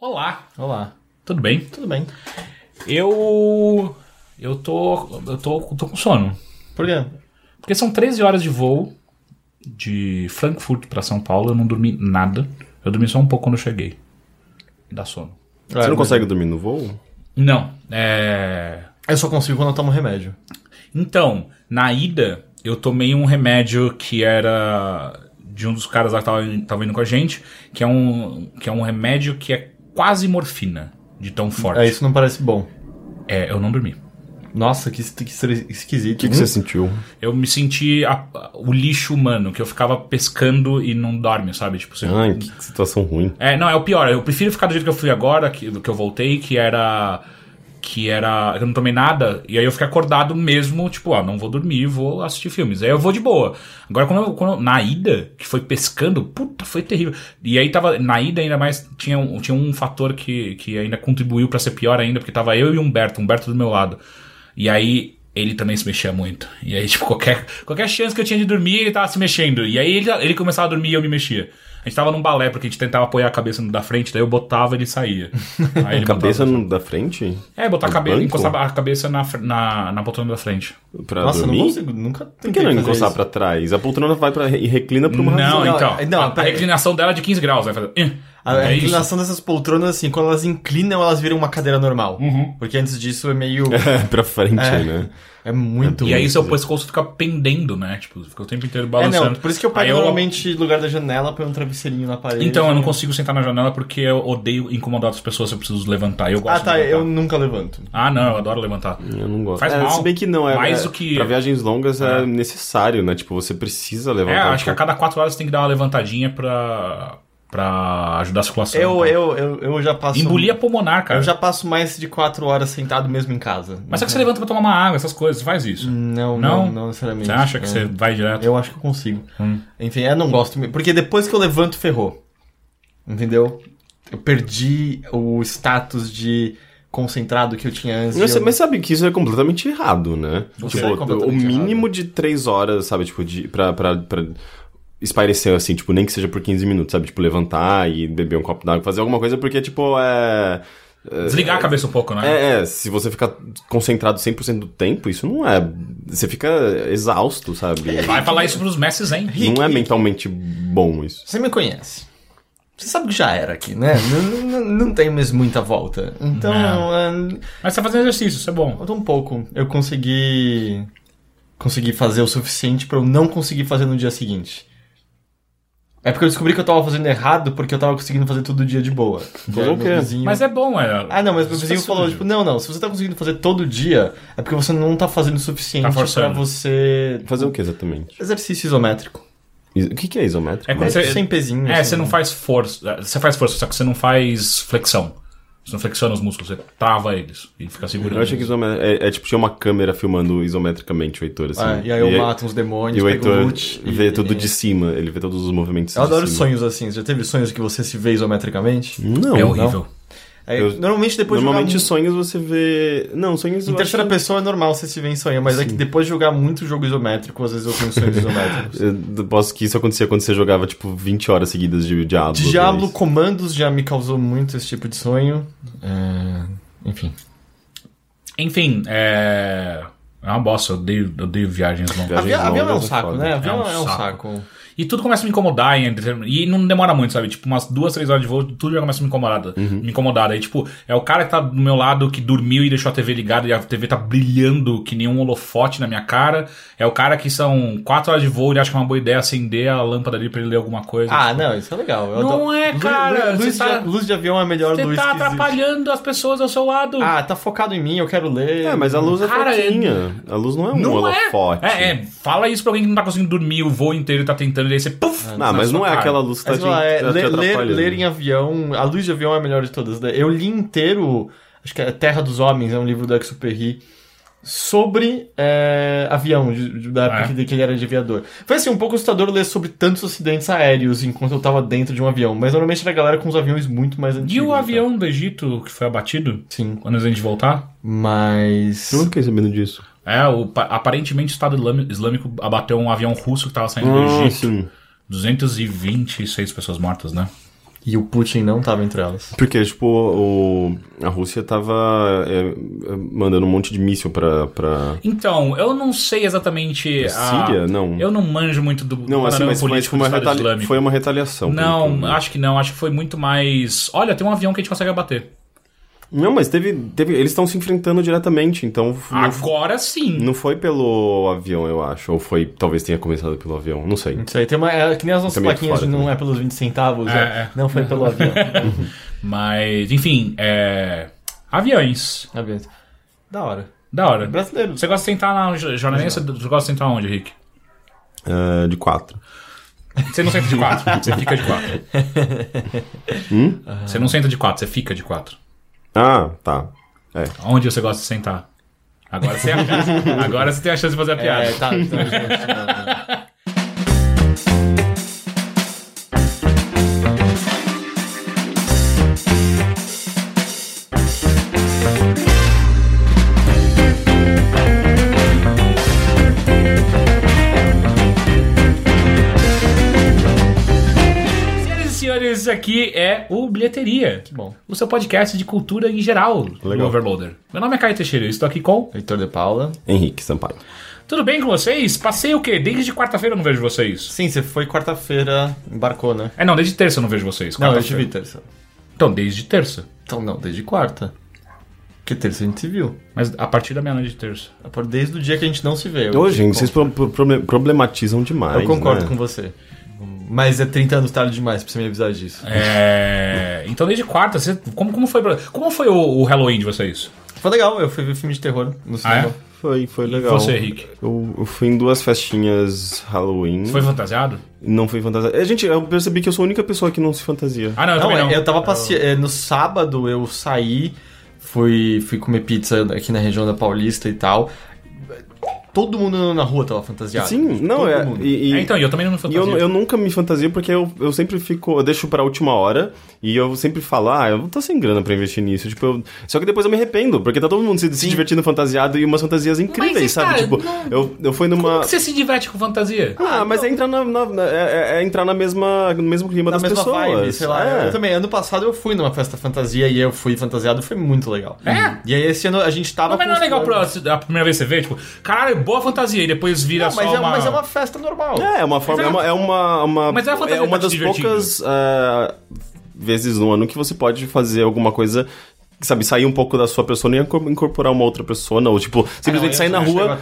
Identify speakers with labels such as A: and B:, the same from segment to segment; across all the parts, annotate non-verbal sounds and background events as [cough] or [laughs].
A: Olá,
B: Olá.
A: tudo bem?
B: Tudo bem.
A: Eu. Eu tô. Eu tô, tô com sono.
B: Por quê?
A: Porque são 13 horas de voo de Frankfurt pra São Paulo, eu não dormi nada. Eu dormi só um pouco quando eu cheguei. Dá sono.
C: Você não
B: Ah,
C: consegue
A: né?
C: dormir no voo?
A: Não, é.
B: Eu só consigo quando eu tomo remédio.
A: Então, na ida, eu tomei um remédio que era de um dos caras lá que tava, tava indo com a gente, que é, um, que é um remédio que é quase morfina, de tão forte.
B: É, isso não parece bom.
A: É, eu não dormi.
B: Nossa, que, que esquisito.
C: O
A: Uhum.
C: que, que você sentiu?
A: Eu me senti a- a- o lixo humano, que eu ficava pescando e não dorme, sabe? Tipo, você...
C: Ai, que situação ruim.
A: É, não, é o pior. Eu prefiro ficar do jeito que eu fui agora, que, do que eu voltei, que era. Que era. Eu não tomei nada. E aí eu fiquei acordado mesmo, tipo, ah, não vou dormir, vou assistir filmes. Aí eu vou de boa. Agora, quando eu, quando eu- na ida, que foi pescando, puta, foi terrível. E aí tava. Na ida, ainda mais, tinha um, tinha um fator que, que ainda contribuiu pra ser pior ainda, porque tava eu e o Humberto, o Humberto do meu lado. E aí. Ele também se mexia muito. E aí, [laughs] tipo, qualquer, qualquer chance que eu tinha de dormir, ele tava se mexendo. E aí ele, ele começava a dormir e eu me mexia. A gente tava num balé, porque a gente tentava apoiar a cabeça no da frente, daí eu botava e ele
B: [laughs]
A: saía. Aí ele
C: Cabeça
A: botava-
C: no, da frente?
A: É, botar a
C: no
A: cabeça,
C: banco?
A: encostava a cabeça na, fr- na, na poltrona da frente.
C: Pra
B: Nossa, eu não
C: dormir?
B: consigo. Nunca tentei
C: Por que não
B: fazer
C: encostar
B: isso.
C: pra trás? A poltrona vai pra, e reclina pra uma
A: Não,
C: razão.
B: não,
A: então.
B: é- não,
A: a- a,
B: pera-
A: reclinação dela é de 15 graus, vai fazer. "Ih",
B: A, a
A: é isso.
B: inclinação dessas poltronas, assim, quando elas inclinam, elas viram uma cadeira normal.
A: Uhum.
B: Porque antes disso é meio.
C: [laughs] pra frente,
B: É.
C: né?
B: é muito.
A: E aí seu pescoço fica pendendo, né? Tipo, fica o tempo inteiro
B: É,
A: balançando.
B: não, por isso que eu pego
A: Aí
B: normalmente lugar da janela, põe um travesseirinho na parede.
A: Então, eu não consigo sentar na janela porque eu odeio incomodar outras pessoas, eu preciso levantar. Eu gosto
B: Ah, tá,
A: de levantar.
B: eu nunca levanto.
A: Ah, não, eu adoro levantar.
C: Eu não gosto.
A: Faz
C: é,
A: mal.
C: Se bem que não, é.
A: Mais
C: é-
A: do que-
C: Pra viagens longas é, necessário, né? Tipo, você precisa levantar.
A: É,
C: um
A: acho que a
C: pouco.
A: cada quatro horas você tem que dar uma levantadinha pra, pra ajudar a circulação.
B: Eu,
A: então.
B: eu, eu, eu já passo.
A: Embolia pulmonar, cara.
B: Eu já passo mais de 4 horas sentado mesmo em casa.
A: Mas só que você levanta pra tomar uma água, essas coisas, faz isso.
B: Não,
A: Não?
B: não, não, necessariamente.
A: Você acha que
B: É.
A: você vai direto?
B: Eu acho que eu consigo.
C: Hum.
B: Enfim, eu não gosto. mesmo, Porque depois que eu levanto, ferrou. Entendeu? Eu perdi o status de concentrado que eu tinha antes.
C: Mas,
B: eu...
C: mas sabe que isso é completamente errado, né?
B: Isso
C: tipo,
B: é completamente
C: o mínimo de três horas, sabe? Tipo, de, pra, pra, pra espairecer, assim, tipo, nem que seja por 15 minutos, sabe? Tipo, levantar e beber um copo d'água, fazer alguma coisa, porque, tipo, é...
A: Desligar a cabeça um pouco, né?
C: É, é, se você ficar concentrado 100% do tempo, isso não é... Você fica exausto, sabe?
B: É,
A: Vai falar isso pros mestres, hein?
C: Não é mentalmente bom isso.
B: Você me conhece. Você sabe que já era aqui,
C: [laughs]
B: né? não, não, não- não tem mesmo muita volta. Então, ah,
A: Mas você tá fazendo exercício, isso é bom.
B: falta um pouco. Eu consegui. Consegui fazer o suficiente pra eu não conseguir fazer no dia seguinte. É porque eu descobri que eu tava fazendo errado porque eu tava conseguindo fazer todo dia de boa.
C: Fazer o
B: Aí meu
C: quê?
B: vizinho-
A: Mas é bom, é.
B: Ah, não, mas meu vizinho
A: Isso tá
B: falou,
A: sujo.
B: tipo, não, não, se você tá conseguindo fazer todo dia, é porque você não tá fazendo o suficiente
A: Tá
B: pra
A: forçando.
B: você.
C: Fazer o que exatamente?
B: Exercício isométrico.
C: Is- O que, que é isométrico?
A: É quando
C: Mas-
A: Você-
B: Sem pezinho.
A: É,
B: assim,
A: você não
B: né?
A: faz força. é, Você faz força, só que você não faz flexão. Você não flexiona os músculos, você trava eles e fica segurando.
C: Eu acho que isomé- é, é tipo, tinha uma câmera filmando isometricamente o Heitor, assim.
B: É, e aí eu mato uns demônios,
C: E o
B: pego
C: Heitor
B: loot e- é.
C: vê tudo
B: e-
C: de cima, ele vê todos os movimentos
B: Eu
C: de
B: adoro
C: cima.
B: sonhos assim. Você já teve sonhos que você se vê isometricamente?
C: Não,
A: É
C: não.
A: horrível.
B: É,
C: Eu-
B: normalmente depois
C: Normalmente
B: de jogar. um-
C: sonhos você vê... Não, sonhos... eu
B: Em terceira
C: acho-
B: pessoa é normal você se ver em sonho, mas é que depois de jogar muito jogo isométrico, às vezes eu tenho
C: [laughs]
B: sonhos isométricos.
C: Eu posso que isso acontecia quando você jogava, tipo, 20 horas seguidas de Diablo.
B: Diablo
C: dois.
B: Comandos já me causou muito esse tipo de sonho. É, Enfim.
A: Enfim, é. É uma bosta, eu odeio, eu odeio viagens longas.
C: Viagens
B: Avião, avião é um
C: longas é
B: saco,
C: foda.
B: né? Avião
A: É um
B: é um
A: saco.
B: saco.
A: E tudo começa a me incomodar em determin- e não demora muito, sabe? Tipo, umas duas, três horas de voo, tudo já começa a me incomodar.
C: Uhum.
A: Me incomodar. Aí, tipo, é o cara que tá do meu lado que dormiu e deixou a TV ligada e a TV tá brilhando que nem um holofote na minha cara. É o cara que são quatro horas de voo e ele acha que é uma boa ideia acender a lâmpada ali pra ele ler alguma coisa.
B: Ah, não, isso é legal. Eu
A: Não
B: adoro-
A: é,
B: Lu-
A: cara,
B: Lu- Luz,
A: você tá-
B: de, luz de avião é a melhor
A: Você
B: luz
A: tá
B: que existe.
A: atrapalhando as pessoas ao seu lado.
B: Ah, tá focado em mim, eu quero ler.
C: É, mas a luz é
A: Cara,
C: fraquinha. A luz não é um
A: não é.
C: holofote.
A: é, é, fala isso pra alguém que não tá conseguindo dormir o voo inteiro e tá tentando, e aí você. Puf,
C: Não, mas não é aquela luz que né? tá
B: Mas,
C: te,
B: ó, é,
C: te
B: ler, ler-
C: atrapalhando.
B: ler em avião, a luz de avião é a melhor de todas. né? Eu li inteiro, acho que é Terra dos Homens, é um livro do Exupéry, sobre é, avião, de- de- da época
A: É.
B: que, que ele era de aviador. Foi assim, um pouco assustador ler sobre tantos acidentes aéreos enquanto eu tava dentro de um avião, mas normalmente era a galera com os aviões muito mais antigos.
A: E o
B: tá?
A: avião do Egito que foi abatido?
B: Sim,
A: Quando a gente voltar?
B: mas...
C: Eu não fiquei sabendo disso.
A: É, o, pa- aparentemente o Estado Islami- Islâmico
C: Hum.
A: abateu um avião russo que tava saindo do Egito.
C: sim.
A: 226 pessoas mortas, né?
B: E o Putin não tava entre elas.
C: Porque, tipo, o, a Rússia tava é, é, mandando um monte de míssil pra. pra...
A: Então, eu não sei exatamente.
C: Pra
A: a-
C: Síria? Não.
A: Eu não manjo muito do do
C: Não, assim,
A: panorama
C: mas, mas
A: político
C: foi, uma
A: do Estado
C: retali-
A: Islâmico.
C: foi uma retaliação. pelo que eu
A: Não,
C: vi.
A: acho que não. Acho que foi muito mais. Olha, tem um avião que a gente consegue abater.
C: Não, mas teve. teve eles estão se enfrentando diretamente, então. não-
A: Agora sim.
C: Não foi pelo avião, eu acho. Ou foi. Talvez tenha começado pelo avião, não sei.
B: Isso aí tem uma. É, que nem as nossas
C: Também é
B: plaquinhas de
C: fora
B: não
C: também.
B: é pelos 20 centavos,
A: É,
B: é,
A: é.
B: não foi
C: [laughs]
B: pelo avião.
A: Mas, enfim, é. Aviões.
B: Tá vendo? da hora.
A: Da hora.
B: Brasileiro.
A: Você gosta de sentar na jo- jornalista? Você gosta de sentar onde, Rick?
C: É, de quatro.
A: Você não senta de quatro, você fica de
B: [laughs]
A: quatro.
C: Hum?
A: Você não senta de quatro, você fica de quatro.
C: Ah, tá.
A: Onde você gosta de sentar? Agora você, é a chance. Agora você tem a chance de fazer a piada.
B: É, tá, tá.
A: Senhoras e senhores, esse aqui é o Bilheteria.
B: que bom.
A: O seu podcast de cultura em geral do
C: Legal.
A: Overloader. Meu nome é Caio Teixeira e estou aqui com...
B: Heitor de Paula.
C: Henrique Sampaio.
A: Tudo bem com vocês? Passei o quê? Desde quarta-feira eu não vejo vocês.
B: Sim, você foi quarta-feira, embarcou, né?
A: É, não, desde terça eu não vejo vocês.
B: Não, eu te
A: quarta-feira.
B: vi terça.
A: Então, desde terça.
B: Então não, desde quarta. Porque terça a gente se viu.
A: Mas a partir da meia-noite de terça.
B: Por- Desde o dia que a gente não se vê. Eu
C: Ô, gente, vocês
B: concordo.
C: pro- pro- proble- problematizam demais.
B: Eu concordo
C: né?
B: com você. Mas é 30 anos tarde demais pra você me avisar disso.
A: É... Então, desde quarta, você... como, como foi, pra- como foi o, o Halloween de vocês?
B: Foi legal, eu fui ver filme de terror no
A: Ah,
B: cinema.
A: é?
C: Foi, foi
A: E
C: legal.
A: você, Rick?
C: Eu, eu fui em duas festinhas Halloween.
A: Você foi fantasiado?
C: Não fui fantasia. É, gente, eu percebi que eu sou a única pessoa que não se fantasia.
A: Ah, não, eu
B: Não,
A: também não.
B: é, eu tava passeando. no sábado eu saí, fui, fui comer pizza aqui na região da Paulista e tal. Todo mundo na rua tava fantasiado. Tipo,
C: Sim, não,
B: Todo
C: é.
B: mundo.
C: E, e-
A: É, então, e eu também não me
C: e
A: fantasio.
C: eu, eu nunca me fantasia porque eu, eu sempre fico. Eu deixo pra última hora e eu sempre falo, ah, eu tô sem grana pra investir nisso. Tipo, eu- só que depois eu me arrependo, porque tá todo mundo se, se divertindo fantasiado e umas fantasias incríveis,
A: Mas,
C: sabe?
A: cara,
C: tipo,
A: não-
C: eu, eu fui numa.
A: Você se diverte com fantasia?
C: Ah, mas é entrar, na, na- na- é, é- é entrar na mesma, no mesmo clima
B: Na
C: das
B: mesma
C: pessoas.
B: vibe, sei lá.
C: É.
B: Eu também, ano passado eu fui numa festa fantasia e eu fui fantasiado, foi muito legal.
A: É?
B: E aí esse ano a gente tava.
A: Não, mas não é legal
B: construindo-
A: pra, a primeira vez que você vê, tipo, caralho, boa fantasia, e depois vira
B: Não,
A: só
B: mas, é,
A: uma...
B: mas é uma festa normal.
C: É, é uma forma. É
A: Exato.
C: uma, é uma, uma-
A: Mas é uma fantasia
C: uma
A: pra te
C: das
A: divertir.
C: poucas ah, vezes no ano que você pode fazer alguma coisa. Sabe, sair um pouco da sua persona e inco- incorporar uma outra persona. Ou, tipo,
A: É,
C: simplesmente sair na rua.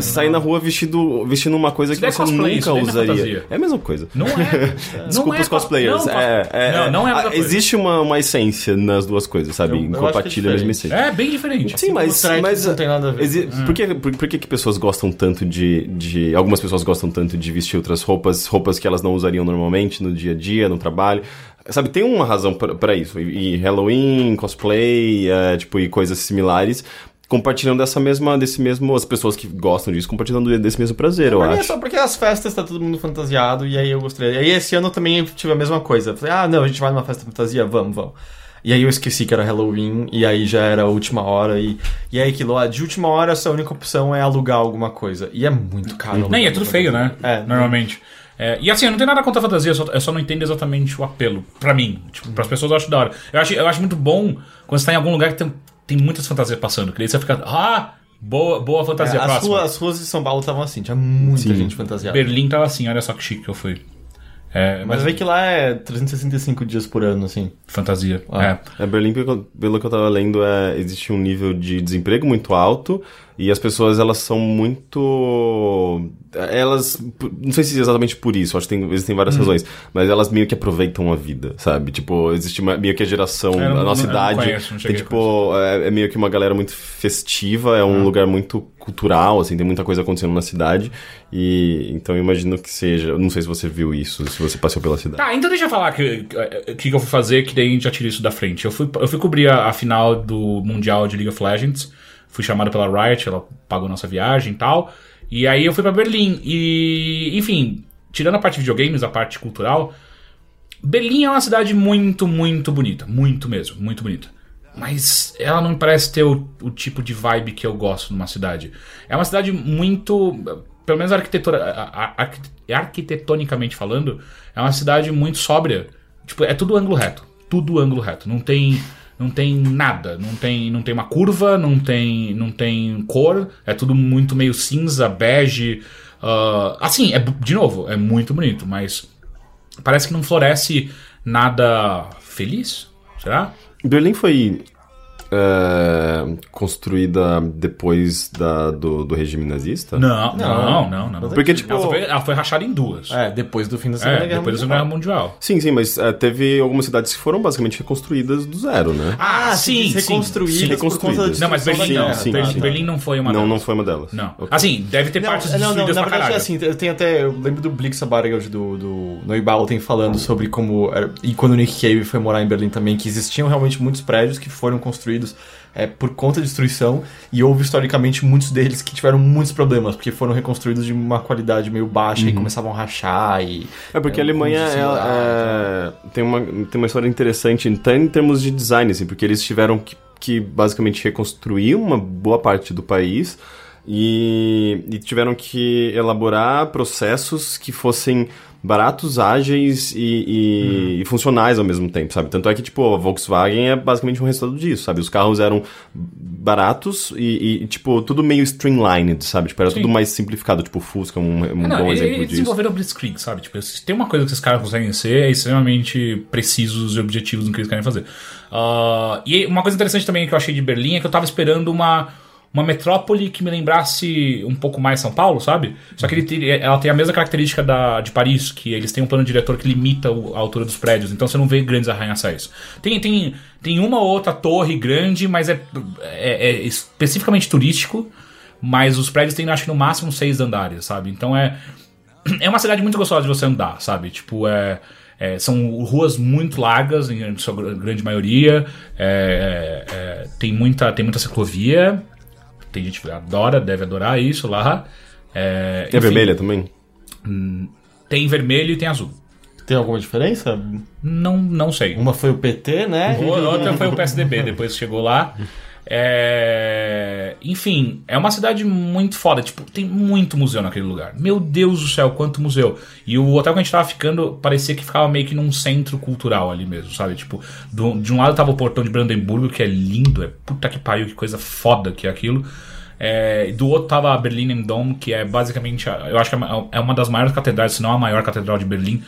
C: Sair na rua vestido, vestindo uma coisa que
A: daí é
C: você
A: cosplay, isso
C: nunca
A: daí não é
C: usaria.
A: fantasia.
C: É a mesma coisa.
A: Não é.
C: Desculpa
A: não é
C: os cosplayers.
A: Não,
C: é, é,
A: não, não é a
C: ah,
A: mesma coisa.
C: Existe uma, uma essência nas duas coisas, sabe?
B: Eu- eu acho que é
C: Compartilha a mesma
B: diferente.
A: É
C: essência.
A: bem diferente.
C: Sim, mas,
B: mostrar que
C: mas
B: não tem nada a ver. Hum.
C: exi- por, que, por, por que que pessoas gostam tanto de, de. Algumas pessoas gostam tanto de vestir outras roupas, roupas que elas não usariam normalmente no dia a dia, no trabalho. Sabe, tem uma razão pra pra isso. E, e Halloween, cosplay, é, tipo, e coisas similares. Compartilhando dessa mesma, desse mesmo. As pessoas que gostam disso compartilhando desse mesmo prazer, eu
B: Pra mim é
C: acho.
B: só porque as festas tá todo mundo fantasiado e aí eu gostei. E aí esse ano eu também tive a mesma coisa. Eu Falei, ah, não, a gente vai numa festa fantasia, vamos, vamos. E aí eu esqueci que era Halloween e aí já era a última hora e, e aí aquilo lá, de última hora essa única opção é alugar alguma coisa. E é muito caro. alugar
A: Nem, é tudo
B: alguma
A: feio,
B: coisa.
A: né? Normalmente. É, e assim, eu não tenho nada contra a fantasia, eu só, eu só não entendo exatamente o apelo. Pra mim. Tipo, pras pessoas eu acho da hora. Eu acho, eu acho muito bom quando você tá em algum lugar que tem, tem muitas fantasias passando. Que daí você fica, ah, boa, boa fantasia,
B: É, as,
A: próxima.
B: ruas, as ruas de São Paulo estavam assim, tinha muita
C: Sim.
B: gente fantasiada.
A: Berlim tava assim, olha só que chique que eu fui. É,
B: Mas
A: mas,
B: vê que lá é 365 dias por ano, assim.
A: fantasia.
B: Ah.
A: É.
C: É, Berlim, pelo pelo que eu tava lendo, é, existe um nível de desemprego muito alto e as pessoas, elas são muito... Elas... p- Não sei se é exatamente por isso, acho que tem, existem
A: Uhum.
C: várias razões, mas elas meio que aproveitam a vida, sabe? Tipo, existe uma- meio que a geração,
A: É, eu não-
C: a nossa
A: eu não
C: idade,
A: conheço, não
C: tem
A: cheguei a Uhum.
C: tipo... É, é meio que uma galera muito festiva, é um lugar muito cultural, assim, tem muita coisa acontecendo na cidade e... Então eu imagino que seja... eu Não sei se você viu isso, se você passou pela cidade.
A: Tá, então deixa eu falar o que, é, que, que eu fui fazer, que daí a gente já tira isso da frente. Eu fui, eu fui cobrir a, a final do Mundial de League of Legends, fui chamado pela Riot, ela pagou nossa viagem e tal. E aí eu fui pra Berlim. E, enfim, tirando a parte de videogames, a parte cultural, Berlim é uma cidade muito, muito bonita. Muito mesmo, muito bonita. Mas ela não parece ter o, o tipo de vibe que eu gosto numa cidade. É uma cidade muito. Pelo menos arquitetura, a- a- arquit- arquitetonicamente falando, é uma cidade muito sóbria. Tipo, é tudo ângulo reto. Tudo ângulo reto. Não tem. Não tem nada, não tem, não tem uma curva, não tem, não tem cor, é tudo muito meio cinza, bege. ah, assim, é, bu- de novo, é muito bonito, mas parece que não floresce nada feliz, será?
C: Berlim foi eh, construída depois da- do, do regime nazista?
A: Não, não, não, não. não.
C: Porque, tipo,
A: ela, foi, ela foi rachada em duas. É,
B: É, depois do fim da Segunda Guerra
A: depois da Segunda
B: Mundial.
A: Guerra Mundial.
C: Sim, sim, mas eh, teve algumas cidades que foram basicamente reconstruídas do zero, né?
A: Ah,
B: se
A: sim,
B: diz
A: sim,
B: reconstruídas
A: sim.
B: por conta da
C: Reconstruídas.
A: Não, mas
B: destruição
A: Berlim
B: da
A: não.
B: guerra,
C: sim,
A: Berlim,
C: sim.
A: Berlim não foi Ah, uma
C: não,
A: delas.
C: não foi uma delas.
A: Não.
C: Ok.
A: Assim, deve ter partes
B: não, não,
A: destruídas
B: na
A: pra
B: verdade
A: caralho.
B: é assim, eu tenho até. Eu lembro do Blix Abargeld do, do Neubauten falando sobre como. era- E quando o Nick Cave foi morar em Berlim também, que existiam realmente muitos prédios que foram construídos é, por conta da destruição, e houve historicamente muitos deles que tiveram muitos problemas, porque foram reconstruídos de uma qualidade meio baixa e começavam a rachar e.
C: É porque a
B: um
C: Alemanha
B: conjunto similar,
A: né?
C: ela, é, tem, uma, tem uma história interessante até em termos de design, assim, porque eles tiveram que, que basicamente reconstruir uma boa parte do país e, e tiveram que elaborar processos que fossem baratos, ágeis e,
A: Hum.
C: e- e funcionais ao mesmo tempo, sabe? Tanto é que, tipo, a Volkswagen é basicamente um resultado disso, sabe? Os carros eram baratos e, e, tipo, tudo meio streamlined, sabe? Tipo, era tudo mais simplificado, tipo, o Fusca é um, é um
A: É,
C: bom
A: não, e-
C: exemplo
A: eles
C: disso.
A: desenvolveram o Blitzkrieg, sabe? Tipo, se tem uma coisa que esses caras conseguem ser, é extremamente precisos e objetivos no que eles querem fazer. Ah, e uma coisa interessante também que eu achei de Berlim é que eu tava esperando uma, uma metrópole que me lembrasse um pouco mais São Paulo, sabe? Só que ele tem- é, ela tem a mesma característica da, de Paris, que eles têm um plano diretor que limita o- a altura dos prédios, então você não vê grandes arranha-céus. Tem, tem, tem uma ou outra torre grande, mas é- é- é especificamente turístico. Mas os prédios têm, acho que no máximo seis andares, sabe? Então é. É uma cidade muito gostosa de você andar, sabe? Tipo, é. é, são ruas muito largas, em sua gr- grande maioria. É, é, é, tem, muita, tem muita ciclovia. Tem gente que adora, deve adorar isso lá. É,
C: É
A: enfim,
C: vermelha também?
A: Tem vermelho e tem azul.
B: Tem alguma diferença?
A: Não, não sei.
B: Uma foi o PT, né?
A: O- Outra foi o PSDB, depois que chegou lá. É, Enfim, é uma cidade muito foda. Tipo, tem muito museu naquele lugar. Meu Deus do céu, quanto museu. E o hotel que a gente tava ficando parecia que ficava meio que num centro cultural ali mesmo, sabe? Tipo, do- de um lado tava o portão de Brandemburgo, que é lindo, é puta que pariu, que coisa foda que é aquilo. É, e do outro tava a Berlin Dom, que é basicamente, a- eu acho que é uma- é uma das maiores catedrais, se não a maior catedral de Berlim.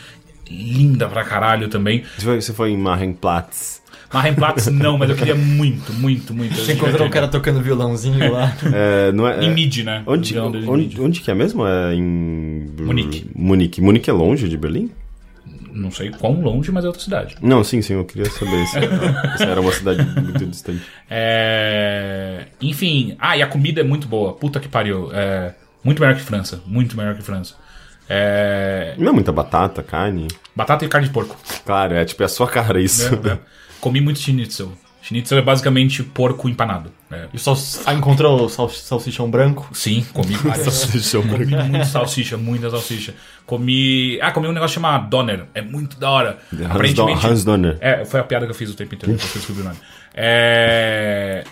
A: Linda pra caralho também.
C: Você foi, você foi em Marienplatz.
A: Marrenplatz não, mas eu queria muito, muito, muito.
B: Você encontrou um cara tocando violãozinho lá.
C: É, não é,
A: Em
C: é-
A: Mid, né?
C: Onde,
A: Não, de Mid.
C: onde, onde que é mesmo? É em...
A: Munique.
C: Munique. Munique é longe de Berlim?
A: Não sei quão longe, mas é outra cidade.
C: Não, sim, sim, eu queria saber se
A: [laughs]
C: era, se era uma cidade muito distante.
A: É... Enfim, ah, e a comida é muito boa. Puta que pariu. É... Muito melhor que França. Muito melhor que França. É...
C: Não é muita batata, carne?
A: Batata e carne de porco.
C: Claro, é tipo, é a sua cara isso.
A: É,
C: [laughs]
A: é. Comi muito schnitzel. Schnitzel é basicamente porco empanado. É.
B: [laughs] E só ah, encontrou o sal- salsichão branco.
A: Sim,
B: [laughs]
A: comi várias. comi muita salsicha, muita salsicha. Comi. Ah, comi um negócio chamado Donner. É muito da hora.
C: Hans, Don- Hans Donner.
A: É, foi a piada que eu fiz o tempo inteiro, depois que eu descobri o nome. É...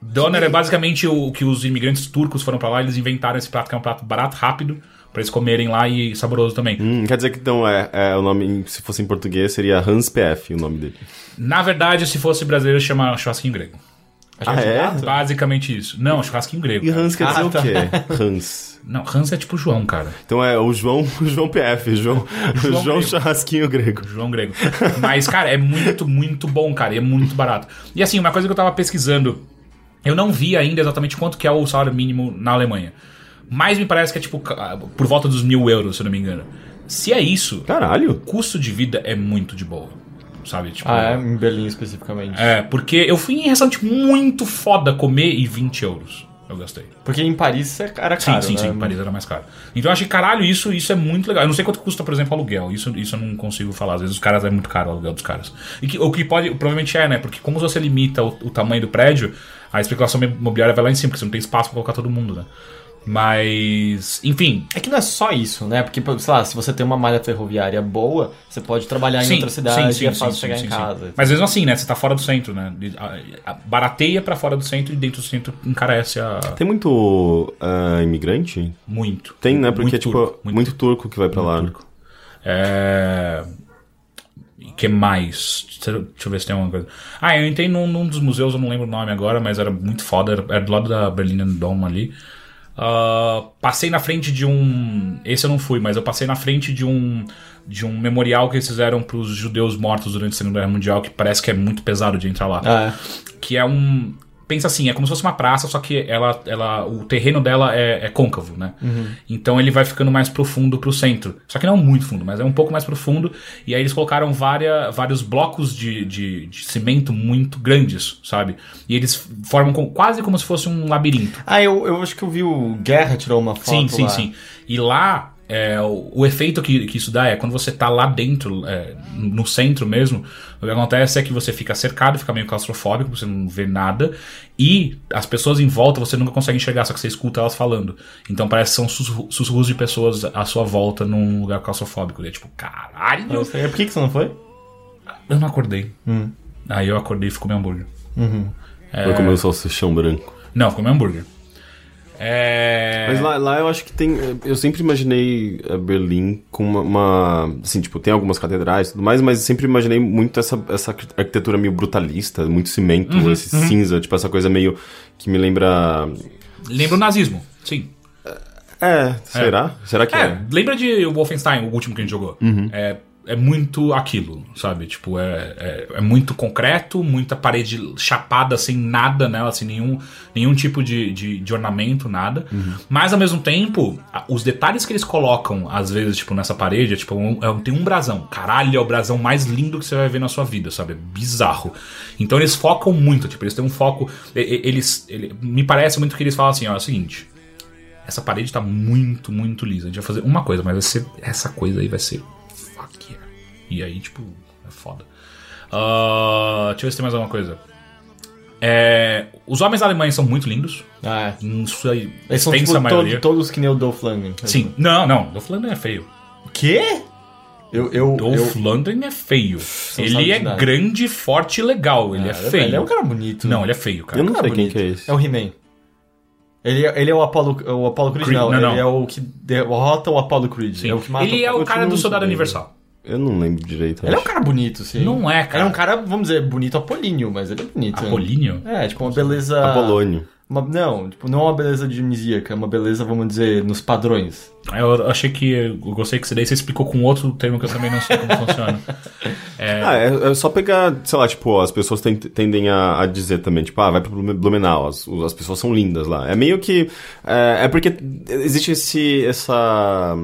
A: Doner é basicamente o que os imigrantes turcos foram pra lá, eles inventaram esse prato, que é um prato barato, rápido, pra eles comerem lá e saboroso também.
C: Hum, quer dizer que então é, é o nome, em- se fosse em português, seria Hans PF o nome dele.
A: Na verdade, se fosse brasileiro, chama churrasquinho grego.
C: Ah, é?
A: Basicamente isso. Não, churrasquinho grego.
C: E
A: cara.
C: Hans quer dizer
B: Ah, tá.
C: o quê? [laughs] Hans.
A: Não, Hans é tipo João, cara.
C: Então é o João, [laughs] o João PF, João, João,
A: grego.
C: Churrasquinho Grego.
A: João Grego. Mas, cara, é muito, muito bom, cara. E é muito barato. E assim, uma coisa que eu tava pesquisando, eu não vi ainda exatamente quanto que é o salário mínimo na Alemanha. Mas me parece que é tipo ca- por volta dos mil euros, se eu não me engano. Se é isso,
C: Caralho.
A: o custo de vida é muito de boa. Sabe? Tipo,
B: Ah, é? Em Berlim especificamente.
A: é, porque eu fui em restaurante muito foda comer e 20 euros. Eu gastei.
B: Porque em Paris era caro,
A: Sim, sim,
B: né?
A: sim, Paris era mais caro. Então eu achei, caralho, isso, isso é muito legal. Eu não sei quanto custa, por exemplo, aluguel. Isso, isso eu não consigo falar. Às vezes os caras é muito caro o aluguel dos caras. E que, o que pode, provavelmente é, né? Porque como você limita o, o tamanho do prédio, a especulação imobiliária vai lá em cima, porque você não tem espaço pra colocar todo mundo, né? Mas, enfim,
B: É que não é só isso, né? Porque, sei lá, se você tem uma malha ferroviária boa, você pode trabalhar em outra cidade e é fácil chegar
A: sim,
B: em
A: sim.
B: casa.
A: Mas mesmo assim, né? Você tá fora do centro, né? De- a- a- Barateia pra fora do centro e dentro do centro encarece a...
C: Tem muito ah, imigrante?
A: muito.
C: Tem, né? Porque
A: Muito
C: é tipo
A: turco,
C: muito turco que vai pra lá. né?
A: É... E que mais? Deixa eu deixa eu ver se tem alguma coisa. Ah, eu entrei num, num dos museus, eu não lembro o nome agora, mas era muito foda, era, era do lado da Berliner Dom ali. Ah, passei na frente de um. Esse eu não fui, mas eu passei na frente de um. De um memorial que eles fizeram para os judeus mortos durante a Segunda Guerra Mundial, que parece que é muito pesado de entrar lá
B: Ah,
A: que é um. Pensa assim, é como se fosse uma praça, só que ela, ela, o terreno dela é, é côncavo, né? Então ele vai ficando mais profundo pro centro. Só que não muito fundo, mas é um pouco mais profundo. E aí eles colocaram várias, vários blocos de, de, de cimento muito grandes, sabe? E eles formam com- quase como se fosse um labirinto.
B: ah eu, eu acho que eu vi o Guerra tirou uma foto
A: Sim, sim,
B: lá.
A: sim. E lá, é, o, o efeito que, que isso dá é quando você tá lá dentro, é, no centro mesmo, o que acontece é que você fica cercado, fica meio claustrofóbico, você não vê nada, e as pessoas em volta você nunca consegue enxergar, só que você escuta elas falando. Então parece que são sussurro- sussurros de pessoas à sua volta num lugar claustrofóbico. E é tipo,
B: Ah, eu
A: caralho!
B: sei. Por que, que você não foi?
A: Eu não acordei.
B: Hum.
A: Aí eu acordei e fui comer hambúrguer.
C: Vai
A: É.
C: comer um salsichão branco.
A: Não, fui comer hambúrguer. É...
C: Mas lá, lá eu acho que tem. Eu sempre imaginei eh, Berlim com uma. uma- assim, tipo, tem algumas catedrais e tudo mais, mas sempre imaginei muito essa, essa arqu- arquitetura meio brutalista, muito cimento,
A: Uhum,
C: esse cinza, tipo, essa coisa meio que me lembra.
A: Lembra o nazismo, sim.
C: É, será? Será que é? Uhum.
A: É, lembra de Wolfenstein, o último que a gente jogou? É, é muito aquilo, sabe? Tipo, é, é, é muito concreto, muita parede chapada sem nada nela, sem nenhum, nenhum tipo de, de, de ornamento, nada.
C: Uhum.
A: Mas ao mesmo tempo, a- os detalhes que eles colocam, às vezes, tipo, nessa parede, é tipo, um- é um- tem um brasão. Caralho, é o brasão mais lindo que você vai ver na sua vida, sabe? É bizarro. Então eles focam muito, tipo, eles têm um foco. e- e- Eles. ele- me parece muito que eles falam assim, ó, é o seguinte. Essa parede tá muito, muito lisa. A gente vai fazer uma coisa, mas vai ser. Essa coisa aí vai ser. Fuck yeah. E aí, tipo, é foda. Ah, deixa eu ver se tem mais alguma coisa. É, os homens alemães são muito lindos.
B: Ah, é.
A: Em sua
B: Eles são
A: extensa
B: tipo,
A: maioria.
B: to- todos que nem o Dolph Lundgren.
A: Sim. Não, não. Dolph Lundgren é feio.
B: O quê? Eu, eu,
A: Dolph
B: eu-
A: Lundgren é feio.
B: não
A: Ele
B: sabe
A: é
B: de nada.
A: grande, forte e legal. Ele é
B: Cara,
A: feio.
B: Ele é um cara bonito.
A: Não, ele é feio, cara.
C: Eu não
B: Cara
C: sei quem
B: bonito.
C: que é esse.
B: É o He-Man. Ele, é- ele é o Apollo, é o Apollo Creed,
A: Creed,
B: não.
A: não, não.
B: Ele é o que derrota o Apollo Creed.
A: Sim.
B: É o que mata
A: ele é o
C: eu
A: cara
C: não
A: do Soldado
C: sabia.
A: Universal.
C: Eu não lembro direito.
B: Ele é um
C: acho.
B: cara bonito, sim.
A: Não é, cara.
B: Ele é um cara, vamos dizer, bonito apolíneo, mas ele é bonito. né?
A: Apolíneo?
B: É, tipo uma beleza...
C: Apolônio.
B: uma- não, tipo, não uma beleza dionisíaca, é uma beleza, vamos dizer, nos padrões.
A: Eu achei que. Eu gostei que você daí você explicou com outro termo que eu também não sei como funciona.
C: Ah, é, é só pegar, sei lá, tipo, ó, as pessoas ten- tendem a, a dizer também, tipo, ah, vai pro Blume- Blumenau, as, o- as pessoas são lindas lá. É meio que. É, é porque existe esse, essa.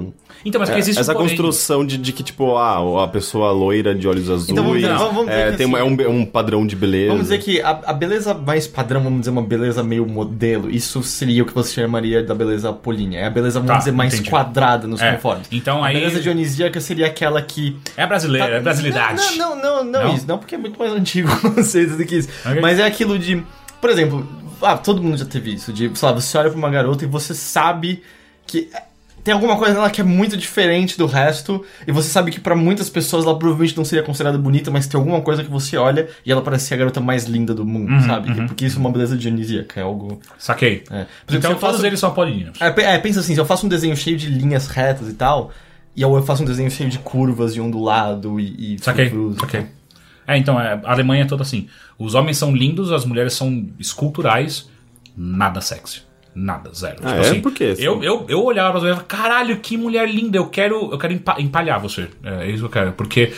A: Então, mas que
C: é,
A: existe um
C: essa
A: porém.
C: construção de, de que, tipo, ah, a pessoa loira de olhos azuis.
B: Então, vamos- vamos- vamos
C: é,
B: dizer que
C: tem uma-
B: assim-
C: é um, be- um padrão de beleza.
B: Vamos dizer que a, a beleza mais padrão, vamos dizer, uma beleza meio modelo, isso seria o que você chamaria da beleza apolínea. É a beleza, vamos
A: Tá,
B: dizer, mais
A: entendi.
B: quadrada nos
A: É,
B: conformes.
A: então
B: A
A: aí-
B: beleza dionisíaca seria aquela que
A: É brasileiro, é brasileidade.
B: Tá, Não, não, não, não,
A: Não?
B: isso. Não, porque é muito mais antigo [laughs] o conceito do que isso.
A: Ok.
B: Mas é aquilo de. Por exemplo, ah, todo mundo já teve isso. De, sei lá, você olha pra uma garota e você sabe que. é, Tem alguma coisa nela que é muito diferente do resto, e você sabe que pra muitas pessoas ela provavelmente não seria considerada bonita, mas tem alguma coisa que você olha e ela parece ser a garota mais linda do mundo,
A: Uhum,
B: sabe? Porque isso é uma beleza dionisíaca, é algo.
A: Saquei.
B: É. Por exemplo, se
A: Então
B: eu
A: todos
B: faço-
A: eles são apolíneos.
B: é, pe- é, pensa assim, se eu faço um desenho cheio de linhas retas e tal, e eu faço um desenho cheio de curvas e ondulado e... e
A: Saquei,
B: frufrus.
A: saquei. É, então, é, a Alemanha é toda assim. Os homens são lindos, as mulheres são esculturais, nada sexy. Nada, zero. Tipo assim,
C: Ah, é? Por quê?
A: Eu, eu, eu olhava pra mulheres e falava, caralho, que mulher linda, eu quero, eu quero empa- empalhar você. É isso que eu quero, porque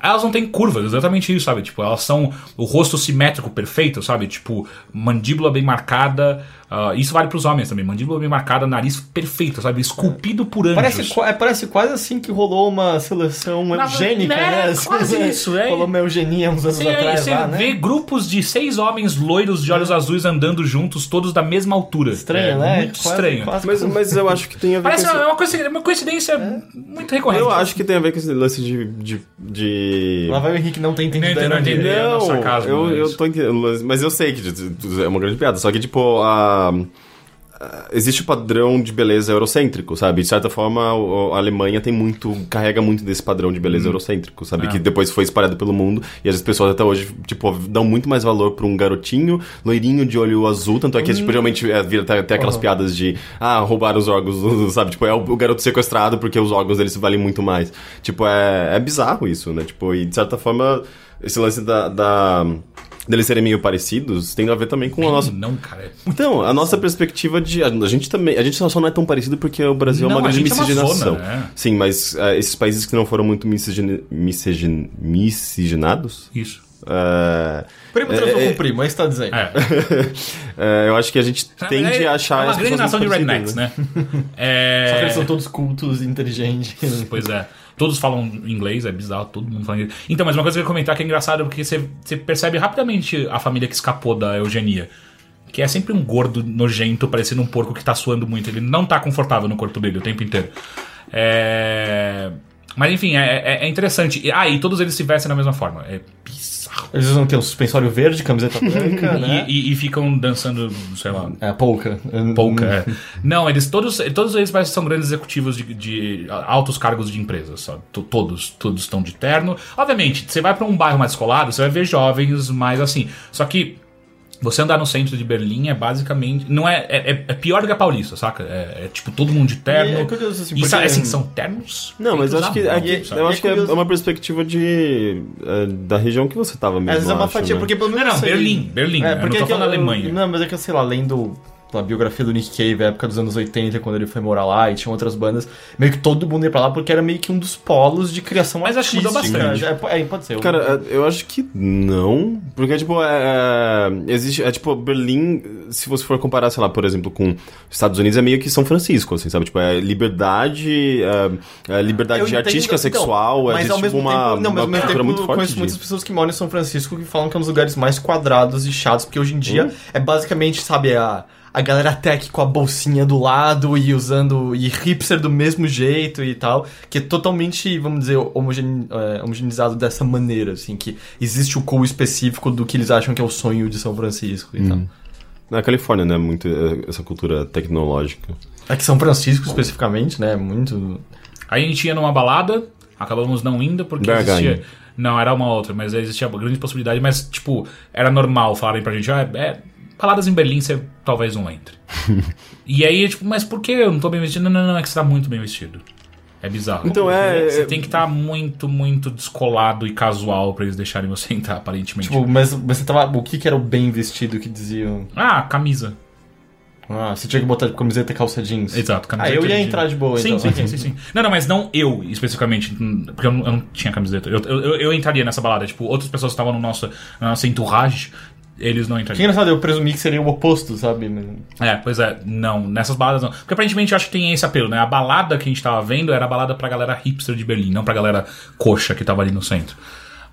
A: Elas não têm curvas, exatamente isso, sabe? Tipo, elas são o rosto simétrico perfeito, sabe? Tipo, mandíbula bem marcada. ah, isso vale pros homens também. Mandíbula bem marcada, nariz perfeito, sabe? Esculpido por anjos.
B: Parece, qua- é, parece quase assim que rolou uma seleção
A: Na-
B: eugênica,
A: né?
B: né?
A: Quase isso, é.
B: Rolou uma eugenia uns anos
A: Você,
B: atrás
A: você
B: lá,
A: vê
B: né?
A: grupos de seis homens loiros de olhos azuis andando juntos, todos da mesma altura.
B: Estranho,
A: É,
B: né?
A: Muito
B: Quase-
A: estranho.
B: quase-
C: Mas, mas eu acho que tem a ver
A: é assim. Parece
C: com esse-
A: uma, uma coincidência, uma coincidência
B: É.
A: muito recorrente.
C: Eu acho que tem a ver com esse lance de. de, de...
B: Lá vai o Henrique não tem entendido né?
A: Não
B: ainda.
A: entendeu, não entendeu. É, não, sarcasmo,
C: eu,
A: mas-
C: eu tô entendendo, mas eu sei que é uma grande piada. Só que, tipo, a, ah, existe o padrão de beleza eurocêntrico, sabe? De certa forma, o- a Alemanha tem muito, carrega muito desse padrão de beleza eurocêntrico, sabe? Que depois foi espalhado pelo mundo e as pessoas até hoje, tipo, dão muito mais valor pra um garotinho loirinho de olho azul, tanto é que, tipo, geralmente é, vira até, até aquelas piadas de, ah, roubar os órgãos, sabe? Tipo, é o, o garoto sequestrado porque os órgãos dele se valem muito mais. Tipo, é, é bizarro isso, né? Tipo, e de certa forma, esse lance da... da deles serem meio parecidos, tem a ver também com a nossa
A: Não, cara. é-
C: então, a nossa perspectiva de. A, a gente também. A gente só só não é tão parecido porque o Brasil é
A: Não,
C: uma
A: a
C: grande
A: gente é uma
C: miscigenação.
A: zona, né?
C: Sim, mas ah, esses países que não foram muito miscigen, miscigen, miscigenados.
A: Isso.
C: [laughs] ah,
B: Primo transou com primo, é isso que tá dizendo.
A: É.
C: ah, eu acho que a gente
A: Na
C: [laughs] tende
A: verdade,
C: a achar.
A: É uma
C: as
A: grande
C: pessoas
A: nação de
C: muito
A: rednecks,
C: parecidas,
A: né? É...
B: Só que eles são todos cultos, inteligentes.
A: Pois é. Todos falam inglês, é bizarro, todo mundo fala inglês. Então, mas uma coisa que eu ia comentar que é engraçado, porque você, você percebe rapidamente a família que escapou da eugenia. Que é sempre um gordo nojento, parecendo um porco que tá suando muito. Ele não tá confortável no corpo dele o tempo inteiro. É... Mas enfim, é, é- é interessante. E- Ah, e todos eles se vestem da mesma forma. É bizarro.
B: Eles usam o quê? Um suspensório verde, camiseta branca, né?
A: [laughs] E, e- e ficam dançando, sei lá,
B: É, polka.
A: pouca. é.
B: Hum.
A: Não, eles todos, todos eles parecem que são grandes executivos de, de altos cargos de empresas. sabe? To- Todos, todos estão de terno. Obviamente, você vai pra um bairro mais colado, você vai ver jovens mais assim. Só que você andar no centro de Berlim é basicamente não é é, é- é pior do que a Paulista, saca? É, é tipo todo mundo de terno.
B: E é curioso, assim,
A: E sa-
B: porque-
A: assim, são ternos.
C: Não, mas
A: feitos
C: eu acho
A: à
C: que,
A: mão,
C: aqui-
A: sabe?
C: eu acho que é
B: curioso.
C: uma perspectiva de, eh, da região que você tava mesmo.
B: Às vezes é
C: eu
B: uma
C: acho,
B: fatia,
C: né?
B: porque pelo menos.
A: Não, não,
B: isso aí- É,
A: Berlim, Berlim, eu não tô
B: aqui eu-
A: falando Alemanha.
B: Não, mas é que, sei lá, lendo a biografia do Nick Cave, a época dos anos 80, quando ele foi morar lá e tinha outras bandas, meio que todo mundo ia pra lá porque era meio que um dos polos de criação
A: Mas acho que mudou
B: artística.
A: bastante.
B: É, po- É, pode ser.
C: Cara, é, eu acho que não. Porque, tipo, é, é, existe. É tipo, Berlim, se você for comparar, sei lá, por exemplo, com Estados Unidos, é meio que São Francisco, assim, sabe? Tipo, é liberdade, é, é liberdade
B: Eu entendo,
C: artística,
B: então,
C: sexual, é
B: mas
C: existe,
B: ao mesmo
C: tipo, uma,
B: tempo, não, mas
C: uma
B: ao mesmo
C: cultura
B: tempo
C: muito
B: eu
C: forte.
B: conheço
C: de-
B: muitas pessoas que moram em São Francisco que falam que é um dos lugares mais quadrados e chatos, porque hoje em dia
C: Hum?
B: é basicamente, sabe, a, a galera tech com a bolsinha do lado e usando e hipster do mesmo jeito e tal, que é totalmente, vamos dizer, homogene, é, homogeneizado dessa maneira, assim, que existe o cool específico do que eles acham que é o sonho de São Francisco e
C: Hum.
B: tal.
C: Na Califórnia, né? Muito é, essa cultura tecnológica.
B: É que São Francisco especificamente, né, é muito...
A: Aí a gente ia numa balada, acabamos não indo porque
C: BH
A: existia.
C: ainda.
A: Não, era uma outra, mas existia uma grande possibilidade, mas, tipo, era normal falarem pra gente, ah, é, baladas em Berlim, você talvez não
C: [laughs]
A: entre. e aí, tipo, mas por que eu não tô bem vestido? Não, não, não, é que você tá muito bem vestido. É bizarro.
C: Então, é-
A: Você
C: é-
A: tem que estar muito, muito descolado e casual pra eles deixarem você [laughs] entrar, aparentemente.
B: Tipo, mas, mas você tava... O que que era o bem vestido que diziam?
A: ah, camisa.
B: Ah, você tinha que botar de camiseta e calça jeans.
A: Exato,
B: Ah,
A: camiseta.
B: eu ia
A: de-
B: entrar de boa,
A: Sim,
B: então.
A: sim, sim, sim, sim. Não, não, mas não eu especificamente, hum, porque eu não, eu não tinha camiseta. Eu, eu, eu entraria nessa balada. Tipo, outras pessoas que estavam no nosso, na nossa entourage, eles não
B: Que
A: entrariam.
B: engraçado, eu presumi que seria o oposto, sabe? Né?
A: É, pois é, não, nessas baladas não. Porque aparentemente eu acho que tem esse apelo, né? A balada que a gente tava vendo era a balada pra galera hipster de Berlim, não pra galera coxa que tava ali no centro.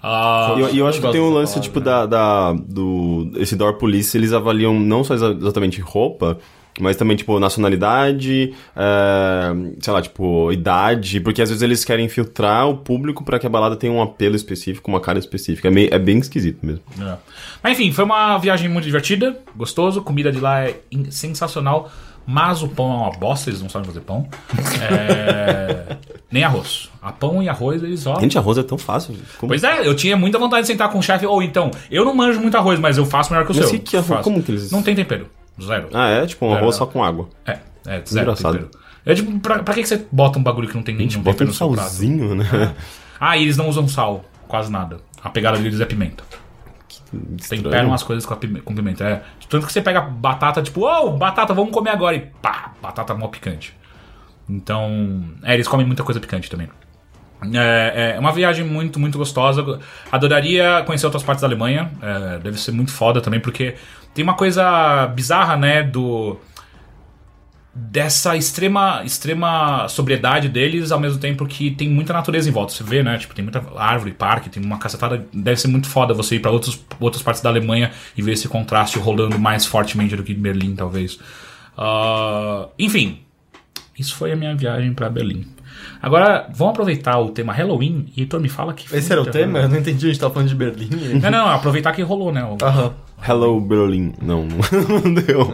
A: Ah,
C: E eu, e eu acho que
B: gosto
C: tem um
B: dessa palavra,
C: lance, tipo, da, da- do. Esse Door Police, eles avaliam não só exa- exatamente roupa, mas também, tipo, nacionalidade, eh, sei lá, tipo, idade, porque às vezes eles querem filtrar o público pra que a balada tenha um apelo específico, uma cara específica. É, meio- é bem esquisito mesmo.
A: É. Mas enfim, foi uma viagem muito divertida, gostoso, comida de lá é in- sensacional, mas o pão é uma bosta, eles não sabem fazer pão. [laughs] É, Nem arroz. A pão e arroz eles ó.
C: Gente, arroz é tão fácil. Como,
A: Pois é, eu tinha muita vontade de sentar com o chefe, ou então, eu não manjo muito arroz, mas eu faço melhor que o
C: Mas
A: seu.
C: que- que arroz-
A: Faço.
C: como que eles-
A: Não tem tempero. Zero.
C: Ah, é? Tipo, um
A: É.
C: arroz só com água.
A: É, é, zero
C: Engraçado.
A: tempero. É tipo, pra, pra que que você bota um bagulho que não tem nenhum
C: Bota
A: tempero
C: um
A: no seu prato?
C: salzinho, né?
A: Ah, e eles não usam sal, quase nada. A pegada deles é pimenta.
C: Estranho.
A: Temperam as coisas com, a pime- com pimenta. É. Tanto que você pega batata, tipo, ô, batata, vamos comer agora. E pá, batata mó picante. Então. É, eles comem muita coisa picante também. É, é uma viagem muito, muito gostosa. Adoraria conhecer outras partes da Alemanha. É, deve ser muito foda também, porque tem uma coisa bizarra, né? Do dessa extrema extrema sobriedade deles, ao mesmo tempo que tem muita natureza em volta. Você vê, né? Tipo, tem muita árvore, parque, tem uma cacetada. Deve ser muito foda você ir pra outros, outras partes da Alemanha e ver esse contraste rolando mais fortemente do que em Berlim, talvez. Ah, enfim, isso foi a minha viagem pra Berlim. Agora, vamos aproveitar o tema Halloween e Heitor me fala que.
B: Esse era o
A: filme de
B: [laughs] tema? Eu não entendi, a gente tava falando de Berlim.
A: Não, não, aproveitar que rolou, né? o-
B: Aham.
C: Hello Berlin. Não, [laughs] não deu.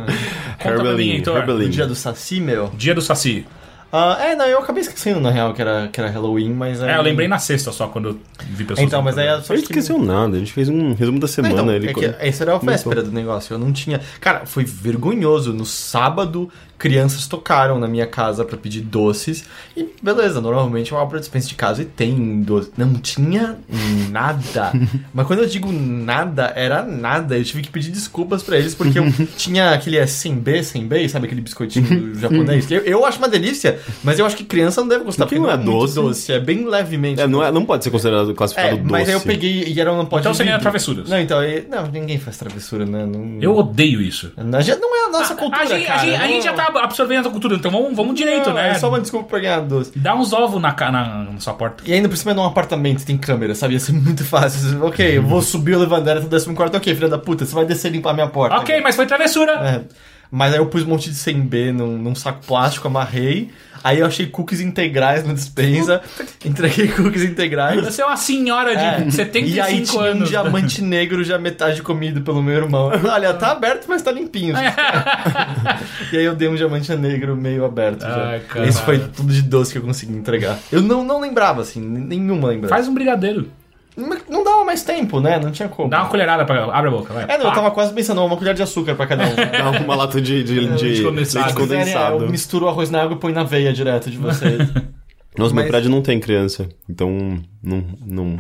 A: pra
C: Herberlin,
A: mim, Heitor.
C: Herberlin.
B: Dia do Saci, meu.
A: Dia do Saci.
B: Ah, é, não, eu acabei esquecendo, na real, que era, que era Halloween, mas...
A: É, eu lembrei na sexta só, quando eu vi pessoas...
B: Hum. Então, mas aí...
A: comentando.
B: eu só
C: A gente
B: que-
C: esqueceu nada, a gente fez um resumo
B: Não,
C: da semana.
B: então,
C: ele então.
B: é que essa era a véspera do negócio, eu não tinha... Cara, foi vergonhoso. No sábado, crianças tocaram na minha casa pra pedir doces. E beleza, normalmente eu abro a dispensa de casa e tem doce. Não tinha
C: [laughs]
B: nada. Mas quando eu digo nada, era nada. Eu tive que pedir desculpas pra eles,
C: [laughs]
B: porque eu tinha aquele é, senbei, senbei, sabe aquele
C: [laughs]
B: biscoitinho japonês? Que eu, eu acho uma delícia, mas eu acho que criança não deve gostar,
C: Porque
B: porque não
C: não
B: é
C: é
B: muito
C: doce.
B: doce. é bem levemente
C: É, não, é- não pode ser considerado
B: é,
C: classificado doce.
B: mas aí eu
C: [laughs]
B: peguei e era um pote
A: Então
B: de
A: seria
B: vidro.
A: travessuras.
B: Não, então, aí- não, ninguém faz travessura, né? Não,
A: Eu odeio isso.
B: A gente- não é a nossa cultura,
A: a, gente,
B: cara.
A: a, gente, a
B: não-
A: gente já tá absorvendo a cultura, então vamos, vamos direito,
B: Não,
A: né?
B: É só uma desculpa pra ganhar doce.
A: Dá uns ovos na, ca- na, na sua porta.
B: E ainda por cima é num apartamento, tem câmera, sabe? Ia ser muito fácil. [laughs] Ok, eu vou subir o levandário até o décimo quarto. Ok, filha da puta, você vai descer e limpar a minha porta.
A: Ok, mas foi travessura.
B: É. Mas aí eu pus um monte de 100B num, num saco plástico, amarrei. Aí eu achei cookies integrais na despensa. entreguei cookies integrais.
A: Você é uma senhora de
B: É.
A: 75
B: e aí tinha um
A: anos.
B: diamante negro já metade comido pelo meu irmão. Olha, tá aberto, mas tá limpinho.
A: É.
B: [laughs] e aí eu dei um diamante negro meio aberto
A: Ai,
B: já.
A: caralho.
B: Esse foi tudo de doce que eu consegui entregar. Eu não, não lembrava, assim, n- nenhuma lembrança.
A: Faz um brigadeiro.
B: Mas Não dava mais tempo, né? Não tinha como.
A: Dá uma colherada pra Abre a boca, vai.
B: É, não, eu
A: Pá.
B: tava quase pensando, uma colher de açúcar
A: [laughs]
B: pra cada um.
C: Dá É uma lata de, de, de,
A: um Leite condensado.
C: leite
B: É,
C: condensado.
B: eu misturo o arroz na água e põe na veia direto
A: [laughs]
B: de vocês.
C: Nossa,
B: um Mas-
C: meu prédio não tem criança, então não... Não,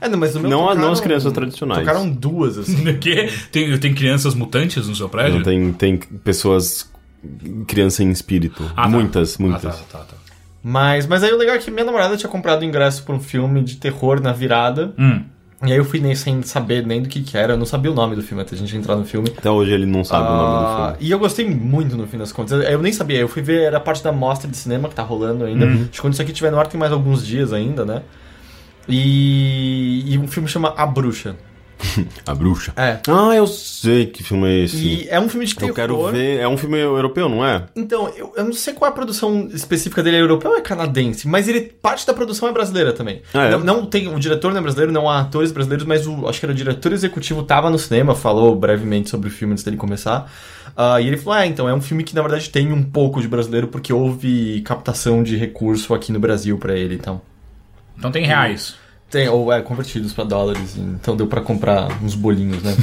B: é, não, mas o meu
C: não,
B: tocaram,
C: não as crianças tradicionais.
B: Tocaram duas, assim.
A: [laughs] Quê? Ah, Tem, tem crianças mutantes no seu prédio?
C: Não, tem, tem pessoas... Criança em espírito.
A: Ah, tá.
C: Muitas,
A: Ah,
C: muitas.
A: tá, tá, tá.
B: Mas, mas aí o legal é que minha namorada tinha comprado ingresso pra um filme de terror na virada.
A: Hum.
B: E aí eu fui nem sem saber nem do que que era, eu não sabia o nome do filme até a gente entrar no filme.
C: Até hoje ele não sabe o nome do
B: Ah,
C: filme.
B: E eu gostei muito no fim das contas. Eu nem sabia, eu fui ver, era parte da mostra de cinema que tá rolando ainda.
C: Uhum.
B: Acho que quando isso aqui tiver no ar tem mais alguns dias ainda, né? E, e um filme chama A Bruxa.
C: A Bruxa.
B: É.
C: Ah, eu sei que filme é esse.
B: E é um filme de terror.
C: Eu quero ver... É um filme europeu, não é?
B: Então, eu, eu não sei qual é a produção específica dele, é europeu ou é canadense, mas ele parte da produção é brasileira também.
C: Ah, é?
B: Não, não tem, o diretor não é brasileiro, não há atores brasileiros, mas o, acho que era o diretor executivo, tava no cinema, falou brevemente sobre o filme antes dele começar. Ah, e ele falou: ah, então, é um filme que na verdade tem um pouco de brasileiro, porque houve captação de recurso aqui no Brasil pra ele, então.
A: Então tem reais.
B: Tem, ou é, convertidos pra dólares, então deu pra comprar uns bolinhos, né?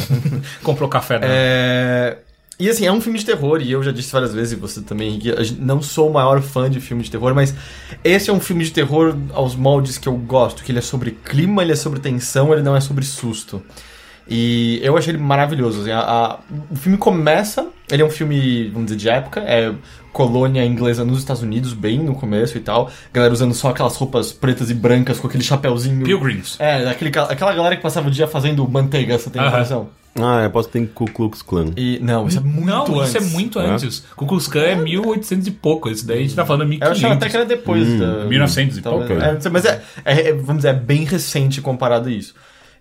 A: Comprou café da.
B: É, E assim, é um filme de terror, e eu já disse várias vezes, e você também, Henrique, a gente- não sou o maior fã de filme de terror, mas esse é um filme de terror aos moldes que eu gosto, que ele é sobre clima, ele é sobre tensão, ele não é sobre susto. E eu achei ele maravilhoso. assim, a- a- o filme começa, ele é um filme, vamos dizer, de época, é colônia inglesa nos Estados Unidos, bem no começo e tal. Galera usando só aquelas roupas pretas e brancas com aquele chapéuzinho.
A: Pilgrims.
B: É, aquele, ca- aquela galera que passava o dia fazendo manteiga, você tem a
A: Aham.
B: impressão?
C: Ah, eu posso ter Ku Klux Klan.
B: E, não, isso é muito
A: não,
B: antes.
A: isso é muito
C: É?
A: antes. Ku Klux Klan é 1800 e pouco. Esse daí a gente tá falando
B: É, Eu achava até
A: 1500.
B: que era depois da...
A: 1900 e pouco.
B: É, não sei, mas é, é- é, vamos dizer, é bem recente comparado a isso.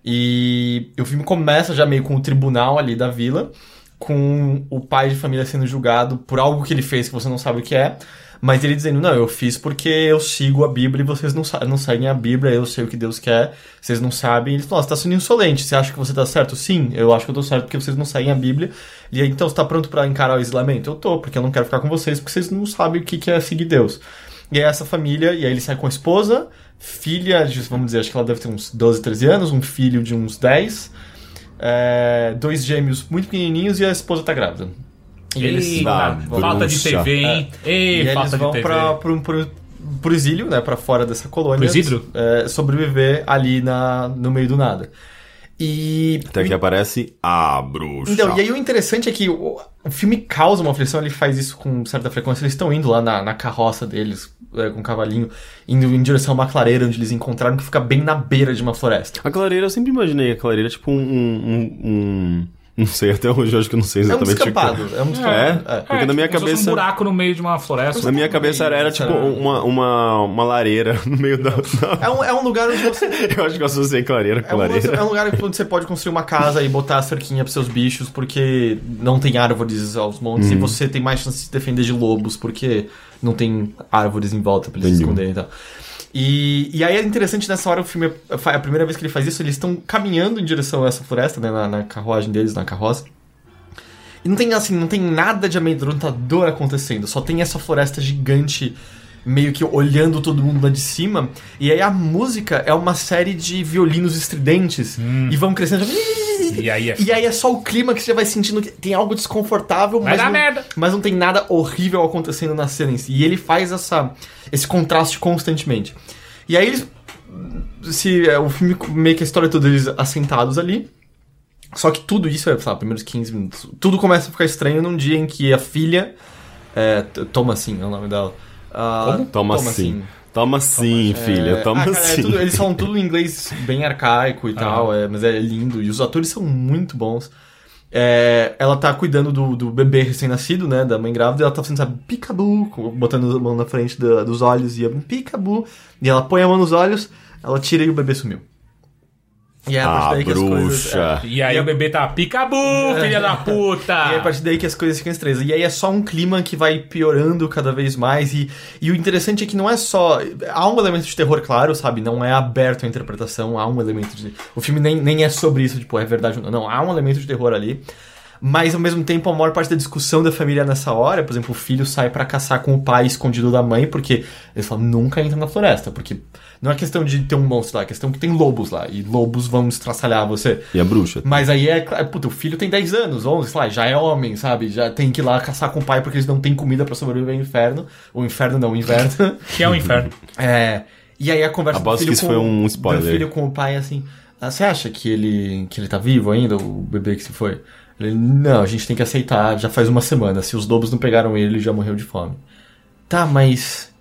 B: E o filme começa já meio com o tribunal ali da vila, com o pai de família sendo julgado por algo que ele fez que você não sabe o que é, mas ele dizendo, não, eu fiz porque eu sigo a Bíblia e vocês não, sa- não seguem a Bíblia, eu sei o que Deus quer, vocês não sabem. Ele falou, "Ó, você tá sendo insolente, você acha que você tá certo? Sim, eu acho que eu tô certo porque vocês não seguem a Bíblia. E aí, então, você tá pronto pra encarar o isolamento? Eu tô, porque eu não quero ficar com vocês, porque vocês não sabem o que que é seguir Deus. E aí essa família, e aí ele sai com a esposa, filha de, vamos dizer, acho que ela deve ter uns 12, 13 anos, um filho de uns 10, é, dois gêmeos muito pequenininhos e a esposa tá grávida. E eles,
A: Eita,
C: Bah,
A: falta de
C: bruxa.
A: TV, hein?
B: e
A: Ei,
B: eles
A: falta de
B: vão
A: TV.
B: pra, pro, pro, pro exílio, né, pra fora dessa colônia.
A: Pro exílio?
B: É, sobreviver ali na, no meio do nada. E
C: Até que aparece a Bruxa.
B: Hum. então, e aí o interessante é que o, o filme causa uma aflição, ele faz isso com certa frequência. Eles estão indo lá na, na carroça deles, é, com o cavalinho, indo em direção a uma clareira onde eles encontraram, que fica bem na beira de uma floresta.
C: A clareira, eu sempre imaginei a clareira tipo um... um, um- um- não sei, até hoje eu acho que eu não sei
B: É um
C: exatamente o que-
B: descampado. É um descampado.
C: [laughs] É?
B: É.
C: Porque na minha
A: como se fosse
C: cabeça-
A: um buraco no meio de uma floresta.
C: é. Na minha cabeça era, era tipo uma, uma, uma lareira [laughs] no meio da... da-
B: É um, é um lugar onde você.
C: Eu acho que eu associei clareira com
B: É um, lance-
C: clareira.
B: é um lugar onde você pode construir uma casa e botar a cerquinha pros seus bichos, porque não tem árvores aos montes, e você tem mais chance de se defender de lobos, porque não tem árvores em volta pra eles se
C: Entendi.
B: esconderem e tal. E, e aí é interessante nessa hora o filme, é a primeira vez que ele faz isso, eles estão caminhando em direção a essa floresta, né, na, na carruagem deles, na carroça. E não tem assim, não tem nada de amedrontador acontecendo, só tem essa floresta gigante meio que olhando todo mundo lá de cima. E aí a música é uma série de violinos estridentes e vão crescendo.
A: Hum. E aí é
B: E aí é só o clima que você vai sentindo que tem algo desconfortável,
A: Vai
B: mas,
A: dar
B: não,
A: merda.
B: mas não tem nada horrível acontecendo na cena em si. E ele faz essa, esse contraste constantemente. E aí eles. Se, é, o filme, meio que a história toda, eles assentados ali. Só que tudo isso, é, sabe, primeiros 15 minutos, tudo começa a ficar estranho num dia em que a filha. É, toma assim, é o nome dela. Ah,
C: Toma, sim. Toma sim, filha. Ah.
B: é,
C: Toma
B: ah, cara, é
C: sim.
B: tudo- eles falam tudo em inglês bem arcaico e tal, é, mas é lindo. E os atores são muito bons. É, ela tá cuidando do, do bebê recém-nascido, né? Da mãe grávida, e ela tá fazendo, sabe, picabu, botando a mão na frente da- dos olhos e abrindo picabu. E ela põe a mão nos olhos, ela tira e o bebê sumiu. E é a partir
C: Ah,
B: daí que as coisas. é,
C: bruxa.
A: E aí o bebê tá picabu, filha da puta!
B: e é a partir daí que as coisas ficam estranhas. E aí é só um clima que vai piorando cada vez mais. E, e o interessante é que não é só. Há um elemento de terror, claro, sabe? Não é aberto à interpretação. Há um elemento de. O filme nem, nem é sobre isso, tipo, é verdade ou não. Não, há um elemento de terror ali. Mas ao mesmo tempo, a maior parte da discussão da família é nessa hora, por exemplo, o filho sai pra caçar com o pai escondido da mãe, porque eles falam, nunca entra na floresta, porque não é questão de ter um monstro lá, é questão que tem lobos lá, e lobos vão estraçalhar você.
C: E a bruxa.
B: Mas aí é, cla- puta, o filho tem 10 anos, 11, sei lá, já é homem, sabe? Já tem que ir lá caçar com o pai porque eles não têm comida pra sobreviver ao inferno. O inferno não, o inverno. [laughs]
A: Que é o inferno.
B: é. E aí a conversa do
C: Aposto
B: filho
C: que isso
B: com
C: foi um spoiler.
B: do filho com o pai assim, "Ah, você acha que ele que ele tá vivo ainda, o bebê que se foi? Ele, não, a gente tem que aceitar, já faz uma semana, se os lobos não pegaram ele, ele já morreu de fome. Tá, mas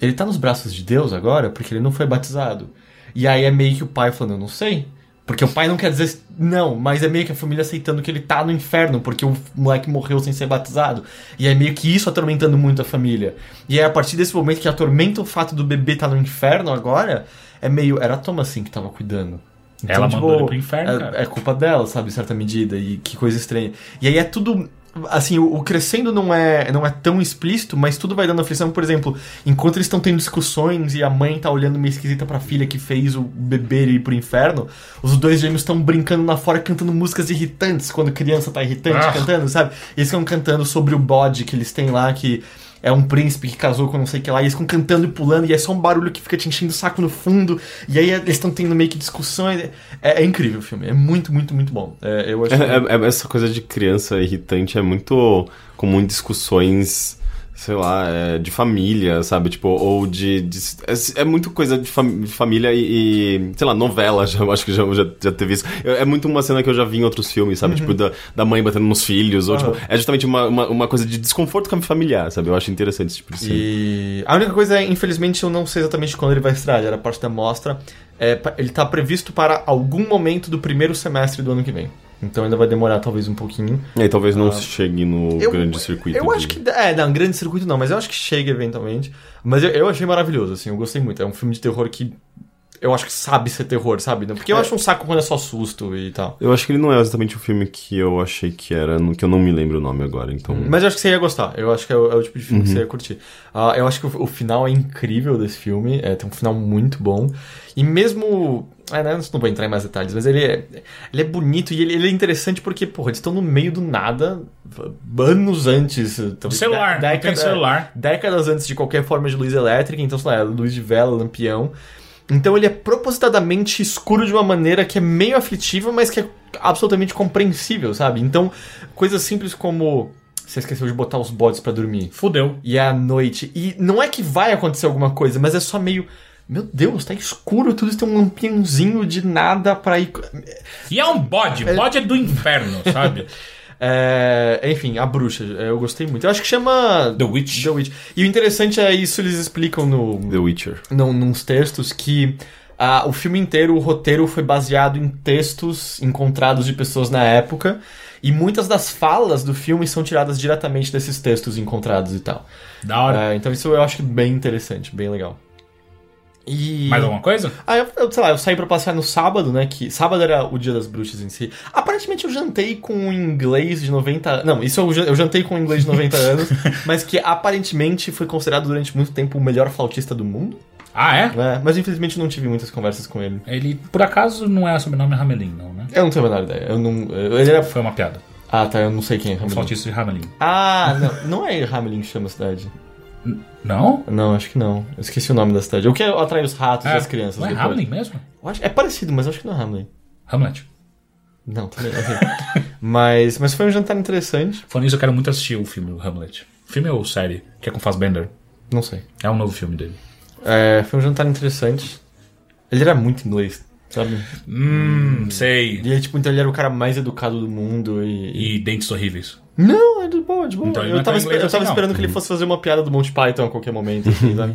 B: ele tá nos braços de Deus agora porque ele não foi batizado. E aí é meio que o pai falando, eu não sei. Porque o pai não quer dizer não, mas é meio que a família aceitando que ele tá no inferno porque o moleque morreu sem ser batizado. E é meio que isso atormentando muito a família. E é a partir desse momento que atormenta o fato do bebê tá no inferno agora, é meio. Era a Thomasin que tava cuidando. Então,
A: Ela mandou ele pro inferno,
B: é,
A: cara.
B: é culpa dela, sabe, em certa medida, e que coisa estranha. E aí é tudo. Assim, o, o crescendo não é, não é tão explícito, mas tudo vai dando aflição. Por exemplo, enquanto eles estão tendo discussões e a mãe tá olhando meio esquisita pra filha que fez o bebê ir pro inferno, os dois gêmeos estão brincando lá fora cantando músicas irritantes, quando criança tá irritante
A: Ah.
B: cantando, sabe? Eles ficam cantando sobre o bode que eles têm lá, que é um príncipe que casou com não sei o que lá, e eles ficam cantando e pulando, e é só um barulho que fica te enchendo o saco no fundo, e aí eles estão tendo meio que discussões. É, é incrível o filme, é muito, muito, muito bom. É, eu acho
C: É- é- é- essa coisa de criança irritante é muito comum em discussões, sei lá, é, de família, sabe? Tipo, ou de. de- é, é muito coisa de, fam- de família e, e, Sei lá, novela, [laughs] já, eu acho que já, já, já teve isso. Eu- é muito uma cena que eu já vi em outros filmes, sabe?
B: Uhum.
C: Tipo, da, da mãe batendo nos filhos, ou tipo. É justamente uma, uma, uma coisa de desconforto com a familiar, sabe? Eu acho interessante esse tipo de cena.
B: E a única coisa é, infelizmente, eu não sei exatamente quando ele vai estrear, já era parte da mostra. É, pa- ele tá previsto para algum momento do primeiro semestre do ano que vem. Então ainda vai demorar talvez um pouquinho.
C: E aí talvez não chegue no
B: eu-
C: grande circuito.
B: Eu acho
C: de-
B: que. É, não, grande circuito não, mas eu acho que chega eventualmente. Mas eu, eu achei maravilhoso, assim, eu gostei muito. É um filme de terror que. Eu acho que sabe ser terror, sabe? Porque eu acho um saco quando é só susto e tal.
C: Eu acho que ele não é exatamente o filme que eu achei que era, no- que eu não me lembro o nome agora, então.
B: Mas eu acho que você ia gostar. Eu acho que é o, é o tipo de filme que você ia curtir. Ah, eu acho que o, o final é incrível desse filme. É, tem um final muito bom. E mesmo. É, né, não vou entrar em mais detalhes, mas ele é, ele é bonito e ele, ele é interessante porque, porra, eles estão no meio do nada, anos antes.
A: O
B: talvez
A: celular,
B: dé-
A: não tem
B: Então, década-
A: celular.
B: décadas antes de qualquer forma de luz elétrica, então, sei lá, luz de vela, lampião. Então ele é propositadamente escuro de uma maneira que é meio aflitiva, mas que é absolutamente compreensível, sabe? Então, coisas simples como você esqueceu de botar os bodes pra dormir.
A: Fudeu.
B: E é à noite. E não é que vai acontecer alguma coisa, mas é só meio. Meu Deus, tá escuro, tudo isso tem um lampiãozinho de nada pra ir.
A: E é um bode, bode é do inferno, sabe?
B: É, enfim, a bruxa, eu gostei muito. Eu acho que chama.
A: The Witch.
B: The Witch. E o interessante é isso, eles explicam no.
C: The Witcher.
B: num, nos textos que ah, o filme inteiro, o roteiro foi baseado em textos encontrados de pessoas na época. E muitas das falas do filme são tiradas diretamente desses textos encontrados e tal.
A: Da hora.
B: Ah, então isso eu acho que bem interessante, bem legal. E.
A: Mais alguma coisa?
B: Ah, eu, eu, sei lá, eu saí pra passear no sábado, né? Que sábado era o dia das bruxas em si. Aparentemente eu jantei com um inglês de 90 Não, isso eu, ja- eu jantei com um inglês de 90 anos, mas que aparentemente foi considerado durante muito tempo o melhor flautista do mundo.
A: Ah, é?
B: né? Mas infelizmente não tive muitas conversas com ele.
A: Ele, por acaso, não é sobrenome Hamelin, não, né?
B: Eu não tenho a menor ideia. Eu não. eu- Ele era.
A: Foi uma piada.
B: Ah, tá, eu não sei quem é
A: Um
B: Hamelin.
A: autista de Hamelin.
B: Ah, não. Não é Hamelin que chama a cidade.
A: Não?
B: Não, acho que não. Eu esqueci o nome da cidade. O que é atrai os ratos e as crianças.
A: Não é
B: depois.
A: Hamelin mesmo?
B: Eu acho- É parecido, mas eu acho que não é Hamelin.
A: Hamlet.
B: Não, também. ok. mas, mas foi um jantar interessante.
A: Falando nisso, eu quero muito assistir o filme, o Hamlet. Filme ou série? Que é com Fassbender.
B: Não sei.
A: É um novo filme dele.
B: É, foi um jantar interessante. Ele era muito inglês, sabe?
A: Hum, sei.
B: E aí, tipo, então ele era o cara mais educado do mundo e.
A: E Dentes Horríveis. [laughs]
B: Não, é de boa, de boa.
A: Então ele não
B: eu
A: é
B: tava,
A: tão inglês
B: esper- eu tava
A: assim, não.
B: esperando que ele fosse fazer uma piada do Monty Python a qualquer momento, assim, sabe?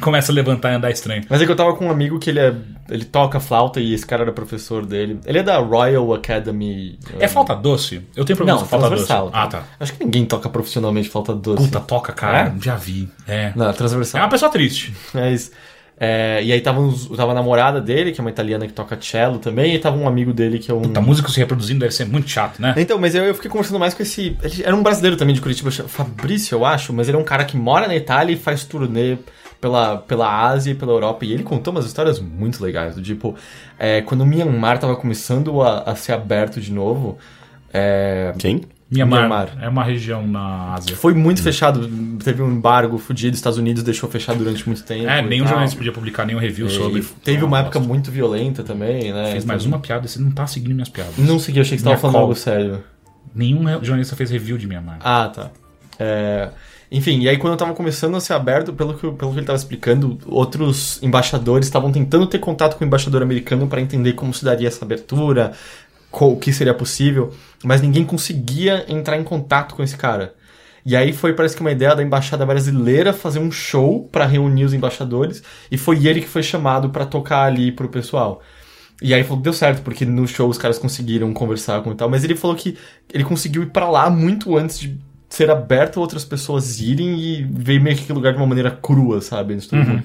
A: Começa a levantar e andar estranho.
B: Mas é que eu tava com um amigo que ele é. Ele toca flauta e esse cara era professor dele. Ele é da Royal Academy. né?
A: É falta doce? Eu tenho problema
B: Não,
A: com falta doce.
B: transversal.
A: Ah, tá.
B: Acho que ninguém toca profissionalmente flauta doce.
A: Puta, toca, cara. Já vi. É.
B: Não, é
A: É
B: transversal.
A: uma pessoa triste.
B: Mas. é, e aí tava, uns- tava a namorada dele, que é uma italiana que toca cello também, e tava um amigo dele que é um.
A: Puta, música Tá, se reproduzindo deve ser muito chato, né?
B: Então, mas eu, eu fiquei conversando mais com esse. ele era um brasileiro também de Curitiba, chama Fabrício, eu acho, mas ele é um cara que mora na Itália e faz turnê pela, pela Ásia e pela Europa. E ele contou umas histórias muito legais. Do tipo, é, quando o Myanmar tava começando a, a ser aberto de novo. é,
C: Quem?
A: Myanmar,
B: Myanmar.
A: é uma região na Ásia.
B: foi muito fechado, teve um embargo fudido, Estados Unidos deixou fechar durante muito tempo.
A: É,
B: e
A: nenhum
B: tal.
A: jornalista podia publicar nenhum review sobre.
B: E Teve uma
A: Ah,
B: época
A: bosta.
B: muito violenta também, né?
A: Fez mais uma piada, você não tá seguindo minhas piadas.
B: Não segui, achei que você
A: Minha
B: tava falando
A: call.
B: algo sério.
A: Nenhum re- jornalista fez review de Myanmar.
B: Ah, tá. É, Enfim, e aí quando eu tava começando a ser aberto, pelo que, eu- pelo que ele tava explicando, outros embaixadores estavam tentando ter contato com o embaixador americano para entender como se daria essa abertura, co- o que seria possível, mas ninguém conseguia entrar em contato com esse cara. E aí foi, parece que uma ideia da embaixada brasileira fazer um show para reunir os embaixadores, e foi ele que foi chamado para tocar ali pro pessoal. E aí falou que deu certo, porque no show os caras conseguiram conversar com e tal, mas ele falou que ele conseguiu ir pra lá muito antes de ser aberto a outras pessoas irem e ver meio que aquele lugar de uma maneira crua, sabe? Antes de todo mundo.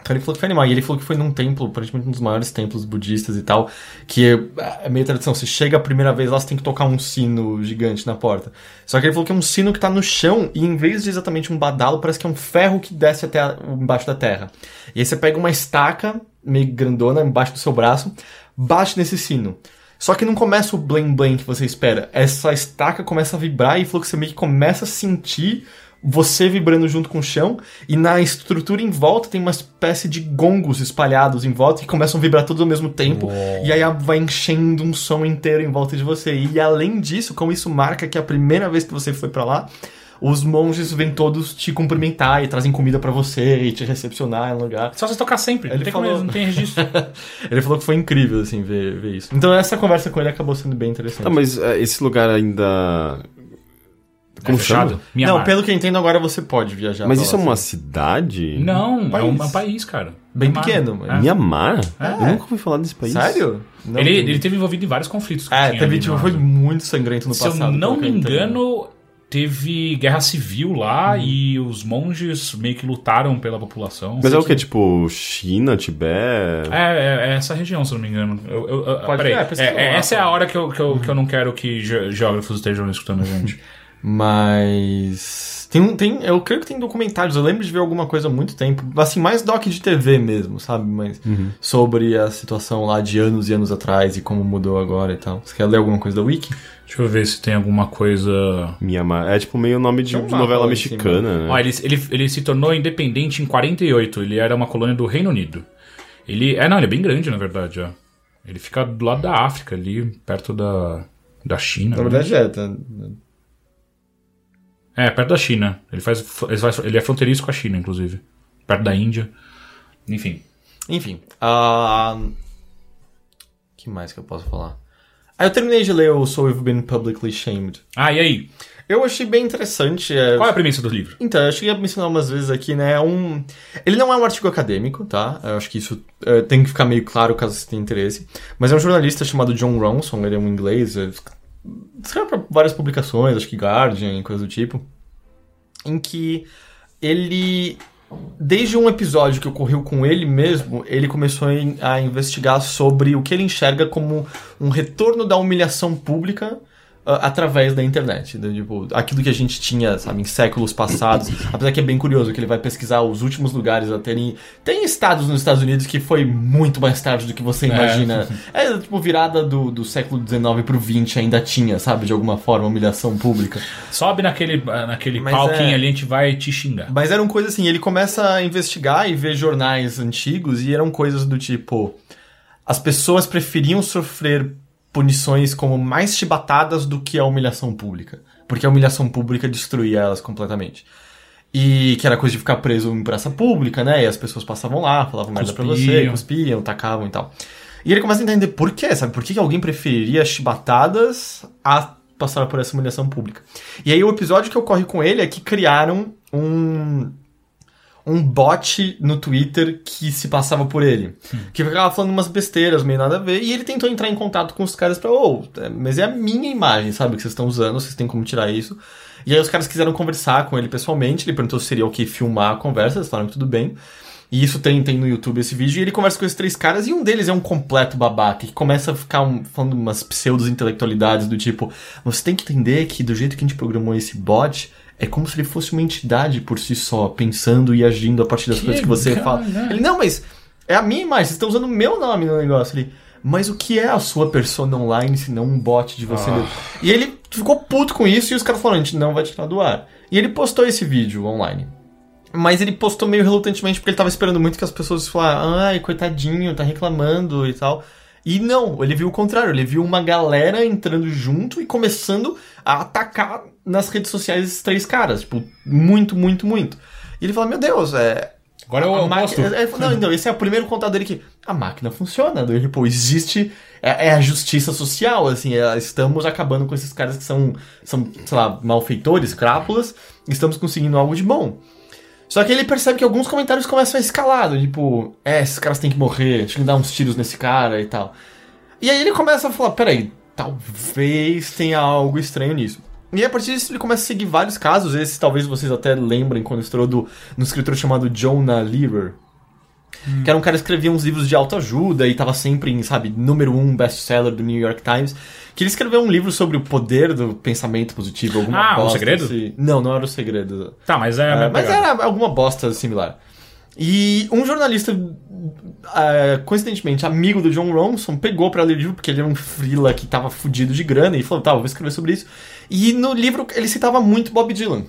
B: Então ele falou que foi animal. E ele falou que foi num templo, aparentemente um dos maiores templos budistas e tal, que é- é meio tradição. Você chega a primeira vez lá, você tem que tocar um sino gigante na porta. Só que ele falou que é um sino que tá no chão e em vez de exatamente um badalo, parece que é um ferro que desce até a- embaixo da terra. E aí você pega uma estaca meio grandona embaixo do seu braço, bate nesse sino. Só que não começa o blém blém que você espera. Essa estaca começa a vibrar e falou que você meio que começa a sentir você vibrando junto com o chão e na estrutura em volta tem uma espécie de gongos espalhados em volta que começam a vibrar todos ao mesmo tempo e aí a- vai enchendo um som inteiro em volta de você. E além disso, como isso marca que é a primeira vez que você foi pra lá, os monges vêm todos te cumprimentar e trazem comida pra você e te recepcionar em um lugar.
A: Só você tocar sempre.
B: Ele
A: não, tem como-
B: falou-
A: não tem [laughs] registro.
B: Ele falou que foi incrível assim ver, ver isso. Então essa conversa com ele acabou sendo bem interessante.
C: Tá, mas é, esse lugar ainda. Como
A: é
C: chama?
A: fechado? Myanmar.
B: Não, pelo que eu entendo agora você pode viajar.
C: Mas
B: pra
C: isso é
B: lá,
C: uma
B: assim.
C: cidade?
A: Não, é
B: País.
A: um é um país, cara.
B: Bem
A: Myanmar.
B: pequeno, mas-
A: É.
C: Mianmar?
B: É.
C: Eu nunca ouvi falar desse país.
B: Sério? Não,
A: Ele,
B: não-
A: ele teve envolvido em vários conflitos. que
B: É,
A: tinha
B: teve,
A: ali
B: tipo,
A: na
B: foi
A: Ásia.
B: muito sangrento no
A: Se eu
B: passado.
A: não
B: pelo
A: me
B: que entendo.
A: engano, teve guerra civil lá
B: Uhum.
A: e os monges meio que lutaram pela população.
C: Mas é o que? Tipo, China, Tibete?
A: É, é, é essa região, se eu não me engano. Eu, eu- eu-
B: Pode-
A: peraí.
B: é, pesquisa
A: É, é,
B: lá,
A: essa é
B: tá.
A: a hora que eu, que eu, que eu não quero que ge- geógrafos estejam escutando a
B: [laughs]
A: gente.
B: Mas. Tem um. Tem, eu creio que tem documentários. Eu lembro de ver alguma coisa há muito tempo. Assim, mais doc de TV mesmo, sabe? Mas.
C: Uhum.
B: Sobre a situação lá de anos e anos atrás e como mudou agora e tal. Você quer ler alguma coisa da Wiki?
A: Deixa eu ver se tem alguma coisa.
C: Mianmar. É tipo meio nome de,
B: Tem um
C: de
B: mapa
C: novela
B: lá em cima.
C: mexicana,
A: Ó,
C: né?
A: ele, ele, ele se tornou independente em 48. Ele era uma colônia do Reino Unido. Ele. É, não, ele é bem grande, na verdade, ó. Ele fica do lado da África, ali, perto da. Da China. né?
B: é, tá.
A: É, perto da China. Ele faz, ele faz- ele é fronteiriço com a China, inclusive. Perto da Índia. Enfim.
B: Enfim. ah, que mais que eu posso falar? Ah, eu terminei de ler o So You've Been Publicly Shamed.
A: Ah, e aí?
B: Eu achei bem interessante. é,
A: Qual é a premissa do livro?
B: Então, eu cheguei a mencionar umas vezes aqui, né? é Um... Ele não é um artigo acadêmico, tá? Eu acho que isso eh, tem que ficar meio claro caso você tenha interesse. Mas é um jornalista chamado John Ronson, ele é um inglês, eh, escreve para várias publicações, acho que Guardian e coisa do tipo, em que ele, desde um episódio que ocorreu com ele mesmo, ele começou a in- a investigar sobre o que ele enxerga como um retorno da humilhação pública ah, ah, através da internet. né? Tipo, aquilo que a gente tinha, sabe, em séculos passados. Apesar que é bem curioso que ele vai pesquisar os últimos lugares a terem. Tem estados nos Estados Unidos que foi muito mais tarde do que você imagina. É, tipo, virada do, do século XIX pro XX ainda tinha, sabe, de alguma forma, humilhação pública.
A: Sobe naquele, naquele
B: Mas
A: palquinho
B: é-
A: ali, a gente vai te xingar.
B: Mas eram coisas assim, ele começa a investigar e ver jornais antigos e eram coisas do tipo. As pessoas preferiam sofrer punições como mais chibatadas do que a humilhação pública. Porque a humilhação pública destruía elas completamente. E que era coisa de ficar preso em praça pública, né? E as pessoas passavam lá, falavam merda pra você,
A: Cuspiam.
B: cuspiam, tacavam e tal. E ele começa a entender por quê, sabe? Por que que alguém preferiria chibatadas a passar por essa humilhação pública. E aí o episódio que ocorre com ele é que criaram um um bot no Twitter que se passava por ele. Que ficava falando umas besteiras, meio nada a ver. E ele tentou entrar em contato com os caras pra, ô, é, mas é a minha imagem, sabe, que vocês estão usando, vocês têm como tirar isso. E aí os caras quiseram conversar com ele pessoalmente, ele perguntou se seria ok filmar a conversa, eles falaram que tudo bem. E isso tem, tem no YouTube esse vídeo, e ele conversa com esses três caras, e um deles é um completo babaca, que começa a ficar um- falando umas pseudos intelectualidades do tipo, você tem que entender que do jeito que a gente programou esse bot, é como se ele fosse uma entidade por si só, pensando e agindo a partir das
A: Que né?
B: coisas que você fala.
A: caralho.
B: Ele, não, mas é a minha imagem, vocês estão usando o meu nome no negócio. Ele, mas o que é a sua persona online se não um bot de você
C: Ah.
B: mesmo? E ele ficou puto com isso e os caras falaram, a gente não vai tirar do ar. E ele postou esse vídeo online. Mas ele postou meio relutantemente porque ele tava esperando muito que as pessoas falassem, ai, coitadinho, tá reclamando e tal. E não, ele viu o contrário, ele viu uma galera entrando junto e começando a atacar nas redes sociais esses três caras, tipo, muito, muito, muito. E ele fala, meu Deus, é.
A: Agora eu
B: a ma-
A: oposto.
B: é- é- Não, então, esse é o primeiro contato dele que. A máquina funciona, do tipo, existe. É, é a justiça social, assim, é- estamos acabando com esses caras que são, são, sei lá, malfeitores, crápulas, e estamos conseguindo algo de bom. Só que ele percebe que alguns comentários começam a escalar, do tipo, é, esses caras têm que morrer, deixa eu dar uns tiros nesse cara e tal. E aí ele começa a falar, peraí, talvez tenha algo estranho nisso. E a partir disso ele começa a seguir vários casos, esses talvez vocês até lembrem quando estourou do, no escritor chamado Jonah Lever.
A: Hum.
B: Que era um cara que escrevia uns livros de autoajuda e tava sempre em, sabe, número um best-seller do New York Times. Que ele escreveu um livro sobre o poder do pensamento positivo, alguma
A: Ah, O
B: bosta
A: Segredo?
B: assim. Não, não era o segredo.
A: Tá, mas é. a
B: É,
A: mesma
B: mas
A: pegada.
B: era alguma bosta similar. E um jornalista, ah, coincidentemente, amigo do John Ronson, pegou pra ler o livro, porque ele era um frila que tava fudido de grana, e falou, tá, eu vou escrever sobre isso. E no livro ele citava muito Bob Dylan.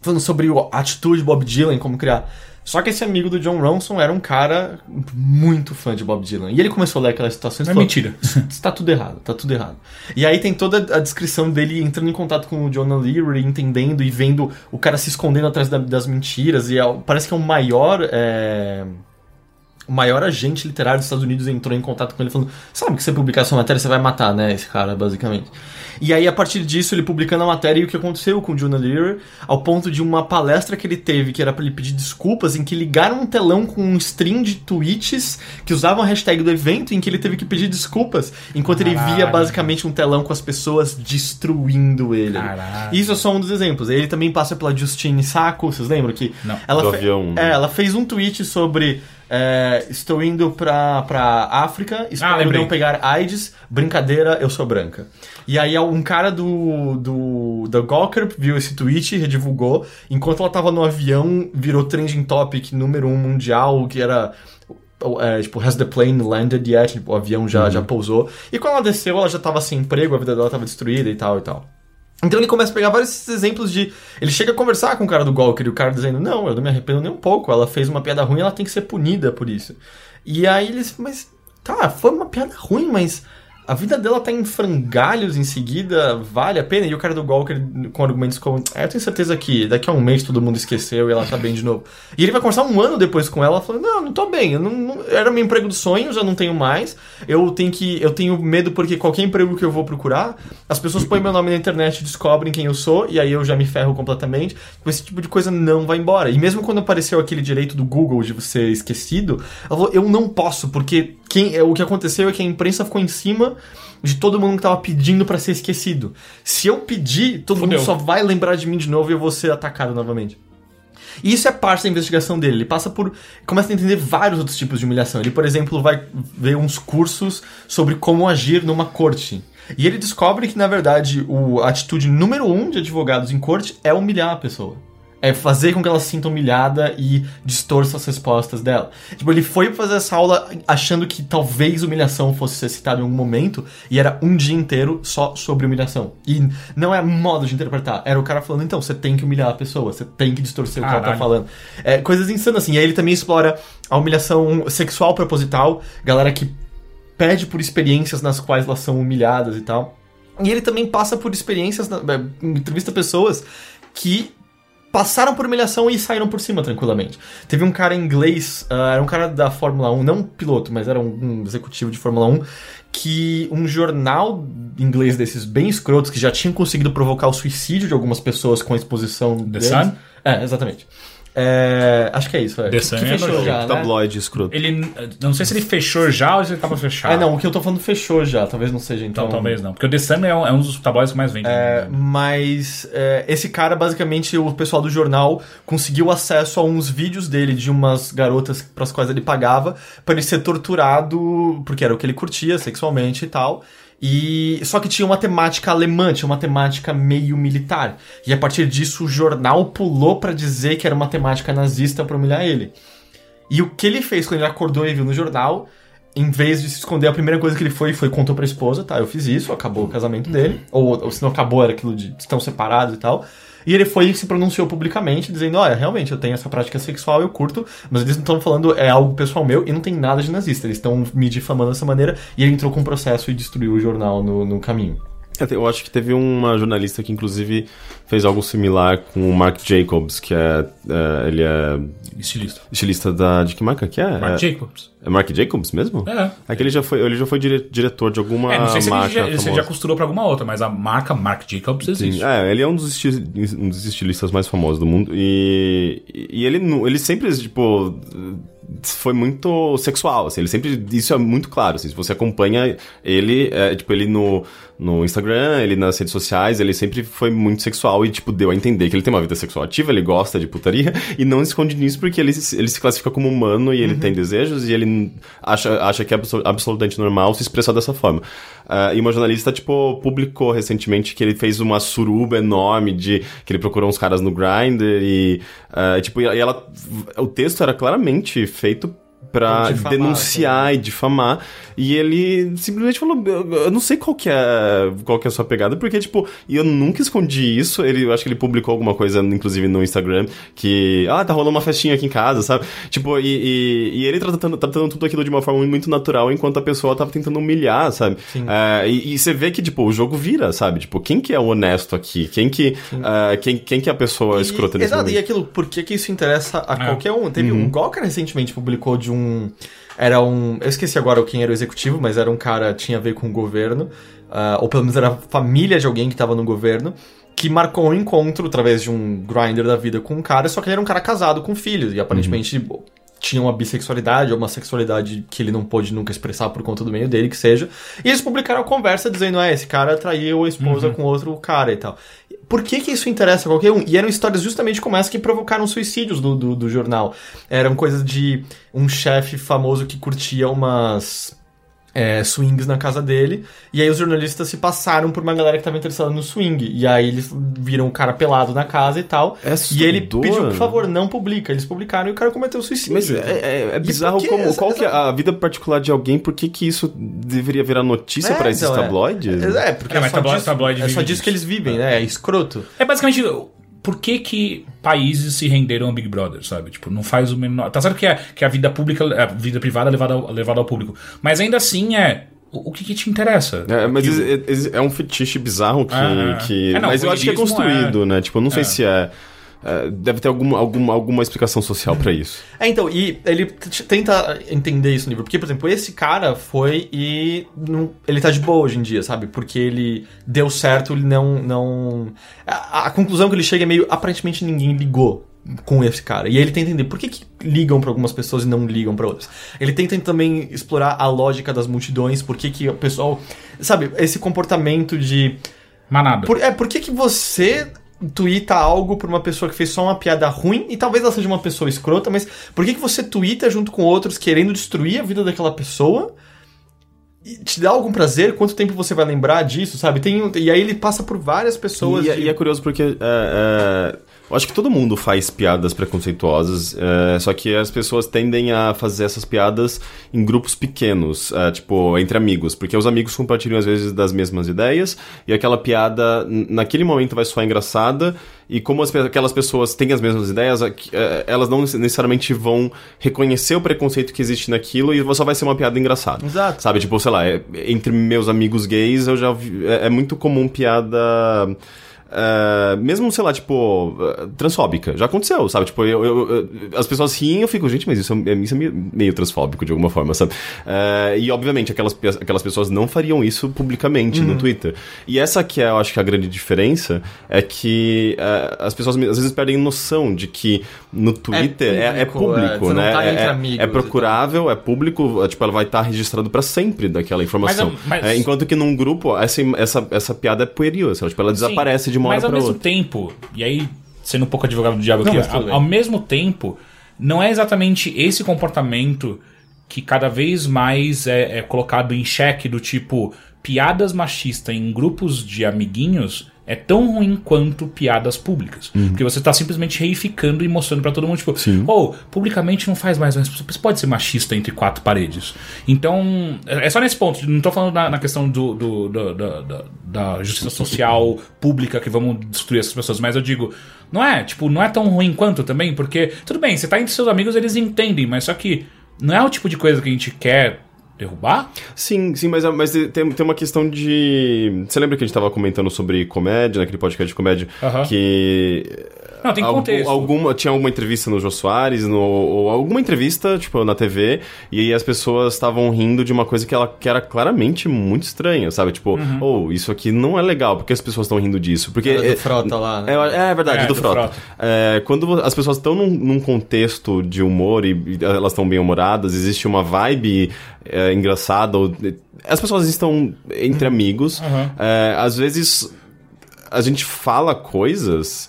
B: Falando sobre o- a atitude de Bob Dylan, como criar. Só que esse amigo do John Ronson era um cara muito fã de Bob Dylan. E ele começou a ler aquelas situações e
A: É
B: falou,
A: mentira.
B: isso [laughs] tá tudo errado, tá tudo errado. E aí tem toda a descrição dele entrando em contato com o Jonah Leary, entendendo e vendo o cara se escondendo atrás da- das mentiras. E é o- parece que é o maior. é, O maior agente literário dos Estados Unidos entrou em contato com ele falando: Sabe que você publicar sua matéria, você vai matar, né? Esse cara, basicamente. E aí, a partir disso, ele publicando a matéria e o que aconteceu com o Jonah Leary, ao ponto de uma palestra que ele teve, que era pra ele pedir desculpas, em que ligaram um telão com um string de tweets que usavam a hashtag do evento, em que ele teve que pedir desculpas, enquanto ele via
A: Caralho.
B: basicamente um telão com as pessoas destruindo ele.
A: Caralho.
B: Isso é só um dos exemplos. Ele também passa pela Justine Sacco, vocês lembram que
A: Não.
B: ela
C: Do
B: fe-
C: avião.
B: é, ela fez um tweet sobre é, estou indo pra, pra África, espero
A: lembrei.
B: não pegar AIDS, brincadeira, eu sou branca. E aí um cara do, do, do Gawker viu esse tweet, redivulgou, enquanto ela tava no avião, virou trending topic número um mundial, que era... é, tipo, has the plane landed yet? Tipo, o avião já, já pousou. E quando ela desceu, ela já tava sem emprego, a vida dela tava destruída e tal e tal. Então ele começa a pegar vários esses exemplos de. Ele chega a conversar com o cara do Gawker e o cara dizendo: Não, eu não me arrependo nem um pouco, ela fez uma piada ruim, ela tem que ser punida por isso. E aí eles. Mas tá, foi uma piada ruim, mas a vida dela tá em frangalhos em seguida, vale a pena? E o cara do Gawker com argumentos como: "É, Eu tenho certeza que daqui a um mês todo mundo esqueceu e ela tá bem de novo. E ele vai conversar um ano depois com ela, falando: Não, não tô bem, eu não, não- era meu emprego dos sonhos, eu não tenho mais, eu tenho que. Eu tenho medo porque qualquer emprego que eu vou procurar, as pessoas põem meu nome na internet, descobrem quem eu sou, e aí eu já me ferro completamente. Esse tipo de coisa não vai embora. E mesmo quando apareceu aquele direito do Google de você esquecido, ela falou, eu não posso, porque quem, o que aconteceu é que a imprensa ficou em cima de todo mundo que tava pedindo pra ser esquecido. Se eu pedir, todo
A: Fudeu.
B: mundo só vai lembrar de mim de novo e eu vou ser atacado novamente. E isso é parte da investigação dele. Ele passa por. começa a entender vários outros tipos de humilhação. Ele, por exemplo, vai ver uns cursos sobre como agir numa corte. E ele descobre que, na verdade, o, a atitude número um de advogados em corte é humilhar a pessoa. É fazer com que ela se sinta humilhada e distorça as respostas dela. Tipo, ele foi fazer essa aula achando que talvez humilhação fosse ser citada em algum momento, e era um dia inteiro só sobre humilhação. E não é modo de interpretar, era o cara falando, então, você tem que humilhar a pessoa, você tem que distorcer o que ela tá
A: Caralho.
B: falando. É, coisas insanas assim. E aí ele também explora a humilhação sexual proposital, galera que pede por experiências nas quais elas são humilhadas e tal. E ele também passa por experiências, na- eh, entrevista pessoas que passaram por humilhação e saíram por cima tranquilamente. Teve um cara inglês, ah, era um cara da Fórmula 1, não um piloto, mas era um, um executivo de Fórmula 1, que um jornal inglês desses bem escrotos, que já tinham conseguido provocar o suicídio de algumas pessoas com a exposição
A: The
B: deles.
A: Sun?
B: É, exatamente. É, acho que é isso. É.
A: The
B: Que-
A: Sun
B: que
A: é
B: fechou
A: nojento,
B: já, né?
C: Tabloide escroto.
A: Ele. Não sei se ele fechou já ou se ele tava fechado.
B: É, não, o que eu tô falando fechou já, talvez não seja então.
A: Então, talvez não. Porque o The Sun é um, é um dos tabloides que mais vende.
B: É,
A: né?
B: mas é, esse cara, basicamente, o pessoal do jornal conseguiu acesso a uns vídeos dele de umas garotas pras quais ele pagava pra ele ser torturado, porque era o que ele curtia sexualmente e tal. E só que tinha uma temática alemã, tinha uma temática meio militar. E a partir disso o jornal pulou pra dizer que era uma temática nazista pra humilhar ele. E o que ele fez quando ele acordou e viu no jornal, em vez de se esconder, a primeira coisa que ele foi foi contou pra esposa, tá, eu fiz isso, acabou o casamento dele, ou, ou se não acabou era aquilo de estão separados e tal. E ele foi e se pronunciou publicamente, dizendo, olha, realmente, eu tenho essa prática sexual, eu curto, mas eles não estão falando, é algo pessoal meu, e não tem nada de nazista, eles estão me difamando dessa maneira, e ele entrou com um processo e destruiu o jornal no, no caminho.
C: É, Eu acho que teve uma jornalista que, inclusive, fez algo similar com o Mark Jacobs, que é. é, ele é
A: Estilista.
C: estilista da. De que marca que é?
A: Mark
C: é,
A: Jacobs.
C: é Mark Jacobs mesmo?
A: É.
C: Aquele já foi, ele já foi dire- diretor de alguma
A: É, não sei se ele,
C: marca
A: já, se ele já
C: famosa.
A: costurou pra alguma outra, mas a marca Mark Jacobs existe.
C: Sim, é, ele é um dos, esti- um dos estilistas mais famosos do mundo. E, e ele, nu- ele sempre, tipo. Foi muito sexual, assim. Ele sempre. Isso é muito claro, assim. Se você acompanha ele, é, tipo, ele no, no Instagram, ele nas redes sociais, ele sempre foi muito sexual e, tipo, deu a entender que ele tem uma vida sexual ativa, ele gosta tipo, de putaria [laughs] e não esconde nisso porque ele, se- ele se classifica como humano e ele tem desejos e ele n- acha, acha que é abso- absolutamente normal se expressar dessa forma. Ah, e uma jornalista, tipo, publicou recentemente que ele fez uma suruba enorme de que ele procurou uns caras no Grindr e, ah, tipo, e ela, o texto era claramente feito pra
B: Pra difamar,
C: denunciar
B: assim.
C: e difamar. E ele simplesmente falou: Eu, eu não sei qual que, é, qual que é a sua pegada, porque, tipo, e eu nunca escondi isso. Ele, eu acho que ele publicou alguma coisa, inclusive, no Instagram, que, ah, tá rolando uma festinha aqui em casa, sabe? Tipo, e, e, e ele tá tratando, tratando tudo aquilo de uma forma muito natural, enquanto a pessoa tava tentando humilhar, sabe?
B: Hum.
C: É, e, e você vê que, tipo, o jogo vira, sabe? Tipo, quem que é o honesto aqui? Quem que, é, quem, quem que é a pessoa
B: E-
C: escrota nesse
B: Exato,
C: momento? Uhum.
B: e aquilo, por que que isso interessa a
A: É.
B: qualquer um? Teve um Gawker recentemente publicou de um. Era um. Eu esqueci agora quem era o executivo, mas era um cara tinha a ver com o governo, ah, ou pelo menos era a família de alguém que tava no governo, que marcou um encontro através de um grinder da vida com um cara, só que ele era um cara casado com filhos, e aparentemente.
C: Uhum.
B: Tinha uma bissexualidade, ou uma sexualidade que ele não pôde nunca expressar por conta do meio dele, que seja. E eles publicaram a conversa dizendo, ah, esse cara traiu a esposa com outro cara e tal. Por que, que isso interessa a qualquer um? E eram histórias justamente como essa que provocaram suicídios do, do, do jornal. Eram coisas de um chefe famoso que curtia umas é, swings na casa dele. E aí os jornalistas se passaram por uma galera que estava interessada no swing. E aí eles viram o cara pelado na casa e tal.
C: É
B: E ele
C: assustador.
B: pediu, por favor, não publica. Eles publicaram e o cara cometeu suicídio.
C: Mas é, é- é bizarro
B: por que
C: como.
B: essa-
C: Qual que é a vida particular de alguém? Por que, que isso deveria virar notícia
B: É,
C: pra esses
B: então, é.
C: tabloides?
B: É, porque
A: É,
B: é,
A: mas
B: só,
A: tabloide-
B: disso,
A: tabloide
B: é só
A: vive
B: disso que eles
A: disso.
B: vivem, né? É escroto.
A: É basicamente por que, que países se renderam ao Big Brother, sabe? Tipo, não faz o menor. Tá certo que, é, que a vida pública, a vida privada é levada ao, levada ao público. Mas ainda assim é. O, o que, que te interessa?
C: É, mas
A: Aquilo.
C: é, é- é um fetiche bizarro que.
A: Ah, é.
C: que-
A: É, não,
C: mas eu acho que é
A: voyeurismo
C: construído, né? Tipo, eu não sei se é. é, Deve ter alguma, alguma, alguma explicação social pra isso.
B: É, então, e ele t- tenta entender isso no livro. Porque, por exemplo, esse cara foi e. não- ele tá de boa hoje em dia, sabe? Porque ele deu certo, ele não. não... A, a conclusão que ele chega é meio. Aparentemente ninguém ligou com esse cara. E aí ele tenta entender por que, que ligam pra algumas pessoas e não ligam pra outras. Ele tenta também explorar a lógica das multidões, por que, que o pessoal. Sabe, esse comportamento de.
A: Manada.
B: Por- é, por que, que você tuita algo pra uma pessoa que fez só uma piada ruim, e talvez ela seja uma pessoa escrota, mas por que, que você tuita junto com outros querendo destruir a vida daquela pessoa? e te dá algum prazer? Quanto tempo você vai lembrar disso, sabe? Tem, um- e aí ele passa por várias pessoas.
C: E, é-
B: de-
C: e é curioso porque. é, é, eu acho que todo mundo faz piadas preconceituosas, é, só que as pessoas tendem a fazer essas piadas em grupos pequenos, é, tipo, entre amigos, porque os amigos compartilham às vezes das mesmas ideias, e aquela piada, n- naquele momento, vai soar engraçada, e como as pe- aquelas pessoas têm as mesmas ideias, a- que- é, elas não necessariamente vão reconhecer o preconceito que existe naquilo, e só vai ser uma piada engraçada.
B: Exato.
C: Sabe, tipo, sei lá, é- entre meus amigos gays eu já vi, é, é muito comum piada. é, mesmo, sei lá, tipo, é, transfóbica. Já aconteceu, sabe? Tipo, eu, eu- eu- as pessoas riem eu fico, gente, mas isso é, isso é meio, meio transfóbico de alguma forma, sabe? É, e, obviamente, aquelas, pe- aquelas pessoas não fariam isso publicamente
B: Uhum.
C: no Twitter. E essa que é, eu acho que, a grande diferença é que é, as pessoas às vezes perdem noção de que no Twitter é é
B: público,
C: público,
B: é, você não
C: né?
B: tá
C: É-
B: entre
C: é-
B: amigos e
C: é
B: tal.
C: procurável, é público, é, tipo, ela vai estar registrado pra sempre daquela informação.
A: mas-
C: É, enquanto que num grupo, essa, essa, essa piada é pueril, sabe? Tipo, ela desaparece de uma hora
A: Mas ao
C: pra
A: mesmo
C: outra.
A: tempo, e aí, sendo um pouco advogado do diabo
B: Não,
A: aqui,
B: mas tudo
A: ao,
B: bem.
A: ao mesmo tempo, não é exatamente esse comportamento que cada vez mais é, é colocado em xeque do tipo piadas machistas em grupos de amiguinhos é tão ruim quanto piadas públicas.
C: Uhum.
A: Porque você tá simplesmente reificando e mostrando pra todo mundo, tipo, ou publicamente não faz mais, mas você pode ser machista entre quatro paredes. Então, é é só nesse ponto. Não tô falando na, na questão do, do- do- da- da- da justiça social pública que vamos destruir essas pessoas, mas eu digo, não é, tipo, não é tão ruim quanto também, porque, tudo bem, você tá entre seus amigos, eles entendem, mas só que não é o tipo de coisa que a gente quer derrubar.
C: Sim, sim, mas, é, mas tem, tem uma questão de. Você lembra que a gente tava comentando sobre comédia, naquele podcast de comédia,
A: Aham.
C: que
A: Não, tem
C: Algum-
A: contexto.
C: alguma, tinha alguma entrevista no Jô Soares, no, ou alguma entrevista, tipo, na TV, e aí as pessoas estavam rindo de uma coisa que, ela, que era claramente muito estranha, sabe? Tipo,
A: Uhum.
C: ou isso aqui não é legal, porque as pessoas estão rindo disso. Porque.
B: Era do
C: é-
B: Frota lá, né?
C: É, é, verdade,
A: É,
C: do,
A: do
C: Frota.
A: Frota.
C: É, quando vo- as pessoas estão num, num contexto de humor e, e elas estão bem-humoradas, existe uma vibe é, engraçada. ou- as pessoas estão entre amigos.
A: Aham.
C: É, às vezes a gente fala coisas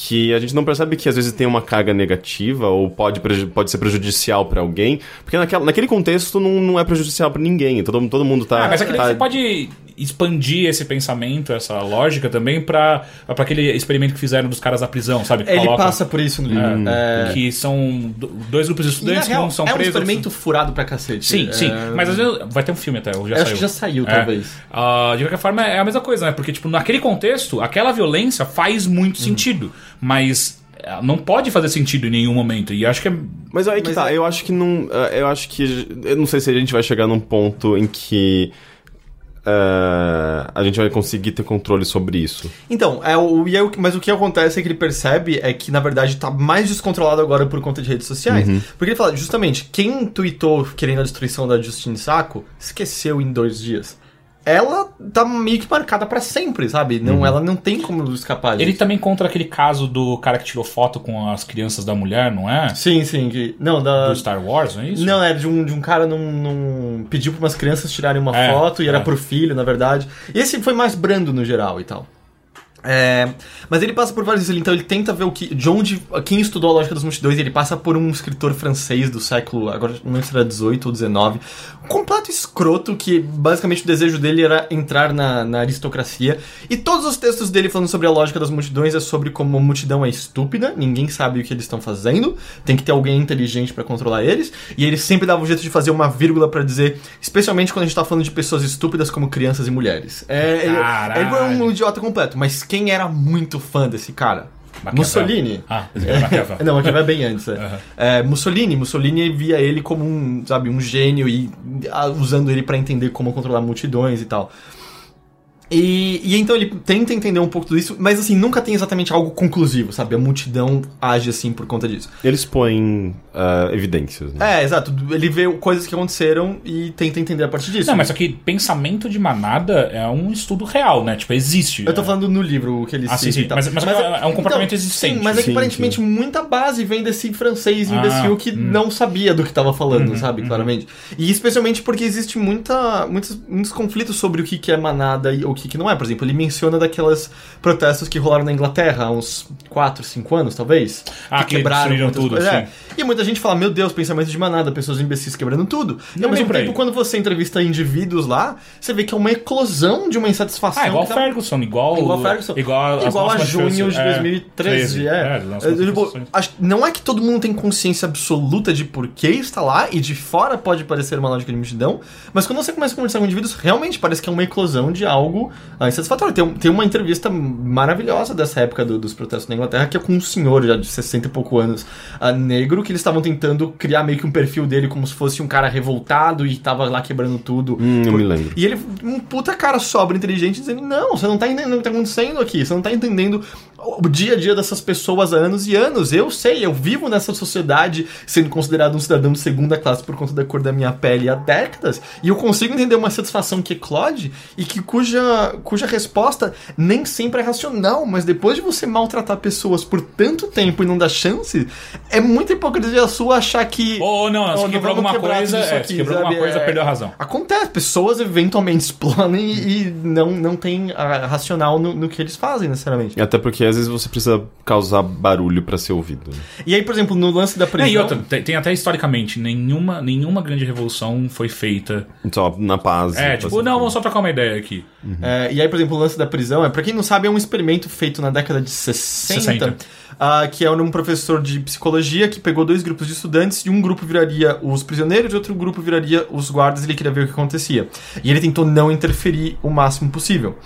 C: que a gente não percebe que às vezes tem uma carga negativa ou pode, preju- pode ser prejudicial pra alguém, porque naquela- naquele contexto não, não é prejudicial pra ninguém, todo, todo mundo tá...
A: Ah, mas é que daí
C: tá-
A: você pode expandir esse pensamento, essa lógica também pra pra aquele experimento que fizeram dos caras da prisão, sabe?
C: é,
A: Que
B: Ele
A: colocam-
B: passa por isso no livro. É.
A: Ah, Que são do- dois grupos de
B: E, na
A: estudantes que
B: real,
A: um são
B: é um
A: presos.
B: experimento furado pra cacete.
A: Sim,
B: É,
A: sim. Mas às vezes. Vai ter um filme até, ou já
B: Eu
A: saiu.
B: acho que já saiu,
A: É.
B: talvez.
A: Ah, de qualquer forma, é a mesma coisa, né? Porque, tipo, naquele contexto, aquela violência faz
B: Uhum.
A: muito sentido. Mas eh, não pode fazer sentido em nenhum momento. E acho que é.
C: Mas aí que
B: Mas
C: tá, eu acho que não. eh, Eu acho que. Eu não sei se a gente vai chegar num ponto em que. eh, a gente vai conseguir ter controle sobre isso.
B: Então, é, o, e é o que- mas o que acontece é que ele percebe é que, na verdade, tá mais descontrolado agora por conta de redes sociais.
A: Uhum.
B: Porque ele fala, justamente, quem tweetou querendo a destruição da Justine Saco, esqueceu em dois dias. Ela tá meio que marcada pra sempre, sabe? Não, Ela não tem como escapar disso.
A: Uhum. Ele também contra aquele caso do cara que tirou foto com as crianças da mulher, não é?
B: Sim, sim. que- não, da...
A: Do Star Wars, não é isso?
B: Ah, Não, é de um, de um cara num, num- pediu pra umas crianças tirarem uma
A: É,
B: foto e era
A: é.
B: pro filho, na verdade. Esse foi mais brando no geral e tal. É, mas ele passa por vários vezes, então ele tenta ver o que, de onde, quem estudou a lógica dos multidões, ele passa por um escritor francês do século, agora não sei se era 18 ou 19, um completo escroto que basicamente o desejo dele era entrar na, na aristocracia. E todos os textos dele falando sobre a lógica das multidões é sobre como a multidão é estúpida, ninguém sabe o que eles estão fazendo, tem que ter alguém inteligente pra controlar eles, e ele sempre dava um jeito de fazer uma vírgula pra dizer, especialmente quando a gente tá falando de pessoas estúpidas como crianças e mulheres. É, ele-
A: Caralho.
B: ele foi um um idiota completo, mas quem era muito fã desse cara?
A: Maquiavel.
B: Mussolini.
A: Ah, é Maquiavel.
B: Não, aqui vai bem antes. [laughs] É. É, Mussolini, Mussolini via ele como um, sabe, um gênio e ah, usando ele pra entender como controlar multidões e tal. E, e então ele tenta entender um pouco tudo isso, mas assim, nunca tem exatamente algo conclusivo, sabe? A multidão age assim por conta disso.
C: Eles põem eh, evidências. Né?
B: É, exato. Ele vê coisas que aconteceram e tenta entender a partir disso.
A: Não, mas só que pensamento de manada é um estudo real, né? Tipo, existe.
B: Eu tô
A: né?
B: falando no livro o que ele
A: Ah,
B: cita
A: sim,
B: e
A: sim.
B: tal. então,
A: Mas- mas é um comportamento existente.
B: Sim, mas é que
C: Sim,
B: aparentemente muita base vem desse francês
A: Ah,
B: imbecil que
A: hum. Uhum,
B: não sabia do que tava falando, sabe? Claramente. E especialmente porque existe muita, muitos, muitos conflitos sobre o que, que é manada e o que, que não é. Por exemplo, ele menciona daquelas protestos que rolaram na Inglaterra há uns 4, 5 anos, talvez.
A: Ah, que destruíram
B: muitas
A: tudo,
B: coisas. É.
A: sim. Ah,
B: E muita gente fala, meu Deus, pensamento de manada, pessoas imbecis quebrando tudo. E
A: Não
B: ao
A: é
B: mesmo
A: por aí.
B: tempo, quando você entrevista indivíduos lá, você vê que é uma eclosão de uma insatisfação.
A: Ah, igual
B: que tá-
A: Ferguson, igual.
B: Igual Ferguson.
A: Igual, as é.
B: Igual a
A: nossas
B: junho de
A: manifestações-
B: 2013. É.
A: É, as nossas
B: É, tipo,
A: manifestações.
B: acho- não é que todo mundo tem consciência absoluta de por que está lá, e de fora pode parecer uma lógica de multidão, mas quando você começa a conversar com indivíduos, realmente parece que é uma eclosão de algo ah, insatisfatório. Tem, um- tem uma entrevista maravilhosa dessa época do- dos protestos na Inglaterra, que é com um senhor já de 60 e pouco anos, ah, negro, que eles estavam tentando criar meio que um perfil dele como se fosse um cara revoltado e estava lá quebrando tudo.
C: Hum, eu me lembro.
B: E ele, um puta cara sobra, inteligente, dizendo: Não, você não tá entendendo o que tá acontecendo aqui, você não tá entendendo o dia a dia dessas pessoas há anos e anos. Eu sei, eu vivo nessa sociedade sendo considerado um cidadão de segunda classe por conta da cor da minha pele há décadas, e eu consigo entender uma satisfação que eclode e que cuja, cuja resposta nem sempre é racional, mas depois de você maltratar pessoas por tanto tempo e não dar chance, é muita hipocrisia sua achar que.
A: Ou ou não,
B: Ou
A: se
B: não
A: quebrou
B: vamos
A: alguma
B: quebrar
A: coisa,
B: isso
A: é,
B: aqui,
A: se quebrou
B: sabe?
A: alguma coisa,
B: É.
A: perdeu a razão.
B: Acontece, pessoas eventualmente [laughs] explodem e, e não, não tem ah, racional no, no que eles fazem, necessariamente.
C: Até porque às vezes você precisa causar barulho pra ser ouvido. né?
B: E aí, por exemplo, no lance da prisão...
A: É, e outra, tem, tem até historicamente, nenhuma, nenhuma grande revolução foi feita.
C: Só Então, na paz.
A: É,
C: faz-
A: tipo, não, vamos só trocar uma ideia aqui.
B: É, e aí, por exemplo, o lance da prisão, é, pra quem não sabe, é um experimento feito na década de 60,
A: 60.
B: ah, que é um professor de psicologia que pegou dois grupos de estudantes, e um grupo viraria os prisioneiros e outro grupo viraria os guardas, e ele queria ver o que acontecia. E ele tentou não interferir o máximo possível.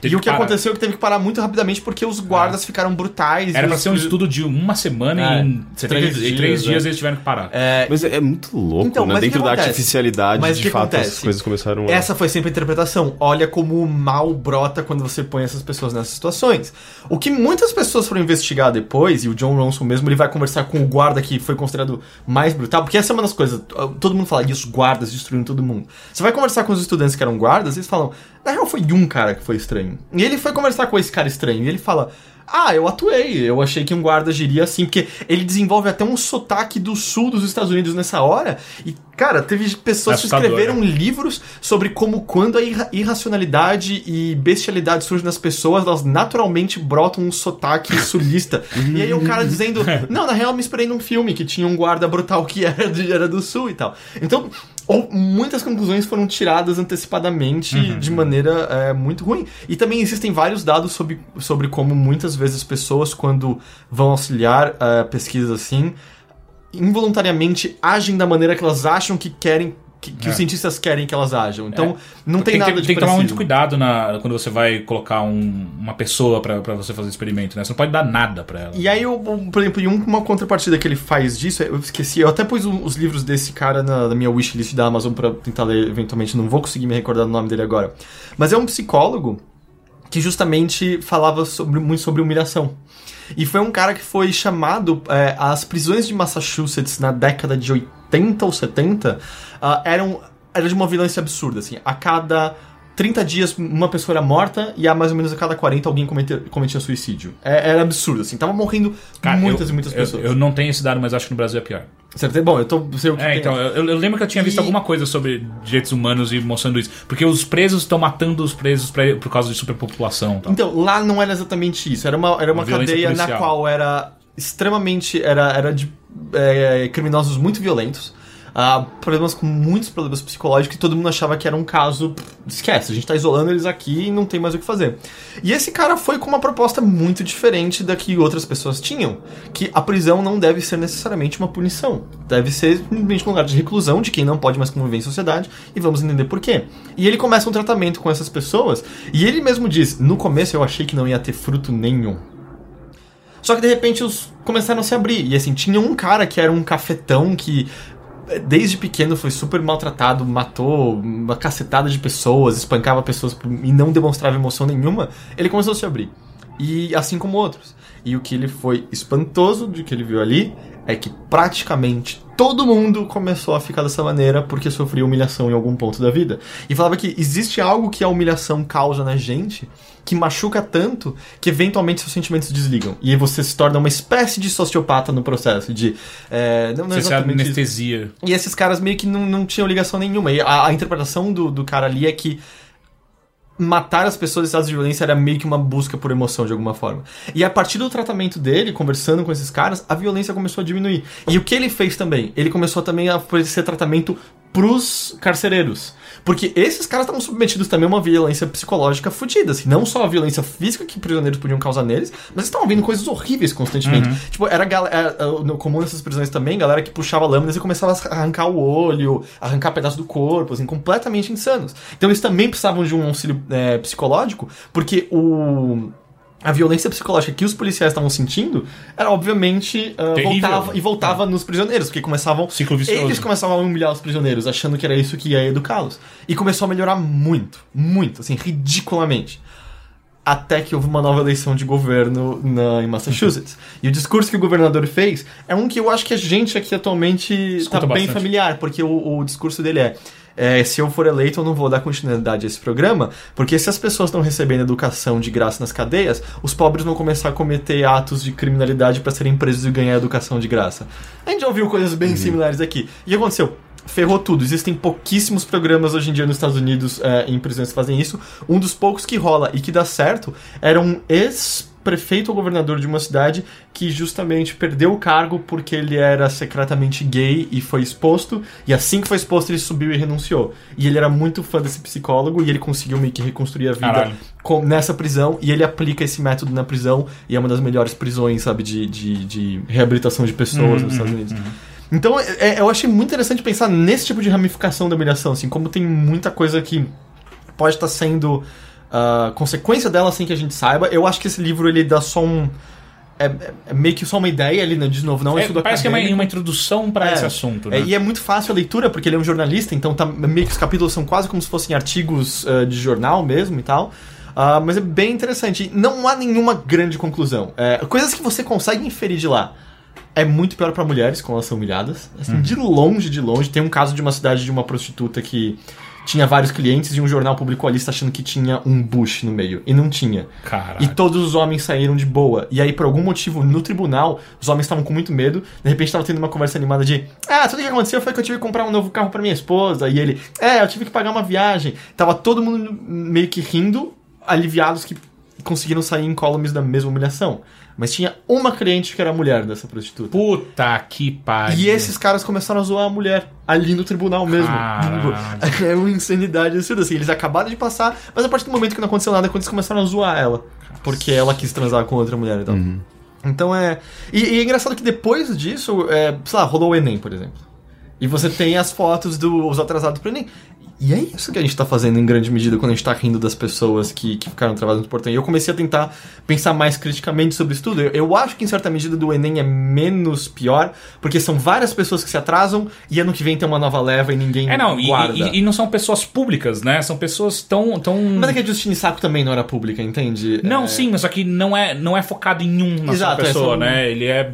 A: Teve
B: e o que
A: parar. Ah.
B: aconteceu é que teve que parar muito rapidamente porque os guardas ficaram brutais.
A: Era
B: e
A: pra
B: os-
A: ser um estudo de uma semana
B: É,
A: e em
B: três
A: 73 dias,
B: dias,
A: três
B: né?
A: dias eles tiveram que parar.
B: É,
C: Mas é é muito louco,
B: Então,
C: né?
B: mas o que
C: Dentro da
B: acontece?
C: artificialidade,
B: Mas o
C: de
B: que
C: fato, as
B: acontece?
C: coisas começaram a...
B: Essa foi sempre a interpretação. Olha como o mal brota quando você põe essas pessoas nessas situações. O que muitas pessoas foram investigar depois, e o John Ronson mesmo, ele vai conversar com o guarda que foi considerado mais brutal, porque essa é uma das coisas. Todo mundo fala, e os guardas destruindo todo mundo. Você vai conversar com os estudantes que eram guardas, e eles falam, na real foi um cara que foi estranho. E ele foi conversar com esse cara estranho, e ele fala. Ah, eu atuei. Eu achei que um guarda agiria assim, porque ele desenvolve até um sotaque do sul dos Estados Unidos nessa hora. E, cara, teve pessoas que
A: Assustador,
B: escreveram
A: né?
B: escreveram livros sobre como quando a irra- irracionalidade e bestialidade surgem nas pessoas, elas naturalmente brotam um sotaque sulista. e aí o cara dizendo, não, na real eu me inspirei num filme que tinha um guarda brutal que era, de- era do sul e tal. Então, ou- muitas conclusões foram tiradas antecipadamente de maneira é, muito ruim. E também existem vários dados sobre, sobre como muitas vezes pessoas, quando vão auxiliar é, pesquisas assim, involuntariamente agem da maneira que elas acham que querem que, que
A: É.
B: os cientistas querem que elas ajam. Então, não tem,
A: que ter-
B: nada de
A: tem que tomar um muito
B: parecido.
A: cuidado na, quando você vai colocar um- uma pessoa pra, pra você fazer experimento, né? Você não pode dar nada pra ela.
B: E aí, eu, por exemplo, e um- uma contrapartida que ele faz disso, eu esqueci, eu até pus um- os livros desse cara na, na minha wishlist da Amazon pra tentar ler eventualmente, não vou conseguir me recordar do nome dele agora. Mas é um psicólogo que justamente falava sobre- muito sobre humilhação. E foi um cara que foi chamado é, às prisões de Massachusetts na década de 80 ou 70, ah, eram era de uma violência absurda, assim, a cada 30 dias uma pessoa era morta e a mais ou menos a cada 40 alguém cometia, cometia suicídio. É- era absurdo, assim, tava morrendo
A: Cara,
B: muitas
A: eu-
B: e muitas
A: eu-
B: pessoas.
A: Eu, não tenho esse dado, mas acho que no Brasil é pior.
B: Certo? Bom, eu tô, sei o que
A: É,
B: tem.
A: então, eu, eu lembro que eu tinha visto
B: E-
A: alguma coisa sobre direitos humanos e mostrando isso. Porque os presos estão matando os presos pra- por causa de superpopulação e tal.
B: Então, lá não era exatamente isso. Era uma, era uma
A: Uma violência
B: cadeia na
A: policial.
B: qual era extremamente. Era, era de é, criminosos muito violentos. ah, problemas com muitos problemas psicológicos que todo mundo achava que era um caso. pff, Esquece, a gente tá isolando eles aqui e não tem mais o que fazer. E esse cara foi com uma proposta muito diferente da que outras pessoas tinham. Que a prisão não deve ser necessariamente uma punição. Deve ser simplesmente um lugar de reclusão de quem não pode mais conviver em sociedade e vamos entender por quê. E ele começa um tratamento com essas pessoas e ele mesmo diz: no começo eu achei que não ia ter fruto nenhum. Só que de repente os começaram a se abrir. E assim, tinha um cara que era um cafetão que eh, desde pequeno foi super maltratado, matou uma cacetada de pessoas, espancava pessoas por- e não demonstrava emoção nenhuma. Ele começou a se abrir. E assim como outros. E o que ele foi espantoso de que ele viu ali é que praticamente todo mundo começou a ficar dessa maneira porque sofria humilhação em algum ponto da vida. E falava que existe algo que a humilhação causa na gente que machuca tanto que eventualmente seus sentimentos desligam. E aí você se torna uma espécie de sociopata no processo de. é, não, não
A: Você se
B: exatamente isso.
A: anestesia.
B: E esses caras meio que não, não tinham ligação nenhuma. E a, a interpretação do, do cara ali é que matar as pessoas em estados de violência era meio que uma busca por emoção de alguma forma. E a partir do tratamento dele, conversando com esses caras, a violência começou a diminuir. E o que ele fez também? Ele começou também a oferecer tratamento pros carcereiros. Porque esses caras estavam submetidos também a uma violência psicológica fodida, assim, não só a violência física que prisioneiros podiam causar neles, mas estavam vendo coisas horríveis constantemente. Tipo, era, gal- era ah, no- comum nessas prisões também, galera que puxava lâminas e começava a arrancar o olho, arrancar pedaço do corpo, assim, completamente insanos. Então eles também precisavam de um auxílio eh, psicológico, porque o a violência psicológica que os policiais estavam sentindo era obviamente ah,
A: Terrível.
B: voltava e voltava nos prisioneiros, porque começavam
A: Ciclo vicioso.
B: eles começavam a humilhar os prisioneiros, achando que era isso que ia educá-los. E começou a melhorar muito, muito, assim, ridiculamente. Até que houve uma nova eleição de governo na, em Massachusetts. e o discurso que o governador fez é um que eu acho que a gente aqui atualmente está
A: Escuta
B: bem
A: bastante.
B: familiar, porque o, o discurso dele é. é, se eu for eleito, eu não vou dar continuidade a esse programa, porque se as pessoas estão recebendo educação de graça nas cadeias, os pobres vão começar a cometer atos de criminalidade para serem presos e ganhar educação de graça. A gente já ouviu coisas bem similares aqui. E o que aconteceu? Ferrou tudo. Existem pouquíssimos programas hoje em dia nos Estados Unidos é, em prisões que fazem isso. Um dos poucos que rola e que dá certo era um ex-prefeito ou governador de uma cidade que justamente perdeu o cargo porque ele era secretamente gay e foi exposto. E assim que foi exposto, ele subiu e renunciou. E ele era muito fã desse psicólogo e ele conseguiu meio que reconstruir a vida
A: Caralho.
B: com- nessa prisão e ele aplica esse método na prisão e é uma das melhores prisões, sabe, de, de, de reabilitação de pessoas nos
A: Uhum,
B: Estados Unidos. Então, é- é- eu achei muito interessante pensar nesse tipo de ramificação da humilhação, assim, como tem muita coisa que pode estar sendo ah, consequência dela sem que a gente saiba. Eu acho que esse livro, ele dá só um... É, é- é meio que só uma ideia ali, né? De novo, não é um
A: É,
B: estudo
A: parece que é uma,
B: acadêmico.
A: uma introdução pra
B: É.
A: esse assunto, né?
B: É, e é muito fácil a leitura, porque ele é um jornalista, então tá, meio que os capítulos são quase como se fossem artigos eh, de jornal mesmo e tal. Ah, mas é bem interessante. E Não há nenhuma grande conclusão. É, coisas que você consegue inferir de lá. É muito pior pra mulheres quando elas são humilhadas. Assim, De longe, de longe. Tem um caso de uma cidade de uma prostituta que tinha vários clientes e um jornal publicou a lista achando que tinha um Bush no meio. E não tinha.
A: Caralho.
B: E todos os homens saíram de boa. E aí, por algum motivo, no tribunal, os homens estavam com muito medo. De repente, estavam tendo uma conversa animada de: Ah, tudo que aconteceu foi que eu tive que comprar um novo carro pra minha esposa. E ele: É, eu tive que pagar uma viagem. Tava todo mundo meio que rindo, aliviados que conseguiram sair incólumes da mesma humilhação. Mas tinha uma cliente que era mulher dessa prostituta.
A: Puta que pariu.
B: E esses caras começaram a zoar a mulher ali no tribunal mesmo.
A: Caralho.
B: [laughs] É uma insanidade absurda, assim. Eles acabaram de passar, mas a partir do momento que não aconteceu nada, é quando eles começaram a zoar ela. Porque ela quis transar com outra mulher e tal. Então é. E, e é engraçado que depois disso, é, sei lá, rolou o Enem, por exemplo. E você tem as fotos dos atrasados pro Enem. E é isso que a gente tá fazendo em grande medida quando a gente tá rindo das pessoas que, que ficaram travadas no portão. E eu comecei a tentar pensar mais criticamente sobre isso tudo. Eu, eu acho que em certa medida do Enem é menos pior, porque são várias pessoas que se atrasam e ano que vem tem uma nova leva e ninguém
A: É, não, e,
B: guarda.
A: e- e não são pessoas públicas, né? São pessoas tão. tão...
B: Mas é que a Justine Saco também não era pública, entende?
A: Não,
B: É,
A: sim, mas só que não é, não é focado em um na
B: Exato, é,
A: sua pessoa,
B: são-
A: né? Ele é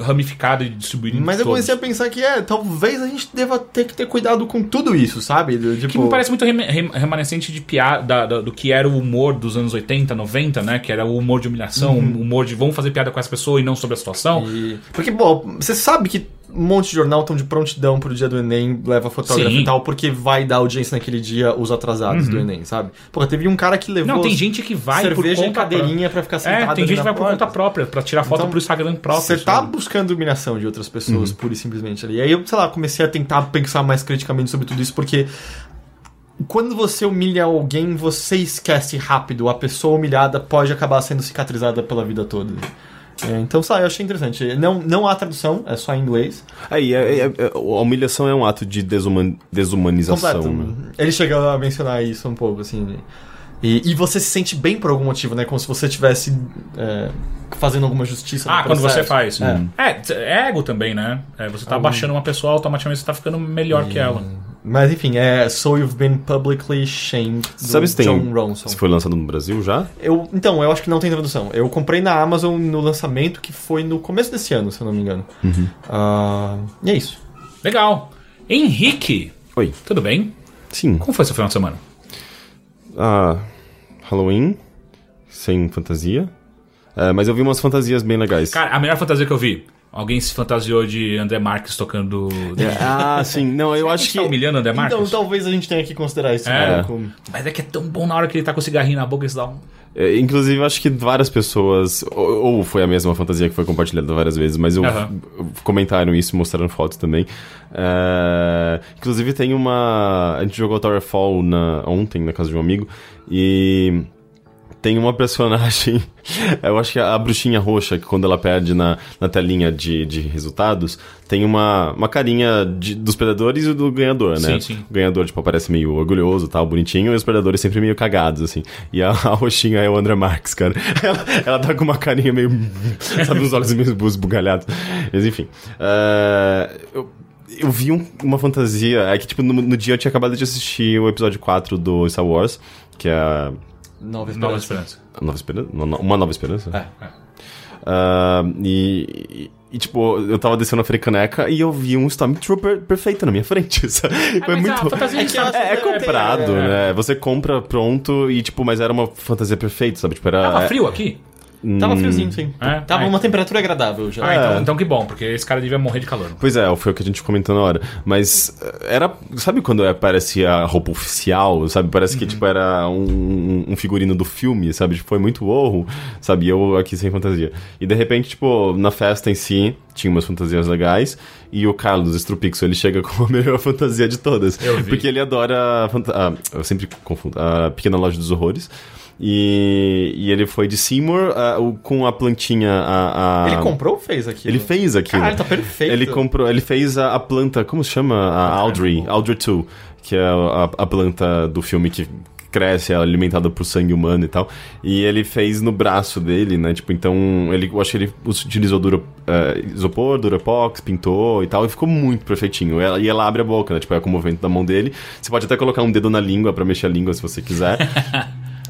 A: ramificado e distribuído em
B: Mas eu
A: todos.
B: comecei a pensar que é, talvez a gente deva ter que ter cuidado com tudo isso, sabe? Do- Tipo,
A: Que me parece muito rem- rem- remanescente de piada da- da- do que era o humor dos anos 80, 90, né? Que era o humor de humilhação, o humor de vamos fazer piada com essa pessoa e não sobre a situação.
B: Uhum. E- Porque, bom, você sabe que um monte de jornal estão de prontidão pro dia do Enem, leva fotógrafo
A: Sim. Uhum.
B: e tal, porque vai dar audiência naquele dia os atrasados do Enem, sabe? Pô, teve um cara que levou
A: Não, tem gente que vai
B: cerveja
A: por
B: e
A: conta
B: cadeirinha pra ficar
A: própria.
B: sentado
A: É, tem
B: ali
A: gente que vai
B: na
A: por
B: porta.
A: conta própria, pra tirar foto
B: Então,
A: pro Instagram próprio.
B: Você tá
A: sabe?
B: buscando humilhação de outras pessoas, pura e simplesmente ali. Aí eu, sei lá, comecei a tentar pensar mais criticamente sobre tudo isso, porque quando você humilha alguém, você esquece rápido. A pessoa humilhada pode acabar sendo cicatrizada pela vida toda. É, então, sabe, eu achei interessante. Não, não há tradução, é só em inglês.
C: Aí, é- é- é- a humilhação é um ato de desuman- desumanização,
B: Completo.
C: né?
B: Ele chegou a mencionar isso um pouco, assim. E, e você se sente bem por algum motivo, né? Como se você estivesse é, fazendo alguma justiça. no
A: Ah, quando
B: processo.
A: você faz.
B: É. um-
A: É, t- é ego também, né? É, você tá abaixando uma pessoa, automaticamente você tá ficando melhor que ela.
B: Mas enfim, é So You've Been Publicly Shamed do
C: Sabe se tem-
B: John Ronson.
C: Se foi lançado no Brasil já?
B: Eu, então, eu acho que não tem tradução. Eu comprei na Amazon no lançamento que foi no começo desse ano, se eu não me engano.
C: Uhum.
B: Ah, e é isso.
A: Legal. Henrique,
C: Oi.
A: tudo bem?
C: Sim.
A: Como foi seu final de semana?
C: Ah, Halloween, sem fantasia. É, mas eu vi umas fantasias bem legais.
A: Cara, a melhor fantasia que eu vi. Alguém se fantasiou de André Marques tocando.
C: Ah, sim. Não, eu acho que.
A: Tá humilhando o André Marques?
B: Então talvez a gente tenha que considerar isso
A: É.
B: um pouco.
A: Mas é que é tão bom na hora que ele tá com o cigarrinho na boca, isso dá um.
C: É, Inclusive, eu acho que várias pessoas. Ou, ou foi a mesma fantasia que foi compartilhada várias vezes, mas eu,
A: Aham.
C: comentaram isso, mostraram fotos também. É, inclusive, tem uma. A gente jogou Towerfall na, ontem na casa de um amigo e. Tem uma personagem, [laughs] eu acho que é a, a bruxinha roxa, que quando ela perde na, na telinha de, de resultados, tem uma, uma carinha de- dos predadores e do ganhador,
A: Sim,
C: né?
A: sim.
C: O ganhador, tipo, parece meio orgulhoso, tal, bonitinho, e os predadores sempre meio cagados, assim. E a, a roxinha é o André Marques, cara. [laughs] Ela, ela tá com uma carinha meio... [laughs] sabe, os olhos meio esbugalhados. Mas, enfim. Ah, eu, eu vi um- uma fantasia... É que, tipo, no, no dia eu tinha acabado de assistir o episódio 4 do Star Wars, que é... a
B: Nova
A: Nova
B: esperança.
A: Esperança.
C: Nova Esperança? No- no- Uma Nova Esperança?
B: É.
C: Ah, e, e- e, tipo, eu tava descendo a frecaneca e eu vi um Stormtrooper perfeito na minha frente. [laughs] sabe?
A: Ah, é
C: Foi muito.
A: fantasia
B: de Star Wars
C: É, é comprado,
B: É, é.
C: né? Você compra pronto e, tipo, mas era uma fantasia perfeita, sabe? Tipo, era.
A: Tava frio aqui?
C: Hum.
B: Tava friozinho, sim.
A: É?
B: Tava
A: Ah,
B: uma temperatura agradável já.
A: Ah,
C: É.
A: então, então que bom, porque esse cara devia morrer de calor.
C: Pois é, foi o que a gente comentou na hora. Mas eh, era. Sabe quando aparece a roupa oficial? Sabe? Parece
A: Uhum.
C: que tipo, era um, um- um figurino do filme, sabe? Tipo, foi muito horror, sabe? E eu aqui sem fantasia. E de repente, tipo, na festa em si, tinha umas fantasias legais. E o Carlos Strupixo, ele chega [laughs] com a melhor fantasia de todas.
A: Eu vi.
C: Porque ele adora. a fanta- ah, eu sempre confundo. A Pequena Loja dos Horrores. E, e ele foi de Seymour ah, o- com a plantinha. A, a-
B: Ele comprou ou fez aqui?
C: Ah. Ele fez aquilo.
B: Caralho, tá perfeito.
C: Ele comprou, ele fez a, a planta, como se chama? A
A: Ah,
C: Audrey, Audrey 2, que é a, a planta do filme que cresce, ela é alimentada por sangue humano e tal. E ele fez no braço dele, né? Tipo, então, ele, eu acho que ele utilizou dura, eh, isopor, durapox, pintou e tal, e ficou muito perfeitinho. Ela- E ela abre a boca, né? Tipo, é com o movimento da mão dele. Você pode até colocar um dedo na língua pra mexer a língua se
A: [laughs]
C: você quiser.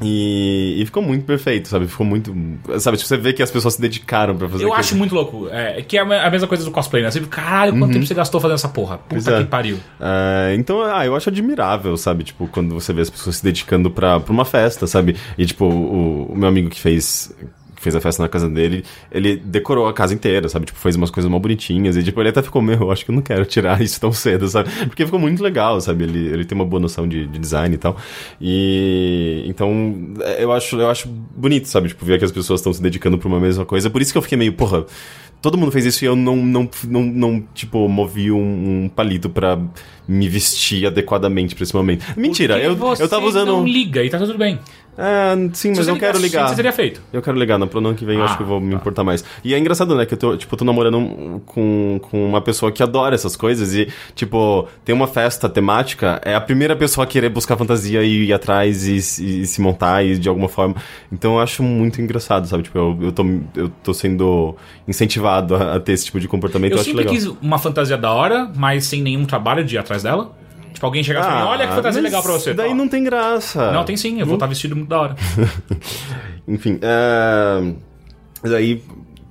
C: E, e ficou muito perfeito, sabe? Ficou muito. Sabe, tipo, você vê que as pessoas se dedicaram pra fazer
A: Eu
C: aquilo.
A: acho muito louco. É, que é a mesma coisa do cosplay, né? Você fica, caralho, quanto tempo você gastou fazendo essa porra? Puta
C: Uhum. Pois é.
A: que pariu.
C: É, então, ah, eu acho admirável, sabe? Tipo, quando você vê as pessoas se dedicando pra, pra uma festa, sabe? E, tipo, o, o meu amigo que fez que fez a festa na casa dele, ele decorou a casa inteira, sabe? Tipo, fez umas coisas mal bonitinhas e, tipo, ele até ficou, meu, eu acho que eu não quero tirar [laughs] isso tão cedo, sabe? Porque ficou muito legal, sabe? Ele, ele tem uma boa noção de, de design e tal. E... Então, é, eu acho, eu acho bonito, sabe? Tipo, ver que as pessoas estão se dedicando pra uma mesma coisa. Por isso que eu fiquei meio, porra... Todo mundo fez isso e eu não, não, não, não tipo, movi um, um palito pra me vestir adequadamente pra esse momento. Mentira,
A: Porque
C: eu,
A: você
C: eu tava usando.
A: Não
C: um-
A: liga e tá tudo bem.
C: Ah, sim, mas
A: Se
C: eu
A: você
C: quero
A: ligasse,
C: ligar.
A: Você teria feito.
C: Eu quero ligar, no ano que vem eu
A: Ah,
C: acho que eu vou me
A: tá.
C: importar mais. E é engraçado, né? Que eu tô, tipo, eu tô namorando um- com, com uma pessoa que adora essas coisas e, tipo, tem uma festa temática, é a primeira pessoa a querer buscar fantasia e ir atrás e, se- e se montar e de alguma forma. Então eu acho muito engraçado, sabe? Tipo, eu, eu, tô, eu tô sendo incentivado a, a ter esse tipo de comportamento. Eu,
A: Eu
C: acho
A: sempre
C: legal.
A: quis uma fantasia da hora, mas sem nenhum trabalho de ir atrás dela. Tipo, alguém chegar e falar, olha que fantasia
C: Ah, mas
A: legal pra você.
C: Daí
A: Fala,
C: não tem graça.
A: Não, tem sim, eu vou estar vestido muito da hora.
C: Enfim, é... mas aí.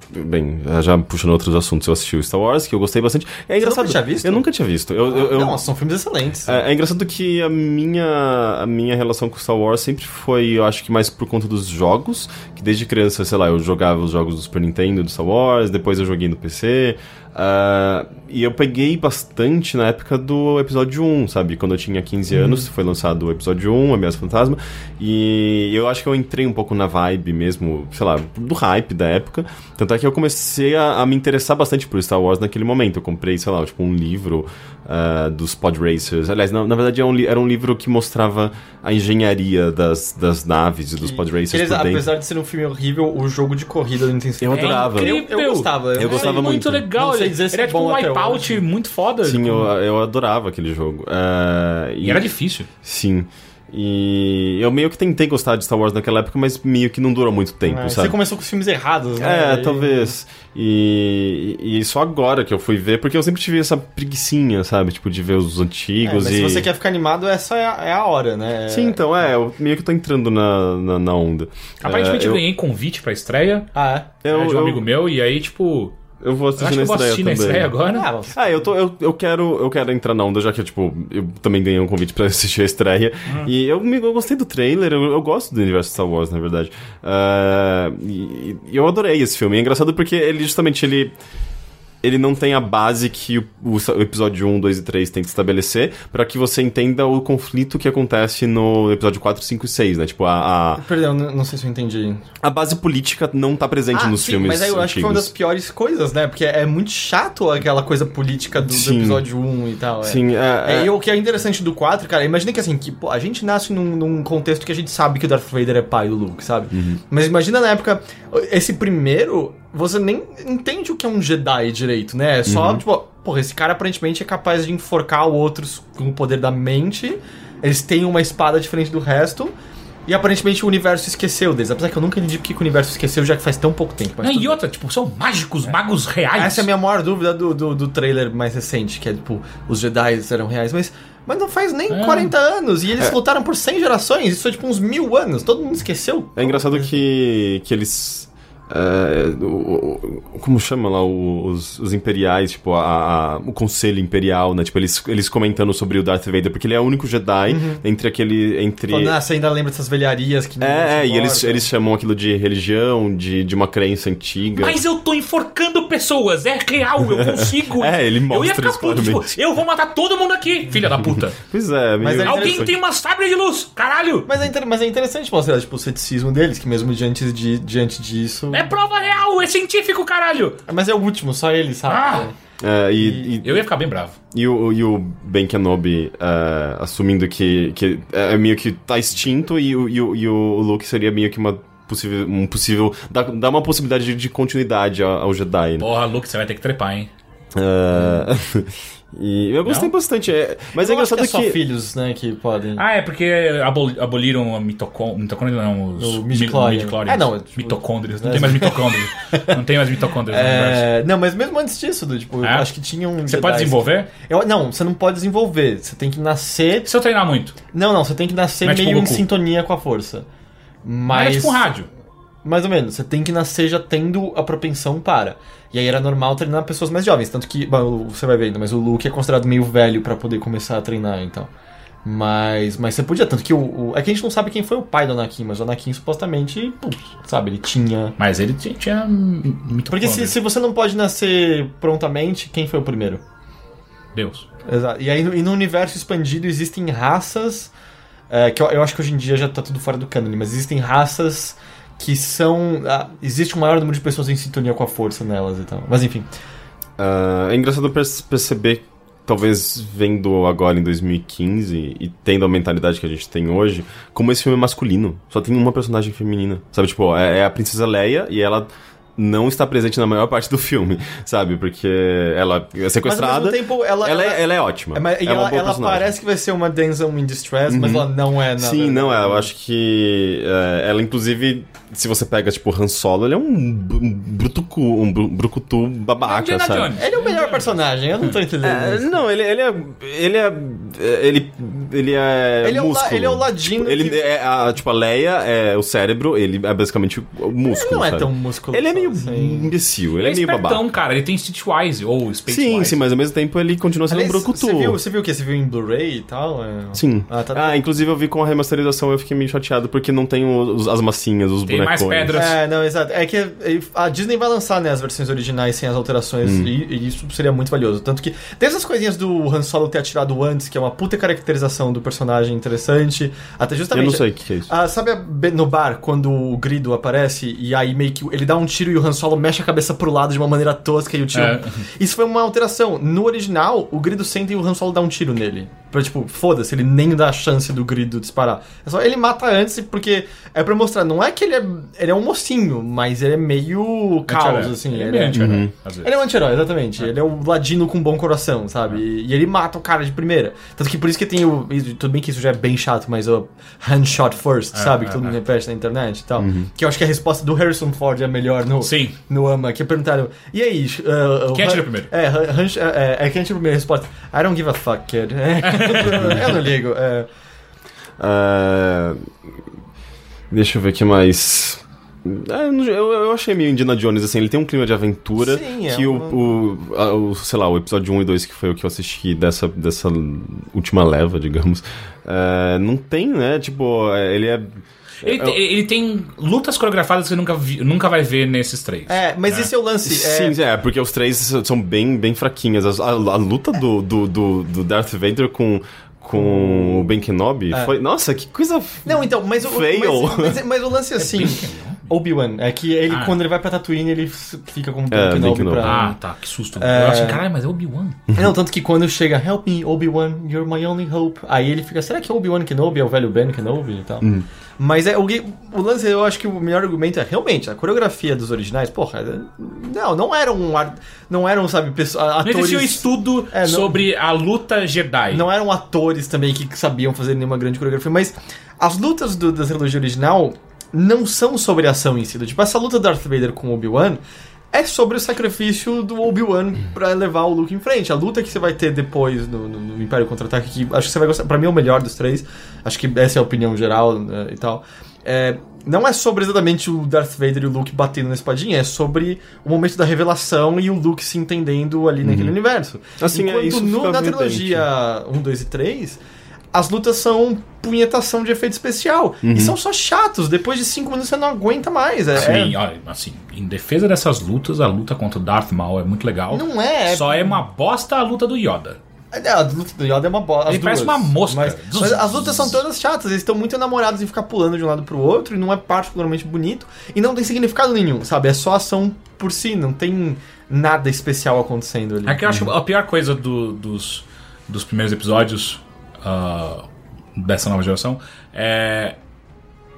C: Bem, já puxando outros assuntos, eu assisti o Star Wars, que eu gostei bastante. É engraçado.
B: nunca tinha visto? Ah,
C: Eu nunca tinha visto. Eu, eu- eu-
B: Não, são filmes excelentes.
C: é, é engraçado que a minha, a minha relação com Star Wars sempre foi, eu acho que mais por conta dos jogos, que desde criança, sei lá, eu jogava os jogos do Super Nintendo, do Star Wars, depois eu joguei no PC. ah, e eu peguei bastante na época do episódio 1, sabe? Quando eu tinha 15 anos, foi lançado o episódio 1, Ameaça Fantasma. E eu acho que eu entrei um pouco na vibe mesmo, sei lá, do hype da época. Tanto é que eu comecei a, a me interessar bastante por Star Wars naquele momento. Eu comprei, sei lá, tipo, um livro ah, dos Pod Racers. Aliás, na, na verdade era um, li- era um livro que mostrava a engenharia das, das naves e dos Pod Racers
B: Eles,
C: por dentro.
B: apesar de ser um filme horrível, o jogo de corrida do Nintendo
C: Eu adorava.
A: É
B: Eu,
A: incrível.
B: eu gostava.
C: Eu
A: É
C: gostava muito.
A: muito legal.
B: Não sei
A: Ele
B: dizer
A: ele
B: se
A: era
B: é
A: tipo
B: bom
A: um
B: até
A: wipeout muito foda.
C: Sim, eu, eu adorava aquele jogo. Ah,
A: E era difícil.
C: Sim. E eu meio que tentei gostar de Star Wars naquela época, mas meio que não durou muito tempo,
B: Ah,
C: sabe?
B: Você começou com os filmes errados, né?
C: É,
B: E-
C: talvez. E, e só agora que eu fui ver, porque eu sempre tive essa preguiçinha, sabe? Tipo, de ver os
B: É, mas
C: antigos e.
B: se você quer ficar animado, essa é a, é a hora, né?
C: Sim, então, é, eu meio que tô entrando na, na, na onda.
A: Aparentemente
C: É,
A: eu
C: eu,
A: ganhei convite pra estreia
B: Ah, é?
A: né,
C: eu,
A: de um
C: eu,
A: amigo meu, e aí, tipo,
C: eu vou
A: eu acho
C: assistir
A: que eu vou
C: na
A: assistir
C: estreia
A: na estreia
C: também.
A: agora.
B: Ah, você-
C: Ah, eu, tô, eu, eu, quero, eu quero entrar na onda, já que tipo, eu também ganhei um convite pra [laughs] assistir a estreia.
B: Hum.
C: E eu, me- eu gostei do trailer, eu, eu gosto do universo Star Wars, na verdade. Ah, e, e eu adorei esse filme. É engraçado porque ele justamente ele. ele não tem a base que o, o sa- o episódio 1, 2 e 3 tem que estabelecer pra que você entenda o conflito que acontece no episódio 4, 5 e 6, né? Tipo, a, a,
B: Ah, Perdão, n- não sei se eu entendi.
C: a base política não tá presente
B: Ah,
C: nos
B: sim,
C: filmes
B: Mas aí eu acho que foi uma das
C: antigos.
B: piores coisas, né? Porque é muito chato aquela coisa política do, do
C: Sim.
B: episódio 1 e tal. é.
C: Sim, é,
B: É,
C: é-
B: e o que é interessante do 4, cara, imagina que assim, que, pô, a gente nasce num, num contexto que a gente sabe que o Darth Vader é pai do Luke, sabe? Mas imagina na época, esse primeiro, você nem entende o que é um Jedi direito, né? É só, tipo, porra, esse cara aparentemente é capaz de enforcar outros com o poder da mente, eles têm uma espada diferente do resto. E aparentemente o universo esqueceu deles. Apesar que eu nunca entendi porque que o universo esqueceu, já que faz tão pouco tempo. mas
A: Não,
B: tudo
A: e outra, tipo, são mágicos, magos reais.
B: essa é a minha maior dúvida do, do, do trailer mais recente, que é tipo, os Jedi eram reais, mas, mas não faz nem
A: É.
B: 40 anos, e eles lutaram por 100 gerações, isso é tipo uns mil anos, todo mundo esqueceu.
C: É engraçado que, que eles. é, o- o- como chama lá o- os, os imperiais, tipo, a- a- o conselho imperial, né? Tipo, eles, eles comentando sobre o Darth Vader, porque ele é o único Jedi entre aquele. Entre...
B: Uhum. Falando, ah, você ainda lembra dessas velharias que ninguém se
C: É, é, e eles,
B: importa."
C: eles chamam aquilo de religião, de, de uma crença antiga.
A: Mas eu tô enforcando pessoas, é real,
C: [laughs]
A: eu consigo.
C: É, ele
A: Eu ia
C: mostra
A: ficar
C: isso
A: puto, tipo,
C: claramente.
A: eu vou matar todo mundo aqui, filha da [laughs] puta.
C: Pois é, meio
B: Mas aí-
A: Alguém
C: interessante.
A: tem uma sabre de luz, caralho!
B: Mas é, inter- mas é interessante mostrar, tipo, o ceticismo deles, que mesmo diante, de, diante disso...
A: É prova real, é científico, caralho!
B: Mas é o último, só ele, sabe?
A: Ah!
C: É, e, e-
A: Eu ia ficar bem bravo.
C: E o, e o Ben Kenobi é, assumindo que, que é meio que tá extinto e, o- e, o- e o Luke seria meio que uma possível. Um possível dá, dá uma possibilidade de, de continuidade ao, ao Jedi. Né?
A: Porra, Luke, você vai ter que trepar, hein?
C: É, e eu gostei bastante. é, mas é
B: Eu acho
C: engraçado
B: que é só
C: que.
B: filhos, né, que podem...
A: Ah, é porque abol- aboliram a mitocôndria. Mitocôndria não, os
B: O midichlorian.
A: mi- midichlorians.
B: É, não, tipo-
A: mitocôndrias. Não tem mais
B: [laughs]
A: mitocôndrias. não tem mais mitocôndrias no universo.
B: É, não, mas mesmo antes disso, do, tipo,
A: É?
B: eu acho que tinha um.
A: Você pode desenvolver?
B: Eu, não, você não pode desenvolver. Você tem que nascer
A: Se eu treinar muito.
B: Não, não, você tem que nascer
A: Não é tipo
B: meio em
A: Goku.
B: sintonia com a força.
A: Mas...
B: Mas.
A: É tipo um rádio.
B: Mais ou menos, você tem que nascer já tendo a propensão para. E aí era normal treinar pessoas mais jovens. Tanto que, bom, você vai ver ainda, mas o Luke é considerado meio velho pra poder começar a treinar, então. Mas, mas você podia, tanto que o, o- É que a gente não sabe quem foi o pai do Anakin, mas o Anakin supostamente, pum, sabe, ele tinha.
A: Mas ele tinha, tinha mi-
B: Porque
A: mitocôndria.
B: se, se você não pode nascer prontamente, quem foi o primeiro?
A: Deus.
B: Exato. E aí no, e no universo expandido existem raças. é, que eu, eu acho que hoje em dia já tá tudo fora do cânone, mas existem raças que são. ah, existe um maior número de pessoas em sintonia com a força nelas e tal. Mas enfim.
C: Ah, é engraçado perce- perceber, talvez vendo agora em 2015 e tendo a mentalidade que a gente tem hoje, como esse filme é masculino. Só tem uma personagem feminina. Sabe, tipo, é, é a Princesa Leia e ela não está presente na maior parte do filme, [laughs] sabe? Porque ela é sequestrada.
B: Mas ao mesmo tempo ela.
C: ela,
B: ela-
C: é, ela é ótima.
B: é, mas- e
C: é uma
B: ela,
C: boa
B: ela
C: personagem.
B: parece que vai ser uma Denzel in Distress, mas
C: Uhum.
B: ela não é nada.
C: Sim, não, é, eu acho que é, ela, inclusive, se você pega, tipo, Han Solo, ele é um, br- um brutucu, um bru- brucutu babaca,
A: Indiana
C: sabe?
A: Jones.
B: Ele é o melhor personagem, eu não tô entendendo.
C: É,
B: isso.
C: não, ele, ele é. Ele é. Ele, ele é.
B: Ele é o la-
C: músculo.
B: ele é o ladinho
C: Tipo, ele
B: que-
C: é a, tipo, a Leia é o cérebro, ele é basicamente o músculo.
B: Ele não é
C: sabe?
B: tão musculoso
C: Ele é meio
B: assim. um
C: imbecil, ele é,
A: Ele é
C: meio
A: espertão,
C: babaca.
A: cara. Ele tem Streetwise ou Space
C: Sim, sim, mas ao mesmo tempo ele continua sendo um
B: Aliás,
C: brocutu.
B: Você viu, você viu o que? Você viu em Blu-ray e tal? É.
C: Sim.
B: Ah, tá.
C: Ah, inclusive eu vi com a remasterização eu fiquei meio chateado porque não tem os- as massinhas, os
A: Tem mais
C: bonecões.
A: pedras.
B: É, não, exato. É que é, a Disney vai lançar né, as versões originais sem as alterações
C: Uhum.
B: e, e isso seria muito valioso. Tanto que tem essas coisinhas do Han Solo ter atirado antes, que é uma puta caracterização do personagem interessante. Até
C: Eu
B: justamente.
C: não sei o que que é isso.
B: Ah, sabe a be- no bar, quando o Grido aparece e aí meio que ele dá um tiro e o Han Solo mexe a cabeça pro lado de uma maneira tosca e o tiro.
A: É.
B: [laughs] Isso foi uma alteração. No original, o Grido senta e o Han Solo dá um tiro nele. Pra tipo, foda-se, ele nem dá a chance do Grido disparar. É só ele mata antes porque é pra mostrar, não é que ele é, ele é um mocinho, mas ele é meio caos,
A: Anti-herói.
B: assim.
A: Ele é
B: ele
A: meio
B: é-
A: anti-herói, às vezes.
B: ele é um anti-herói, exatamente. Ele é o ladino com bom coração, sabe? E, e ele mata o cara de primeira. Tanto que por isso que tem o. e Tudo bem que isso já é bem chato, mas o handshot first, sabe? que todo mundo repete na internet e tal. Que eu acho que a resposta do Harrison Ford é melhor no,
A: Sim.
B: no AMA. Que perguntaram. E aí? uh, uh,
A: Quem
B: Han-
A: atira primeiro?"
B: É, Han- Han- é, é, é, quem atira primeiro? A Resposta: I don't give a fuck, kid. [laughs] eu não ligo. É.
C: Ah, Deixa eu ver o que mais. Ah, eu não- Eu, eu achei meio Indiana Jones, assim, ele tem um clima de aventura
B: Sim, é
C: que
B: uma-
C: o, o, a- o, sei lá, o episódio 1 e 2, que foi o que eu assisti dessa, [laughs] eh, dessa última leva, digamos, ah, não tem, né? Tipo, é, ele é
A: Ele, te- ele tem lutas coreografadas que você nunca, vi- nunca vai ver nesses três.
B: É, mas esse é o lance. é-
C: Sim, é, porque os três são bem, bem fraquinhas. As- A, a luta do, do, do, do Darth Vader com, com o Ben Kenobi
B: É.
C: foi. Nossa, que coisa.
B: Não, então, mas o,
C: Fail.
B: mas, mas, mas o lance é assim. Obi-Wan, é que ele,
A: né? Ah.
B: quando ele vai pra Tatooine, ele s- fica como
C: É,
B: Ben Kenobi
C: Ben Kenobi.
B: pra...
A: Ah, tá, que susto. Eu acho caralho, mas é Obi-Wan.
B: Não, tanto que quando chega Help me, Obi-Wan, you're my only hope. Aí ele fica, será que Obi-Wan Kenobi é o velho Ben Kenobi e tal?
C: Hum.
B: Mas é, o, gui- o lance, eu acho que o melhor argumento é realmente a coreografia dos originais, porra, é- não, não eram, ar- não eram, sabe, pesso- a-
A: Não
B: atores...
A: existia um estudo
B: É, não-
A: sobre a luta Jedi.
B: Não eram atores também que sabiam fazer nenhuma grande coreografia, mas as lutas do- da trilogia original não são sobre a ação em si. Tipo, essa luta do Darth Vader com o Obi-Wan é sobre o sacrifício do Obi-Wan pra levar o Luke em frente. A luta que você vai ter depois no, no- no Império Contra-Ataque, que acho que você vai gostar. Pra mim é o melhor dos três. Acho que essa é a opinião geral né, e tal. É, não é sobre exatamente o Darth Vader e o Luke batendo na espadinha, é sobre o momento da revelação e o Luke se entendendo ali naquele universo.
C: Assim, é,
B: Enquanto
C: isso
B: no-
C: fica
B: na
C: evidente.
B: trilogia 1, 2 e 3, as lutas são punhetação de efeito especial.
C: Uhum.
B: E são só chatos. Depois de 5 minutos você não aguenta mais. É,
A: Sim, olha, assim, em defesa dessas lutas, a luta contra o Darth Maul é muito
B: é-
A: legal.
B: não é.
A: Só é uma bosta a luta do Yoda.
B: É, a luta do Yoda é uma bosta.
A: Ele parece uma mosca.
B: Mas,
A: Zzz.
B: mas as lutas são todas chatas. Eles estão muito enamorados em ficar pulando de um lado pro outro. E não é particularmente bonito. E não tem significado nenhum, sabe? É só ação por si. Não tem nada especial acontecendo ali.
A: É que eu acho que a pior coisa do- dos, dos primeiros episódios ah, dessa nova geração é,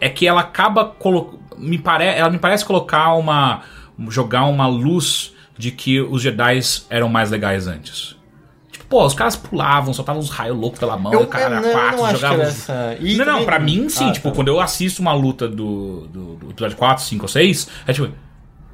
A: é que ela acaba colo- me pare, ela me parece colocar uma jogar uma luz de que os Jedi eram mais legais antes. Tipo, pô, os caras pulavam, soltavam uns raios loucos pela mão,
B: Eu-
A: o É, cara
B: eu
A: era
B: não- eu não
A: quatro,
B: acho
A: jogava
B: que era
A: uns-
B: essa- E
A: não, não,
B: também-
A: pra mim sim.
B: Ah,
A: tipo,
B: tá.
A: quando eu assisto uma luta do, do, do episódio 4, 5 ou 6, é tipo,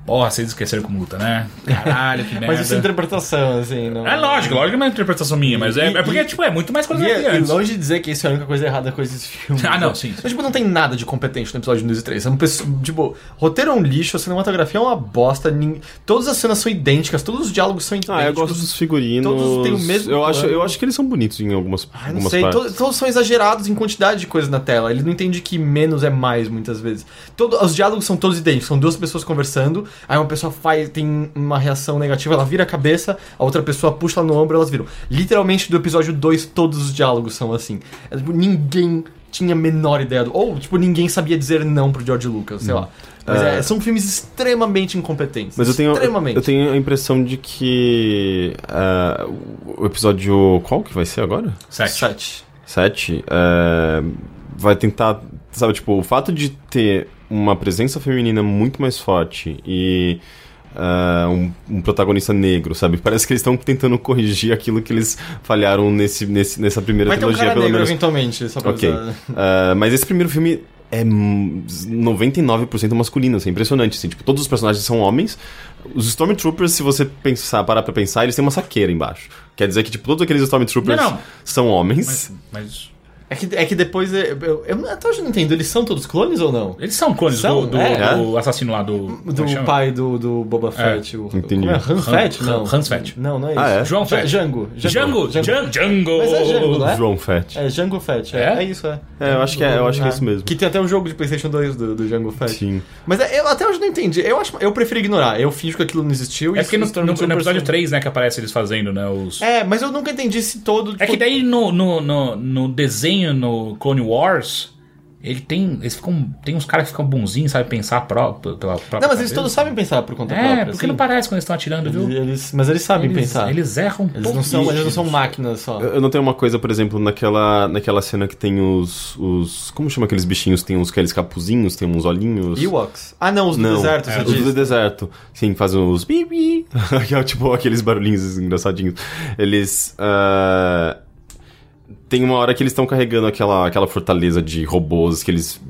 A: porra, vocês esqueceram como luta, né? Caralho, que merda.
B: [laughs] Mas isso é interpretação, assim. Não...
A: É lógico, lógico que é uma interpretação minha, mas é,
B: E-
A: é porque,
B: e-
A: tipo, é muito mais coisa do
B: E,
A: que
B: é- e
A: antes.
B: longe de dizer que isso é a única coisa errada com esses filmes.
A: Ah, não, sim, sim.
B: Mas, tipo, não tem nada de competente no episódio 1, 2 e 3. São pessoas- tipo, roteiro é um lixo, a cinematografia é uma bosta. nin- Todas as cenas são idênticas, todos os diálogos são idênticos.
C: Ah, eu gosto dos figurinos.
B: tipo, todos têm o mesmo
C: eu acho,
B: plano.
C: eu acho que eles são bonitos em algumas,
B: Ah, não
C: algumas
B: sei, to-
C: partes.
B: todos são exagerados em quantidade de coisas na tela. Ele não entende que menos é mais, muitas vezes. Todo, os diálogos são todos idênticos, são duas pessoas conversando, aí uma pessoa faz, tem uma reação negativa, ela vira a cabeça, a outra pessoa puxa ela no ombro, elas viram. Literalmente, do episódio 2, todos os diálogos são assim. É, tipo, ninguém tinha a menor ideia do... Ou, tipo, ninguém sabia dizer não pro George Lucas, sei lá. Mas é, são filmes extremamente incompetentes.
C: Uhum. Mas eu tenho,
B: Extremamente.
C: eu tenho a impressão de que ah, o episódio. Qual que vai ser agora?
A: Sete.
B: Sete.
C: 7. vai tentar. Sabe, tipo, o fato de ter uma presença feminina muito mais forte e. ah, um, um protagonista negro, sabe? Parece que eles estão tentando corrigir aquilo que eles falharam nesse, nesse, nessa primeira
B: Vai ter um
C: trilogia,
B: cara
C: pelo
B: negro,
C: menos.
B: eventualmente, só pra
C: Ok.
A: é.
B: avisar.
C: Ah, mas esse primeiro filme é hum, 99% masculino, assim, é impressionante, assim. Tipo, todos os personagens são homens. Os Stormtroopers, se você pensar, parar pra pensar, eles têm uma saqueira embaixo. Quer dizer que, tipo, todos aqueles Stormtroopers
A: Não, não.
C: são homens.
A: Mas, mas
B: É que, é que depois. é- Eu, eu, até hoje não entendo, eles são todos clones ou não?
A: eles são clones
B: São,
A: do, do,
B: é.
A: do assassino lá do... é
B: Do pai do, do Boba Fett. o,
C: entendi.
B: Como é? Han Fett?
A: Han-
B: Não.
A: Hans Fett.
B: Não, não é isso.
C: Ah, é?
A: João
B: Ja-
A: Fett.
B: Jango.
A: Django! Django! Django!
B: Mas é Django, não é?
C: João Fett.
B: É Jango Fett. É,
A: É?
B: é isso, é.
C: É, eu acho que é, eu acho que é isso mesmo.
B: Que tem até um jogo de PlayStation 2 do, do Django Fett.
C: Sim.
B: Mas é- eu até hoje não entendi. Eu, acho, eu prefiro ignorar. Eu finjo que aquilo não existiu.
A: É
B: e
A: porque no,
B: os
A: no- no
B: Stormtroopers
A: episódio
B: são-
A: 3, né, que aparece eles fazendo, né, os... É,
B: É, mas eu nunca entendi se todo. tipo,
A: que daí no, no, no, no desenho, no Clone Wars... Ele tem. Eles ficam. Tem uns caras que ficam bonzinhos, sabe? Pensar pró, pela própria.
B: Não, mas eles
A: cabeça.
B: todos sabem pensar por conta própria.
A: É, porque
B: assim.
A: não parece quando eles estão atirando, viu?
B: Eles- eles- Mas eles sabem
A: Eles-
B: pensar. Eles,
A: Eles erram
B: não
A: todos
B: são,
A: os
B: eles não são
A: tiros.
B: máquinas só.
C: Eu não tenho uma coisa, por exemplo, naquela, naquela cena que tem os, os. Como chama aqueles bichinhos? Tem uns aqueles capuzinhos, tem uns olhinhos.
B: Ewoks? Ah, não, os do
C: Não,
B: deserto,
A: É,
B: você
C: É, os do
B: diz.
C: deserto. Sim, fazem os bi, bi, [laughs] que é tipo aqueles barulhinhos engraçadinhos. Eles. ah, Tem uma hora que eles estão carregando aquela, aquela fortaleza de robôs que eles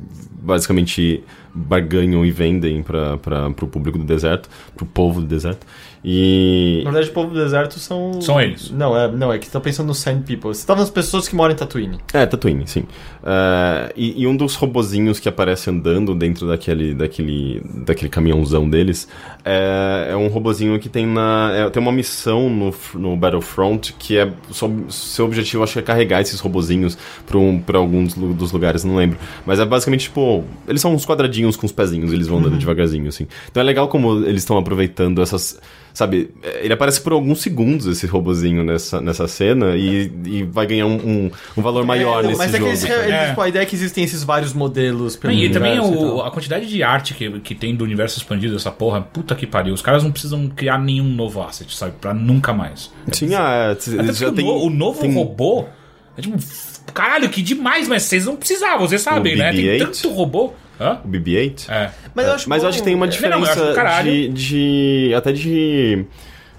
C: basicamente barganham e vendem para o público do deserto, pro povo do deserto. E.
B: Na verdade, o povo do deserto são.
A: São eles.
B: Não, é, não, é que tá pensando no Sand People. Você tava nas pessoas que moram em Tatooine.
C: É, Tatooine, sim. Ah, e, e um dos robozinhos que aparece andando dentro daquele, daquele, daquele caminhãozão deles é, é um robozinho que tem na é- tem uma missão no, f- no Battlefront que é só- seu objetivo acho que é carregar esses robozinhos para um, pra alguns lu- dos lugares, não lembro. Mas é basicamente tipo eles são uns quadradinhos com os pezinhos, eles vão andando devagarzinho assim. Então é legal como eles estão aproveitando essas Sabe, é, ele aparece por alguns segundos, esse robozinho, nessa, nessa cena, e, e vai ganhar um, um, um valor maior
B: É, não,
C: nesse
B: mas é que
C: jogo.
B: eles-
C: cara.
B: é,
A: É.
B: tipo, a ideia é que existem esses vários modelos pelo
A: E também
B: universo e
A: o-
B: tal.
A: a quantidade de arte que, que tem do universo expandido, essa porra, puta que pariu. Os caras não precisam criar nenhum novo asset, sabe? Pra nunca mais.
C: Sim, ah,
A: Até
C: já
A: porque
C: tem,
A: o, no- o novo
C: tem-
A: robô é tipo, f- caralho, que demais, mas vocês não precisavam, vocês sabem, né? Tem
C: BB-8?
A: tanto robô. Hã?
C: O BB-8?
A: É.
B: Mas eu acho,
C: Mas eu
B: bom-
C: acho que tem uma
A: não, eu acho do
C: diferença
A: caralho.
C: de, de- Até de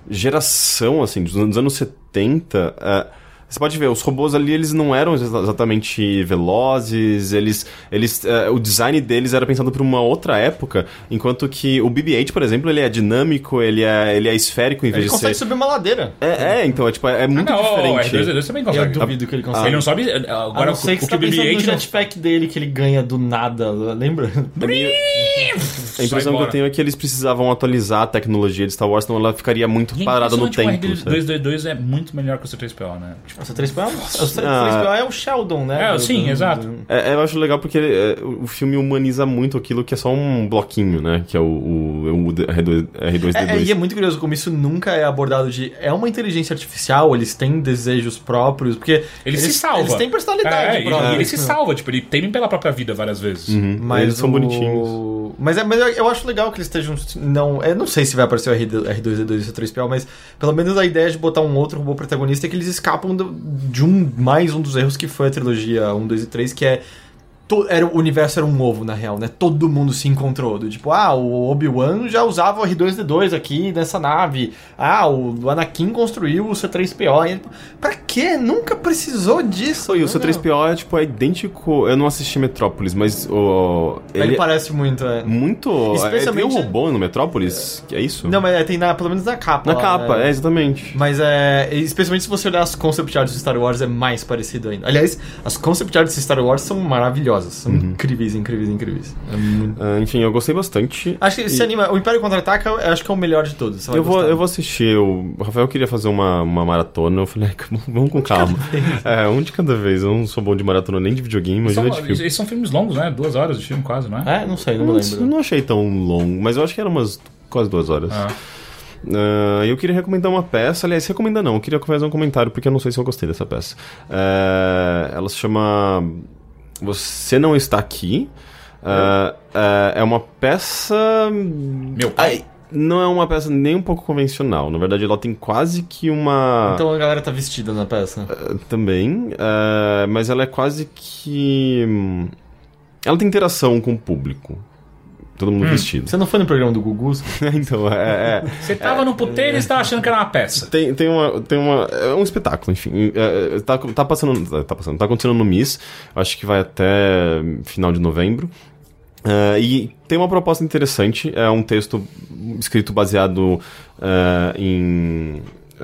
C: geração, assim, dos anos- dos anos 70. ah, você pode ver, os robôs ali, eles não eram exa- exatamente velozes, eles... eles ah, o design deles era pensado para uma outra época, enquanto que o BB-8, por exemplo, ele é dinâmico, ele é, ele é esférico em vez
B: Ele
C: de
B: consegue
C: ser...
B: subir uma ladeira.
C: É, é, então, é, tipo, é, é muito
A: Ah, Não, o
C: diferente. né? É
A: R2D2 também consegue. Ah,
B: Eu duvido que ele
C: Ah.
B: consiga.
A: Ele não sobe.
B: Agora,
A: Agora,
B: a não ser que
A: o
B: você tá
A: que o
B: pensando no
A: BB-8 não
B: jetpack dele que ele ganha do nada, lembra?
C: A É impressão que eu tenho é que eles precisavam atualizar a tecnologia de Star Wars, senão ela ficaria muito parada no
B: um
C: tempo.
A: O
C: sabe?
A: R2D2 é muito melhor que o C3PO, né? Tipo,
B: Nossa, 3PO é um- o 3PO
C: Ah.
B: é o Sheldon, né?
A: É,
B: Do-
A: sim,
B: do-
A: exato.
B: do-
C: É, eu acho legal porque é, o filme humaniza muito aquilo que é só um bloquinho, né? Que é o, o- o R2- R2D2.
B: É, é, e é muito curioso como isso nunca é abordado de. É uma inteligência artificial, eles têm desejos próprios, porque.
A: ele se salva.
B: Eles têm
A: É,
B: personalidade,
A: ele,
B: própria.
A: ele se salva, tipo, ele teme pela própria vida várias vezes.
C: Uhum. Eles são
B: o-
C: bonitinhos.
B: Mas, é, mas eu, eu acho legal que eles estejam. Não, eu não sei se vai aparecer o R2- R2D2 e o C3PO, mas pelo menos a ideia de botar um outro robô protagonista é que eles escapam do- de um mais um dos erros que foi a trilogia 1, 2 e 3, que é. to- era, o universo era um ovo, na real, né? Todo mundo se encontrou. Do, tipo, ah, o Obi-Wan já usava o R2D2 aqui nessa nave. Ah, o Anakin construiu o C3PO. E, tipo, pra quê? Nunca precisou disso.
C: Só, e o
B: né, meu?
C: C3PO é, tipo, é idêntico... Eu não assisti Metrópolis, mas o...
B: Ele,
C: Ele, é
B: parece muito, é.
C: muito...
B: Especialmente-
C: É, tem um robô no Metrópolis? Que É isso?
B: Não, mas é, tem na, pelo menos na capa.
C: Na
B: lá,
C: capa,
B: né?
C: é, exatamente.
B: Mas é. Especialmente se você olhar as concept arts de Star Wars, é mais parecido ainda. Aliás, as concept arts de Star Wars são maravilhosas. São
C: Uhum.
B: incríveis, incríveis, incríveis. É muito-
C: Ah, enfim, eu gostei bastante.
B: Acho que se
C: E-
B: anima. O Império Contra-Ataca, eu acho que é o melhor de todos. Você vai
C: Eu vou,
B: gostar.
C: eu vou assistir. O Rafael queria fazer uma, uma maratona. Eu falei, [laughs] "Ah, vamos com calma. É, um de cada vez. Eu não sou bom de maratona nem de videogame,
A: São,
C: imagina de filme.
A: esses são filmes longos, né? Duas horas de filme quase, não é?
B: É, não sei, não me
C: Não,
B: lembro.
C: não achei tão longo, mas eu acho que era umas quase duas horas.
A: Ah.
C: Ah, eu queria recomendar uma peça, aliás, recomenda não, eu queria fazer um comentário porque eu não sei se eu gostei dessa peça. Ah, ela se chama Você Não Está Aqui. Ah, ah, é uma peça
A: Meu pai.
C: Ai, não é uma peça nem um pouco convencional. Na verdade, ela tem quase que uma.
B: Então a galera tá vestida na peça.
C: Também. ah, mas ela é quase que. hum, Ela tem interação com o público. Todo mundo vestido. [laughs]
B: Você não foi no programa do Gugu?
C: então, é. é.
A: Você tava no puteiro e você tava achando que era uma
C: [laughs]
A: peça.
C: Tem, tem uma. Tem uma é um espetáculo, enfim. É, é, tá, tá passando. tá- Tá passando. Tá acontecendo no Miss. Acho que vai até final de novembro. É, e tem uma proposta interessante, é um texto escrito baseado é, em,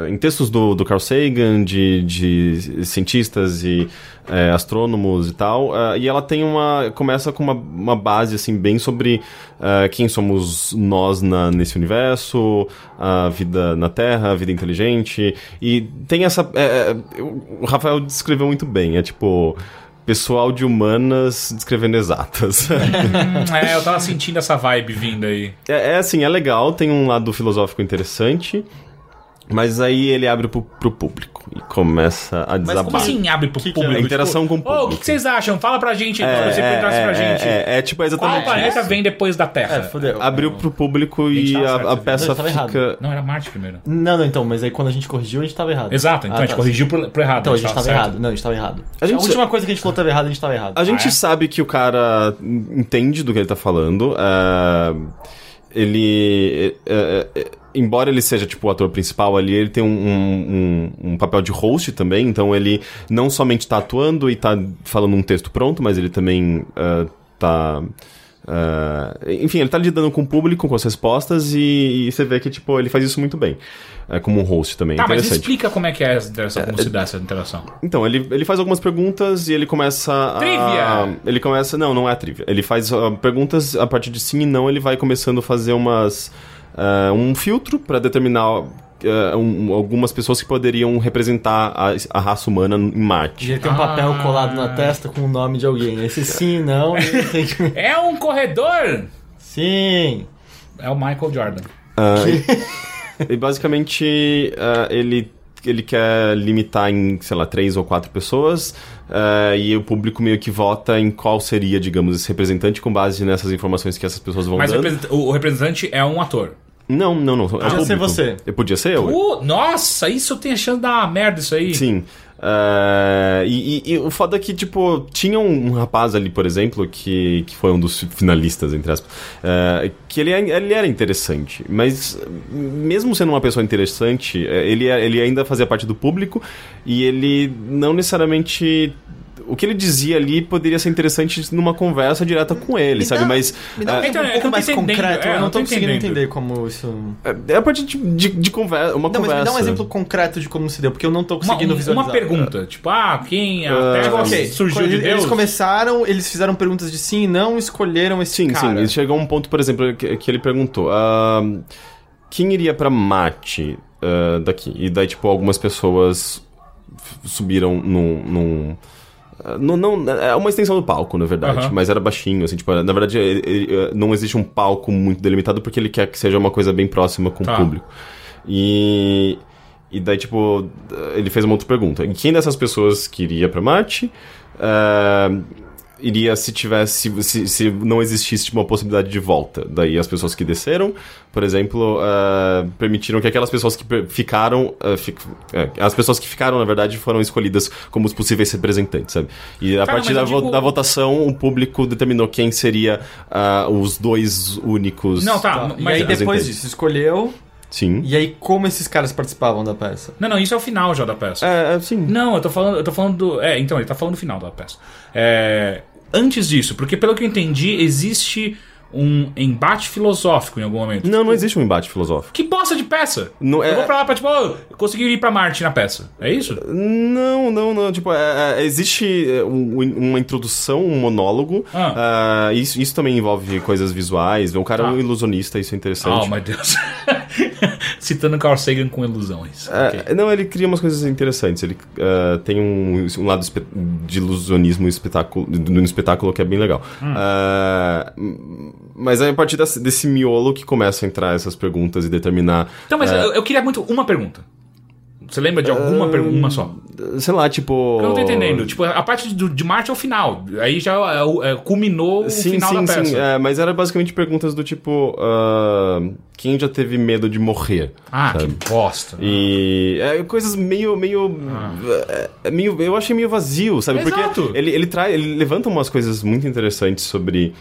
C: em textos do, do Carl Sagan, de, de cientistas e é, astrônomos e tal, é, e ela tem uma começa com uma, uma base assim bem sobre é, quem somos nós na, nesse universo, a vida na Terra, a vida inteligente, e tem essa... é, é, o Rafael descreveu muito bem, é tipo... Pessoal de humanas descrevendo exatas. [laughs]
A: Hum, é, eu tava sentindo essa vibe vindo aí.
C: É, é assim, é legal, tem um lado filosófico interessante, mas aí ele abre pro, pro público e começa a
A: Mas
C: desabar.
A: como assim abre pro
B: Que que é?
A: público?
C: A interação com o
A: tipo, "Ô, o que,
C: um público.
A: que vocês acham? Fala pra gente.
C: É,
A: É, você
C: é,
A: perguntasse pra
C: é,
A: gente.
C: é, é, tipo, é
A: Qual
C: exatamente isso.
A: planeta vem depois da
B: É,
A: Terra?
B: fodeu.
C: Abriu pro público e
A: tava
C: a,
A: certo,
C: a
A: né?
C: peça
B: Não, tava errado.
C: fica...
A: Não, era Marte primeiro.
B: Não, não, então, mas aí quando a gente corrigiu, a gente tava errado.
A: Exato, então
B: Ah,
A: a gente
B: tá.
A: corrigiu pro, pro errado.
B: Então, a gente
A: tava
B: tava
A: certo.
B: errado. Não, a gente tava errado.
C: A
B: A,
C: gente-
B: última coisa que a gente falou tava errada, a gente tava errado.
C: A gente
A: Ah, é?
C: sabe que o cara entende do que ele tá falando. ah, ele. eh, eh, embora ele seja, tipo, o ator principal ali, ele tem um, um- um- um papel de host também. Então ele não somente é, tá atuando e tá falando um texto pronto, mas ele também ah, tá. Ah, enfim, ele tá lidando com o público, com as respostas, e, e você vê que, tipo, ele faz isso muito bem. É, como um host também.
A: Tá, mas
C: interessante.
A: explica como é que é essa interação, como se dá essa interação.
C: Então, ele, ele faz algumas perguntas e ele começa a.
A: Trivia!
C: Ele começa. Não, não é trivia. Ele faz ah, perguntas a partir de sim e não, ele vai começando a fazer umas. ah, um filtro para determinar ah, um- algumas pessoas que poderiam representar a, a raça humana em Marte.
A: [laughs]
B: Ele tem um papel colado na testa com o nome de alguém. Esse sim, não. né? esse-
A: É um corredor!
B: sim.
A: É o Michael Jordan.
C: E basicamente ah, ele, ele quer limitar em, sei lá, três ou quatro pessoas ah, e o público meio que vota em qual seria, digamos, esse representante com base nessas informações que essas pessoas vão
A: Mas o
C: dando.
A: represent- o o representante é um ator.
C: Não, não, não. Podia
B: ser você.
C: Eu podia ser eu?
A: Uh, nossa, isso tem a chance de dar uma merda isso aí.
C: Sim. Ah, e, e- e o foda é que, tipo, tinha um, um rapaz ali, por exemplo, que, que foi um dos finalistas, entre aspas, ah, que ele, é- ele era interessante, mas mesmo sendo uma pessoa interessante, eh, ele, é- ele ainda fazia parte do público e ele não necessariamente. O que ele dizia ali poderia ser interessante numa conversa direta com ele, sabe?
B: dá-
C: mas.
B: Me dá
C: ah,
B: um
A: Então,
B: exemplo
A: é
B: um
A: que eu
B: pouco
A: não tô
B: mais
A: entendendo,
B: concreto.
A: é,
B: eu
A: eu
B: não
A: não
B: tô
A: tô
B: conseguindo
A: entendendo.
B: entender como isso. Não,
C: É a partir de, de, de conversa. Uma
B: mas
C: conversa.
B: me dá um exemplo concreto de como se deu, porque eu não tô
A: Uma,
B: conseguindo
A: um-
B: visualizar.
A: uma pergunta, tipo, ah, quem a
C: Ah,
A: Terra
C: tipo,
B: Ok,
A: surgiu
B: quando
A: de
B: eles,
A: Deus?
B: eles começaram, eles fizeram perguntas de sim e não, escolheram esse
C: Sim, sim.
B: cara.
C: Ele chegou a um ponto, por exemplo, que, que ele perguntou: ah, quem iria pra Mate ah, daqui? E daí, tipo, algumas pessoas f- subiram num. num ah, não, não, é uma extensão do palco, na verdade,
A: Aham.
C: mas era baixinho, assim, tipo, na verdade ele- ele, ah, não existe um palco muito delimitado porque ele quer que seja uma coisa bem próxima com
A: Tá.
C: o público. E, e daí, tipo, ele fez uma outra pergunta. E Quem dessas pessoas que iria pra Marte ah, iria se tivesse. Se, se não existisse tipo, uma possibilidade de volta? Daí as pessoas que desceram, por exemplo, ah, permitiram que aquelas pessoas que per- ficaram. ah, fi- é, as pessoas que ficaram, na verdade, foram escolhidas como os possíveis representantes, sabe? E a
A: Cara,
C: partir
A: Tá, mas eu
C: da, vo-
A: digo-
C: da votação, o público determinou quem seria ah, os dois únicos.
A: Não, tá,
B: E
A: mas
B: aí depois
C: Representante.
B: disso, escolheu.
C: Sim.
B: E aí, como esses caras participavam da peça?
A: Não, não, isso é o final já da peça.
C: É, é, sim.
A: Não, eu tô falando, eu tô falando do. É, então, ele tá falando do final da peça. É, antes disso, porque pelo que eu entendi, existe um embate filosófico em algum momento.
C: Não, não existe um embate filosófico.
A: Que bosta de peça!
C: Não, é-
A: Eu vou pra lá pra, tipo, oh, eu consegui ir pra Marte na peça. É isso?
C: Não, não, não. Tipo, é, é, existe é, um- uma introdução, um monólogo. Ah, isso, isso também envolve coisas visuais. O cara é
A: Tá.
C: um ilusionista, isso é interessante.
A: Oh, meu Deus. [laughs] Citando Carl Sagan com ilusões.
C: É,
A: Ok.
C: Não, ele cria umas coisas interessantes. Ele ah, tem um, um lado espe- de ilusionismo espetáculo, de- no espetáculo que é bem legal.
A: Hum.
C: Ah, mas é a partir desse, desse miolo que começa a entrar essas perguntas e determinar
A: Então, mas eu, eu queria muito uma pergunta. Você lembra de alguma pergunta? Uma só.
C: Sei lá, tipo.
A: Eu não tô entendendo. Tipo, a parte do, de Marte é o final. Aí já é o- é, culminou o final da peça.
C: é, mas era basicamente perguntas do tipo: ah, quem já teve medo de morrer?
A: Ah,
C: sabe?
A: que bosta.
C: E é, coisas meio, meio, é, meio. Eu achei meio vazio, sabe?
A: Exato.
C: Porque ele, ele, traz, ele levanta umas coisas muito interessantes sobre.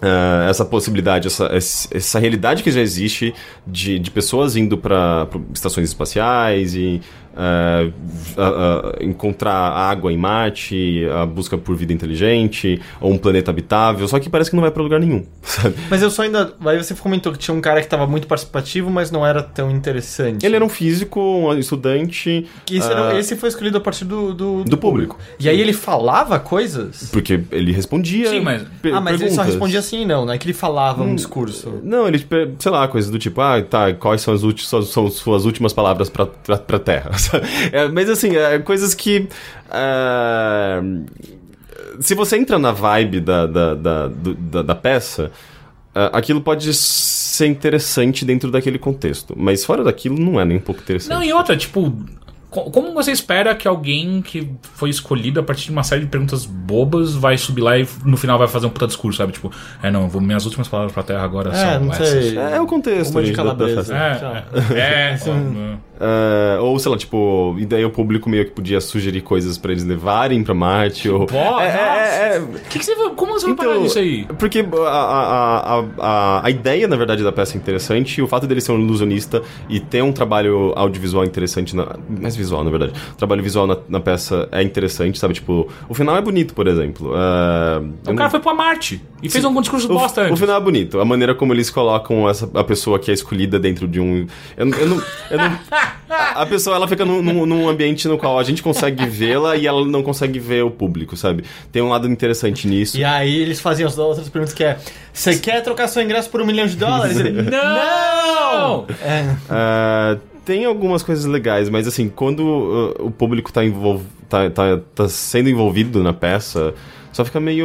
C: ah, essa possibilidade, essa, essa essa realidade que já existe de, de pessoas indo para estações espaciais e ah, ah, ah, encontrar água em Marte, a busca por vida inteligente ou um planeta habitável, só que parece que não vai para lugar nenhum, [laughs] sabe?
B: Mas eu só ainda. Aí você comentou que tinha um cara que tava muito participativo, mas não era tão interessante.
C: Ele era um físico, um estudante
B: Que Esse, era- um,
C: ah,
B: esse foi escolhido a partir do, do,
C: do público.
B: E aí ele falava coisas?
C: Porque ele respondia.
A: Sim, mas-
C: per-
B: ah, mas ele só
C: perguntas.
B: respondia assim e não, não é que ele falava um discurso.
C: Não, ele, per- sei lá, coisa do tipo, ah, tá, quais são as, ulti- são- são suas últimas palavras pra, pra, pra terra? [laughs] sabe? É, mas assim, é, coisas que. ah, se você entra na vibe da, da, da, do- da, da peça, ah, aquilo pode ser interessante dentro daquele contexto. Mas fora daquilo, não é nem um pouco interessante.
A: Não, e outra, tipo, co- como você espera que alguém que foi escolhido a partir de uma série de perguntas bobas vai subir lá e no final vai fazer um puta discurso, sabe? Tipo, é não, eu vou- minhas últimas palavras pra terra agora
B: É,
A: são
B: não
A: essas.
B: sei.
C: É, é o contexto
B: Uma de
C: gente, da- da
B: calabresa. [laughs]
C: festa.
A: É, é, é, ó,
C: Ah, ou sei lá, tipo, e daí o público meio que podia sugerir coisas pra eles levarem pra Marte. Ou...
A: Pô,
C: É, é, é, é, Então,
A: Que que você, vai- como você vai parar isso aí?
C: Porque a, a, a, a, a ideia, na verdade, da peça é interessante, e o fato dele ser um ilusionista e ter um trabalho audiovisual interessante, na, mais visual, na verdade. O trabalho visual na, na peça é interessante, sabe? Tipo, o final é bonito, por exemplo. É, eu
A: O
C: não-
A: cara foi pra Marte e fez um discurso
C: o-
A: bosta
C: O
A: antes.
C: final é bonito. A maneira como eles colocam essa, a pessoa que é escolhida dentro de um. Eu, não- eu não. eu não- a a pessoa ela fica num, num- num ambiente no qual a gente consegue vê-la e ela não consegue ver o público, sabe? Tem um lado interessante nisso.
B: E aí eles faziam as outras perguntas que é: Você quer trocar seu ingresso por um milhão de dólares? Ele, [laughs]
A: Não!
B: É.
C: Ah, tem algumas coisas legais, mas assim, quando ah, o público tá, envol- tá, tá, tá sendo envolvido na peça, só fica meio.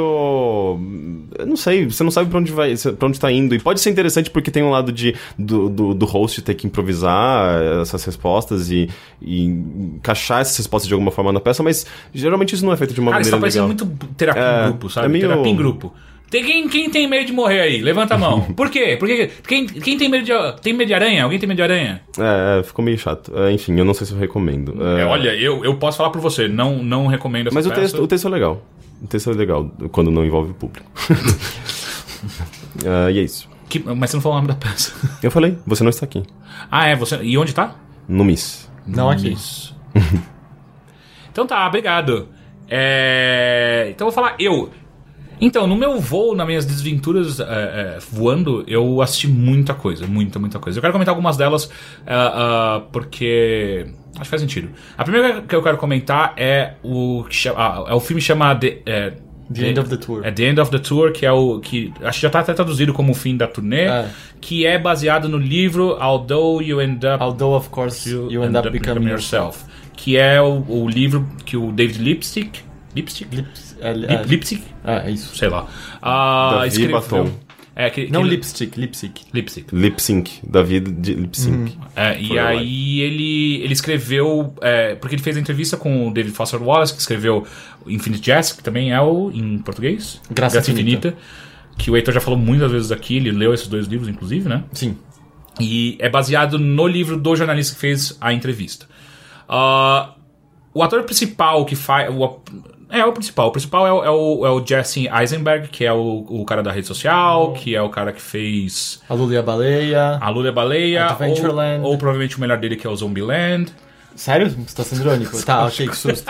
C: Eu não sei, você não sabe pra onde vai, para onde tá indo. E pode ser interessante porque tem um lado de, do, do, do host ter que improvisar eh, essas respostas e, e encaixar essas respostas de alguma forma na peça, mas geralmente isso não é feito de uma
A: Cara, isso
C: maneira
A: tá parecendo
C: legal.
A: muito terapia
C: É,
A: em grupo, sabe?
C: é meio-
A: Terapia em grupo. Tem quem, quem tem medo de morrer aí? Levanta a mão.
C: [laughs]
A: Por quê? Por quê? Quem, quem tem medo de. Tem medo de aranha? Alguém tem medo de aranha?
C: É, é, ficou meio chato. É, enfim, eu não sei se eu recomendo. É,
A: É, olha, eu, eu posso falar por você, não, não recomendo essa
C: mas o
A: peça.
C: texto, o texto é legal. O texto é legal quando não envolve o
A: [laughs]
C: público. Ah, e é isso.
A: Que- mas você não falou o nome da peça. [laughs]
C: Eu falei, você não está aqui.
A: Ah, é, você. E onde tá?
C: No Miss.
B: Não aqui.
A: Isso. então tá, obrigado. É, Então eu vou falar eu. Então, no meu voo, nas minhas desventuras é, é, voando, eu assisti muita coisa, muita, muita coisa. Eu quero comentar algumas delas ah, ah, porque acho que faz sentido. A primeira que eu quero comentar é o, que chama- ah, é o filme chamado The, é,
B: The End of the Tour.
A: é The End of the Tour, que é o que acho que já tá até traduzido como o fim da turnê,
B: É.
A: que é baseado no livro Although You End Up
B: Although, of course, you, end up becoming yourself.
A: que é o, o livro que o David Lipstick, Lipstick,
B: Lips, é,
A: Lip-
B: é,
A: Lipstick,
B: é, é isso.
A: sei lá, ah,
C: Davi
A: escreveu.
C: Batom.
A: É, que,
B: Não
A: que-
B: lipstick, lipstick.
A: Lipstick.
C: Lip Sync. Davi de Lip Sync.
A: É, e
C: Foi lá.
A: aí ele, ele escreveu. é, porque ele fez a entrevista com o David Foster Wallace, que escreveu Infinite Jazz, que também é o em português.
B: Graça Infinita.
A: Que o Heitor já falou muitas vezes aqui, ele leu esses dois livros, inclusive, né?
B: Sim.
A: E é baseado no livro do jornalista que fez a entrevista. Ah, o ator principal que faz. o ap- é o principal. O principal é o, é o, é o Jesse Eisenberg, que é o, o cara da rede social, que é o cara que fez
B: A Lula e a Baleia.
A: A Lula e a Baleia.
B: Adventureland.
A: Ou, ou provavelmente o melhor dele que é o Zombieland.
B: Sério? Você tá sendo [laughs] irônico? tá, achei que susto.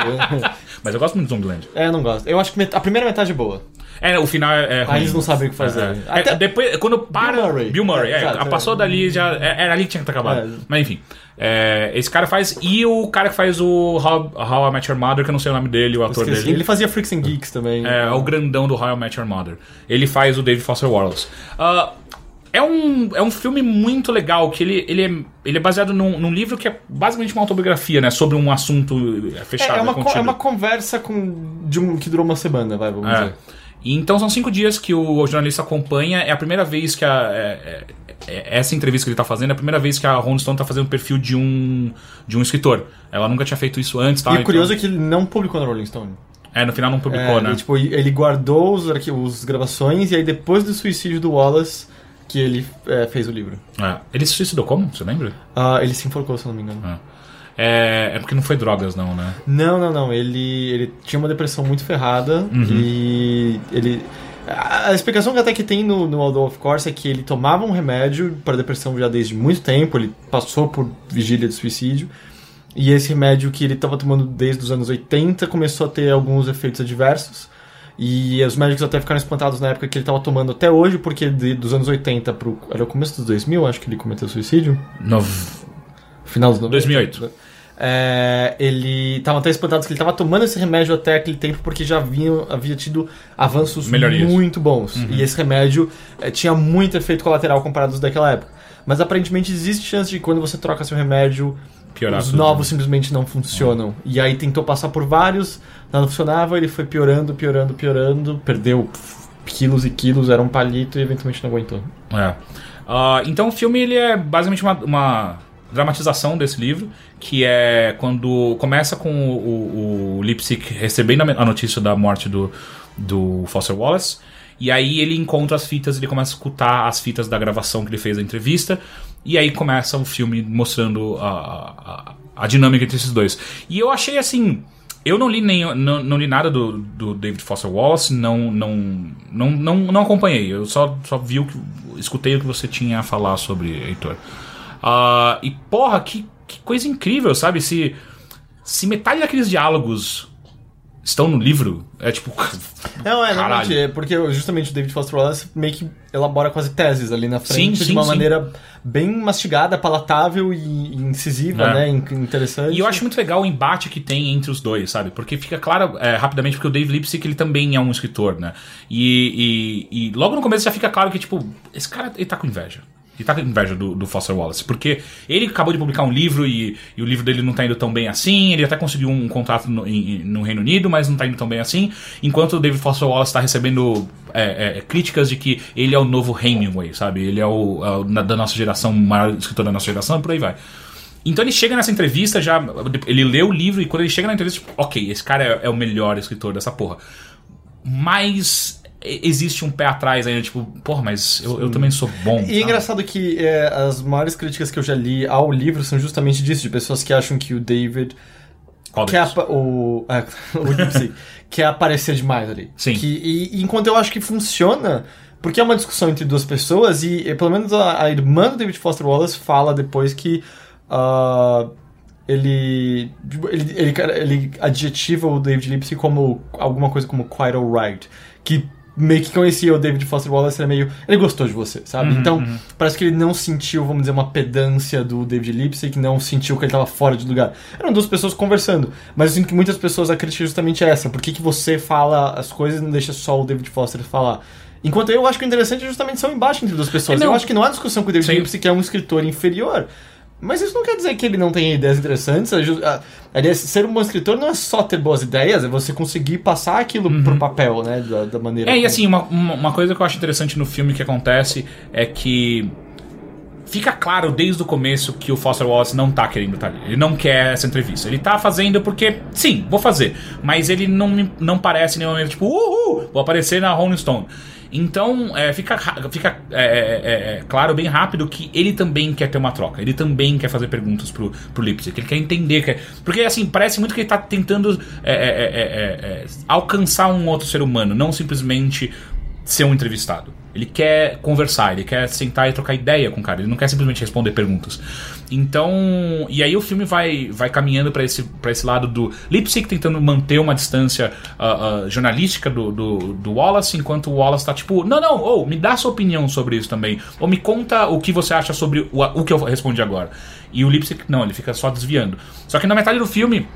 A: Mas eu gosto muito do Zombieland.
B: é, não gosto. Eu acho que met- a primeira metade é boa.
A: É, o final é. é ruim.
B: Aí eles não sabem o que fazer.
A: É, é,
B: Até-
A: depois, quando para.
B: Murray.
A: Bill Murray, é,
B: Exato,
A: passou
B: é.
A: dali, já. é, Era ali que tinha que ter acabado.
B: É.
A: Mas enfim. é, esse cara faz. E o cara que faz o How, How I Met Your Mother, que eu não sei o nome dele, o ator
B: Esqueci.
A: dele.
B: Ele fazia Freaks and Geeks também.
A: É, é o grandão do How I Met Your Mother. Ele faz o David Foster Wallace. Ah, é, um, é um filme muito legal, que ele, ele, é, ele é baseado num, num livro que é basicamente uma autobiografia, né? Sobre um assunto eh,
B: É,
A: fechado.
B: é uma, co-
A: contido.
B: é uma conversa com, de um, que durou uma semana, vai, vamos
A: É.
B: dizer.
A: E então são cinco dias que o jornalista acompanha. É a primeira vez que a. é- é- é- essa entrevista que ele tá fazendo é a primeira vez que a Rolling Stone tá fazendo o perfil de um, de um escritor. Ela nunca tinha feito isso antes, tá?
B: e o curioso é que ele não publicou na Rolling Stone.
A: Então, é, no final não publicou,
B: É,
A: né?
B: ele, tipo, ele guardou os, arqui- os gravações e aí depois do suicídio do Wallace que ele é, fez o livro.
A: É. Ele se suicidou como? Você lembra?
B: Ah, ele se enforcou, se eu não me engano.
A: É. É, é porque não foi drogas, não, né?
B: Não, não, não. Ele, ele tinha uma depressão muito ferrada e ele. A a explicação que até que tem no, no Although of Course é que ele tomava um remédio para depressão já desde muito tempo, ele passou por vigília de suicídio. E esse remédio que ele estava tomando desde os anos 80 começou a ter alguns efeitos adversos. E os médicos até ficaram espantados na época que ele estava tomando até hoje, porque de- dos anos 80 pro. Era o começo dos 2000, acho que ele cometeu suicídio.
A: Nov-
B: Final dos 90.
A: 2008.
B: É, ele estavam até espantados que ele estava tomando esse remédio até aquele tempo porque já vinha, havia tido avanços
A: Melhorias.
B: muito bons. E esse remédio eh, tinha muito efeito colateral comparado aos daquela época. Mas aparentemente existe chance de quando você troca seu remédio,
A: Piorar
B: os
A: tudo.
B: novos simplesmente não funcionam. E aí tentou passar por vários, nada funcionava, ele foi piorando, piorando, piorando, perdeu pf, quilos e quilos, era um palito e eventualmente não aguentou.
A: É. Ah, então o filme ele é basicamente uma, uma dramatização desse livro, que é quando começa com o, o, o Lipsick recebendo a me- a notícia da morte do, do Foster Wallace. E aí ele encontra as fitas, ele começa a escutar as fitas da gravação que ele fez da entrevista. E aí começa o filme mostrando a, a, a dinâmica entre esses dois. E eu achei assim. Eu não li, nem, não, não li nada do, do David Foster Wallace, não, não, não, não, não acompanhei. Eu só, só vi o que. escutei o que você tinha a falar sobre, Heitor. Ah, e porra, que, que coisa incrível, sabe? Se, se metade daqueles diálogos estão no livro, é tipo. [laughs]
B: Não, é,
A: Caralho.
B: não mentira, é porque justamente o David Foster Wallace meio que elabora quase teses ali na frente
A: Sim,
B: de
A: sim,
B: uma
A: sim.
B: maneira bem mastigada, palatável e e incisiva,
A: É.
B: né? in- Interessante.
A: E eu acho muito legal o embate que tem entre os dois, sabe? Porque fica claro é, rapidamente, porque o Dave Lipsick ele também é um escritor, né? E, e- e logo no começo já fica claro que, tipo, esse cara ele tá com inveja. Ele tá com inveja do, do Foster Wallace, porque ele acabou de publicar um livro e, e o livro dele não tá indo tão bem assim, ele até conseguiu um contrato no, em- em- no Reino Unido, mas não tá indo tão bem assim, enquanto o David Foster Wallace tá recebendo é, é, críticas de que ele é o novo Hemingway, sabe? Ele é o, é o na- da nossa geração, o maior escritor da nossa geração e por aí vai. Então ele chega nessa entrevista, já. Ele lê o livro e quando ele chega na entrevista, tipo, ok, esse cara é, é o melhor escritor dessa porra. Mas e- existe um pé atrás ainda, tipo, porra, mas eu, eu também sou bom.
B: E é engraçado que é, as maiores críticas que eu já li ao livro são justamente disso, de pessoas que acham que o David
A: Qual
B: quer,
A: deles?
B: apa- o, é, [laughs] o Gipsy quer aparecer demais ali.
A: Sim.
B: Que- e, e enquanto eu acho que funciona, porque é uma discussão entre duas pessoas, e, e pelo menos a, a irmã do David Foster Wallace fala depois que. ah, ele, tipo, ele, ele, ele adjetiva o David Lipsy como alguma coisa como quite alright. Que meio que conhecia o David Foster Wallace, era meio. Ele gostou de você, sabe?
A: Uhum,
B: então, parece que ele não sentiu, vamos dizer, uma pedância do David Lipsy, que não sentiu que ele tava fora de lugar. Eram duas pessoas conversando, mas eu sinto que muitas pessoas a crítica é justamente essa. Por que, que você fala as coisas e não deixa só o David Foster falar? Enquanto eu acho que o interessante é justamente ser o embate entre duas
A: É,
B: pessoas.
A: não.
B: Eu acho que não há discussão com o David
A: Sim.
B: Lipsy, que é um escritor inferior. Mas isso não quer dizer que ele não tenha ideias interessantes. a ju- a- Aliás, ser um bom escritor não é só ter boas ideias, é você conseguir passar aquilo
A: Uhum.
B: pro papel, né? Da, da maneira.
A: É, e
B: como-
A: assim, uma, uma uma coisa que eu acho interessante no filme que acontece é que. Fica claro desde o começo que o Foster Wallace não tá querendo estar ali. Ele não quer essa entrevista. Ele tá fazendo porque, sim, vou fazer. Mas ele não, me- não parece em nenhum momento, tipo, uhul, vou aparecer na Rolling Stone. Então, é, fica, ra- fica é, é, é, claro bem rápido que ele também quer ter uma troca. Ele também quer fazer perguntas pro, pro Lipsick. Ele quer entender. Quer... Porque, assim, parece muito que ele tá tentando é, é, é, é, é, alcançar um outro ser humano, não simplesmente ser um entrevistado. Ele quer conversar, ele quer sentar e trocar ideia com o cara, ele não quer simplesmente responder perguntas. Então, e aí o filme vai vai caminhando para esse para esse lado do Lipsick tentando manter uma distância ah, ah, jornalística do, do, do Wallace, enquanto o Wallace tá tipo, não, não, ou me dá sua opinião sobre isso também, ou me conta o que você acha sobre o, o que eu respondi agora. E o Lipsick não, ele fica só desviando. Só que na metade do filme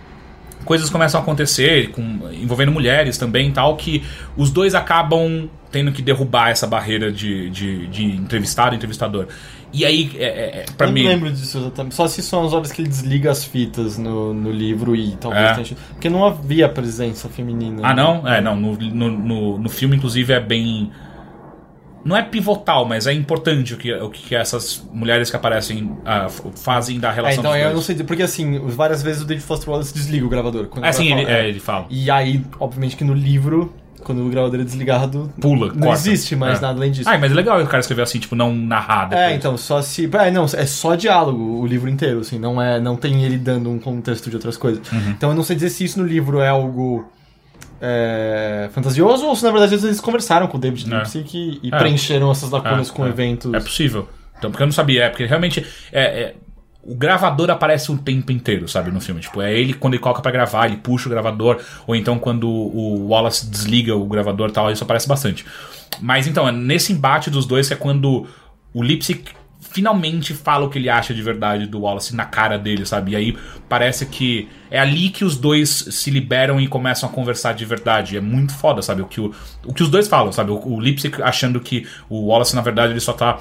A: coisas começam a acontecer, com- envolvendo mulheres também e tal, que os dois acabam tendo que derrubar essa barreira de, de, de entrevistado e entrevistador. E aí, é, é, é, pra
B: eu
A: mim.
B: não lembro disso exatamente. Só se são as horas que ele desliga as fitas no, no livro e talvez
A: É.
B: tenha- Porque não havia presença feminina. né?
A: Ah, não? É, não. No, no, no, no filme, inclusive, é bem. Não é pivotal, mas é importante o que, o que essas mulheres que aparecem ah, f- fazem da
B: É,
A: relação
B: então
A: dos
B: eu
A: dois.
B: não sei. dizer- Porque assim, várias vezes o David Foster Wallace desliga o gravador. quando
A: É assim,
B: vai
A: ele,
B: falar.
A: é, ele fala.
B: E aí, obviamente, que no livro, quando o gravador é desligado,
A: Pula,
B: não
A: corta.
B: existe mais
A: É.
B: nada além disso.
A: Ah, mas é legal o cara escrever assim, tipo, não narrar depois.
B: É, então, só se. É, não, é só diálogo o livro inteiro, assim, não é. Não tem ele dando um contexto de outras coisas.
A: Uhum.
B: Então eu não sei dizer se isso no livro é algo. é, fantasioso ou se na verdade eles conversaram com o David
A: É.
B: Lipsick e, e
A: É.
B: preencheram essas lacunas
A: É,
B: com
A: é.
B: eventos.
A: É possível. Então, porque eu não sabia, é porque realmente é, é, o gravador aparece o tempo inteiro, sabe, no filme. Tipo, é ele quando ele coloca pra gravar, ele puxa o gravador, ou então quando o Wallace desliga o gravador e tal, isso aparece bastante. Mas então, é nesse embate dos dois que é quando o Lipsick finalmente fala o que ele acha de verdade do Wallace na cara dele, sabe? E aí parece que é ali que os dois se liberam e começam a conversar de verdade. É muito foda, sabe? O que, o, o que os dois falam, sabe? O, o Lipsick achando que o Wallace, na verdade, ele só tá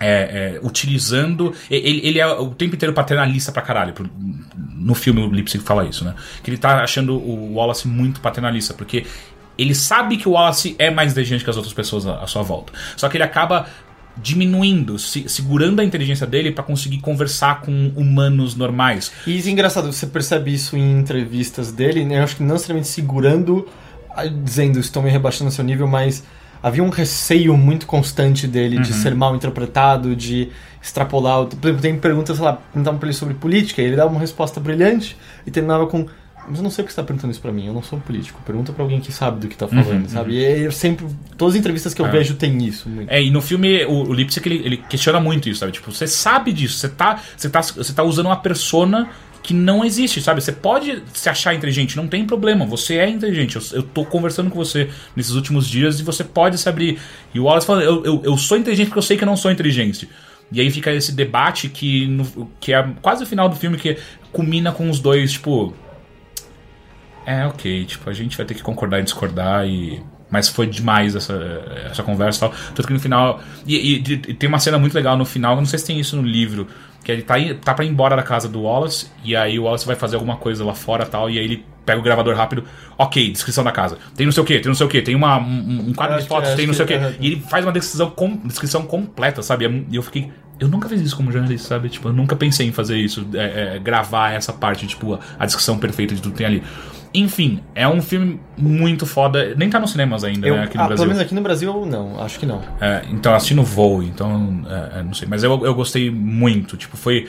A: é, é, utilizando. Ele, ele é o tempo inteiro paternalista pra caralho. Pro- No filme o Lipsick fala isso, né? Que ele tá achando o Wallace muito paternalista, porque ele sabe que o Wallace é mais inteligente que as outras pessoas à à sua volta. Só que ele acaba diminuindo, se- segurando a inteligência dele pra conseguir conversar com humanos normais.
B: E isso é engraçado, você percebe isso em entrevistas dele, né? Eu acho que não necessariamente segurando, ah, dizendo estou me rebaixando ao seu nível, mas havia um receio muito constante dele
A: Uhum.
B: de ser mal interpretado, de extrapolar. o- Por exemplo, tem perguntas, sei lá, perguntavam pra ele sobre política, e ele dava uma resposta brilhante e terminava com. Mas eu não sei porque você tá perguntando isso pra mim, eu não sou um político. Pergunta pra alguém que sabe do que tá falando, sabe? E eu sempre. Todas as entrevistas que eu
A: Uhum, É.
B: vejo tem isso muito.
A: É, e no filme o, o Lipsick ele, ele questiona muito isso, sabe? Tipo, você sabe disso, você tá, você tá, você tá usando uma persona que não existe, sabe? Você pode se achar inteligente, não tem problema, você é inteligente. Eu, eu tô conversando com você nesses últimos dias e você pode se abrir. E o Wallace fala, eu, eu, eu sou inteligente porque eu sei que eu não sou inteligente. E aí fica esse debate que, no- que é quase o final do filme que culmina com os dois, tipo. É, ok, tipo, a gente vai ter que concordar e discordar e. Mas foi demais essa, essa conversa e tal. Tanto que no final. E, e- e tem uma cena muito legal no final, eu não sei se tem isso no livro. Que ele tá, i- tá pra ir embora da casa do Wallace, e aí o Wallace vai fazer alguma coisa lá fora e tal, e aí ele pega o gravador rápido. Ok, descrição da casa. Tem não sei o que, tem não sei o que, tem uma, um, um quadro
B: Eu
A: de
B: acho que-
A: fotos,
B: eu
A: tem não
B: É,
A: sei
B: acho
A: o
B: que-
A: que.
B: aham.
A: E ele faz uma descrição, com- descrição completa, sabe? E é mu- E eu fiquei. Eu nunca fiz isso como jornalista, sabe? Tipo, eu nunca pensei em fazer isso, é, é, gravar essa parte, tipo, a, a descrição perfeita de tudo que tem ali. Enfim, é um filme muito foda. Nem tá nos cinemas ainda,
B: Eu,
A: né? Aqui no
B: ah, pelo
A: Brasil.
B: menos aqui no Brasil, não, acho que não.
A: É, então, eu assisti no voo, então, é, é, não sei. Mas eu, eu gostei muito, tipo, foi.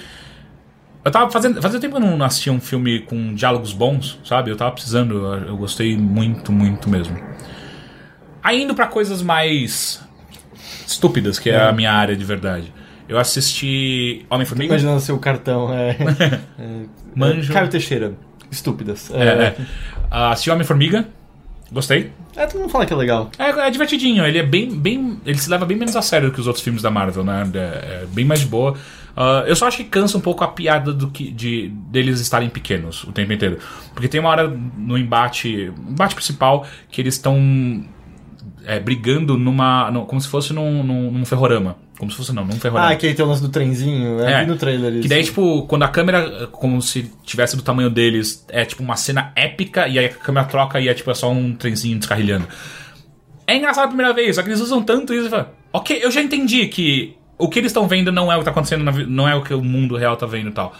A: Eu tava fazendo. Fazia tempo que eu não assistia um filme com diálogos bons, sabe? Eu tava precisando, eu, eu gostei muito, muito mesmo. Aí indo pra coisas mais estúpidas, que é, a minha área de verdade. Eu assisti Homem-Formiga.
B: Imaginando seu cartão.
A: [laughs]
B: É, é,
A: Manjo.
B: Caio Teixeira. Estúpidas.
A: É, é. Ah, assisti Homem-Formiga. Gostei.
B: É, todo mundo fala que é legal.
A: É, é divertidinho, ele é bem, bem. Ele se leva bem menos a sério que os outros filmes da Marvel, né? É, é bem mais de boa. Ah, eu só acho que cansa um pouco a piada do que, de deles estarem pequenos o tempo inteiro. Porque tem uma hora no embate. embate principal que eles estão é, brigando numa. no- como se fosse num, num, num ferrorama. Como se fosse não, num ferrorama.
B: Ah, que aí tem o lance do trenzinho. É,
A: É.
B: vi no trailer isso.
A: Que daí, tipo, quando a câmera, eh, como se tivesse do tamanho deles, é tipo uma cena épica, e aí a câmera troca e é tipo é só um trenzinho descarrilhando. É engraçado a primeira vez, só que eles usam tanto isso e falam, ok, eu já entendi que o que eles estão vendo não é o que tá acontecendo, na vi- não é o que o mundo real tá vendo e tal.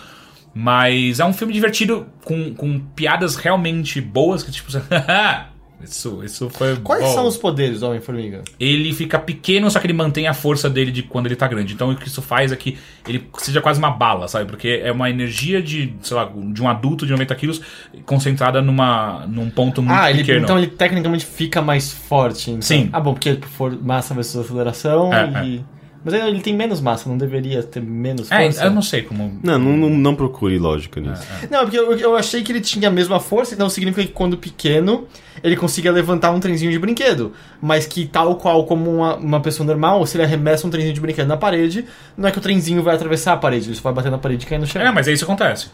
A: Mas é um filme divertido, com, com piadas realmente boas, que tipo, [laughs] você, "Haha, isso, isso foi
B: Quais
A: bom."
B: são os poderes do Homem-Formiga?
A: ele fica pequeno, só que ele mantém a força dele de quando ele tá grande. Então o que isso faz é que ele seja quase uma bala, sabe? Porque é uma energia de, sei lá, de um adulto de 90 quilos concentrada numa, num ponto muito
B: Ah, ele,
A: pequeno.
B: então ele tecnicamente fica mais forte. então.
A: Sim.
B: Ah, bom, porque ele for massa versus aceleração
A: É,
B: e... Mas aí ele tem menos massa, não deveria ter menos
A: É,
B: força.
A: eu não sei como.
C: Não, não, não, não procure lógica nisso.
A: É,
B: Não, porque eu, eu achei que ele tinha a mesma força, então significa que quando pequeno ele consiga levantar um trenzinho de brinquedo. Mas que tal qual como uma, uma pessoa normal, se ele arremessa um trenzinho de brinquedo na parede, não é que o trenzinho vai atravessar a parede, ele só vai bater na parede e cair no chão.
A: É, mas é isso que acontece.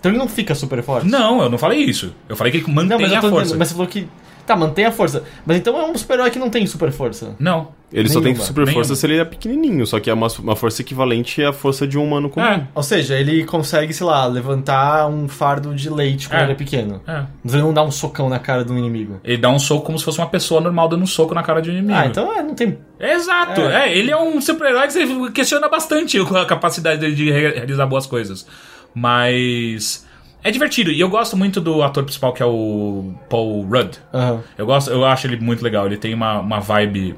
B: Então ele não fica super forte.
A: Não, eu não falei isso. Eu falei que ele mantém
B: Não, mas eu
A: a
B: tô
A: força.
B: entendendo. Mas você falou que. Tá, mantém a força. Mas então é um super-herói que não tem super força.
A: Não.
C: Ele só tem
B: Nenhuma.
C: super força
A: Nenhuma.
C: se ele é pequenininho, só que é uma, uma força equivalente à força de um humano comum.
A: É,
B: Ou seja, ele consegue, sei lá, levantar um fardo de leite quando
A: É.
B: ele é pequeno.
A: é.
B: Mas ele não dá um socão na cara do inimigo.
A: Ele dá um soco como se fosse uma pessoa normal dando um soco na cara de um inimigo.
B: Ah, então é, não tem
A: Exato, é.
B: É.
A: ele é um super-herói que você questiona bastante a capacidade dele de re- realizar boas coisas. Mas é divertido e eu gosto muito do ator principal que é o Paul Rudd.
B: Aham.
A: Eu gosto, eu acho ele muito legal, ele tem uma, uma vibe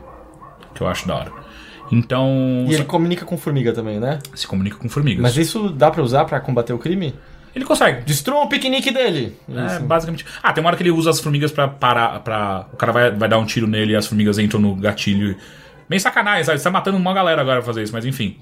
A: que eu acho da hora. Então,
B: E ele
A: só-
B: comunica com formiga também, né?
A: se comunica com formigas.
B: Mas isso dá pra usar pra combater o crime?
A: Ele consegue.
B: Destrua o piquenique dele!
A: É, basicamente. Ah, tem uma hora que ele usa as formigas pra parar. Pra... O cara vai, vai dar um tiro nele e as formigas entram no gatilho. Bem sacanagem, sabe? Você tá matando uma galera agora pra fazer isso, mas enfim.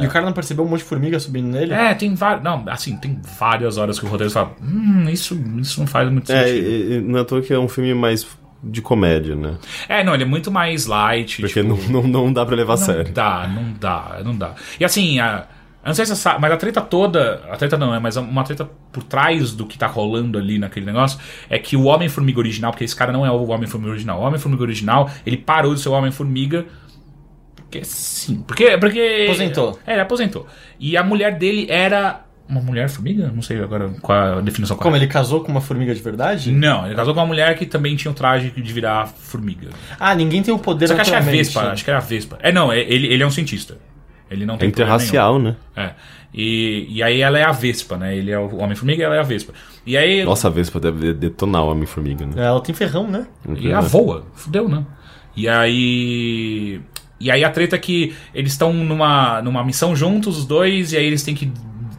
B: E o cara não percebeu um monte de formiga subindo nele?
A: É, tem várias. Não, assim, tem várias horas que o roteiro fala. Hum, isso, isso não faz muito
C: É,
A: sentido.
C: e- e não é à toa que é um filme mais de comédia, né?
A: É, não, ele é muito mais light.
C: Porque não, não, não dá pra levar a
A: Tipo um- Não
C: sério.
A: dá, não dá, não dá. E assim, a, eu não sei se você sabe, mas a treta toda. A treta não é, mas uma treta por trás do que tá rolando ali naquele negócio é que o Homem-Formiga original, porque esse cara não é o Homem-Formiga original. O Homem-Formiga original, ele parou de ser o Homem-Formiga. Porque sim. Porque. porque
B: Aposentou.
A: É, ele aposentou. E a mulher dele era. Uma mulher formiga? Não sei agora qual a definição correta.
B: Como, ele casou com uma formiga de verdade?
A: Não, ele casou com uma mulher que também tinha o traje de virar formiga.
B: Ah, ninguém tem o poder
A: Só que acho que é a
B: naturalmente.
A: Vespa, acho que era a Vespa. É, não, é- ele, ele é um cientista. Ele não
C: É
A: tem problema
C: interracial, né?
A: nenhum. É. E, e aí ela é a Vespa, né? Ele é o Homem-Formiga e ela é a Vespa. E aí.
C: Nossa, a Vespa deve detonar o Homem-Formiga, né?
B: Ela tem É, ferrão, né?
A: E ela voa. Fudeu, né? E aí. E aí a treta é que eles estão numa, numa missão juntos, os dois, e aí eles têm que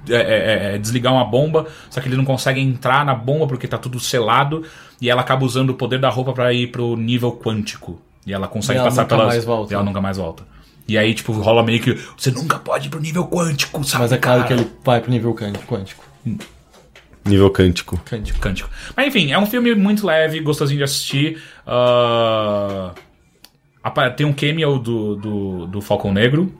A: é, é, é, desligar uma bomba, só que eles não conseguem entrar na bomba porque tá tudo selado, e ela acaba usando o poder da roupa pra ir pro nível quântico. E ela consegue
B: E ela
A: passar
B: nunca
A: pelas.
B: mais volta.
A: E ela nunca mais volta. E aí, tipo, rola meio que. Você nunca pode ir pro nível quântico, sabe?
B: Mas é claro
A: Hum, cara?"
B: que ele vai pro nível cân- quântico.
C: Nível cântico.
B: Cântico.
A: Cântico. Mas enfim, é um filme muito leve, gostosinho de assistir. Ah, apa- Tem um cameo do, do, do Falcão Negro,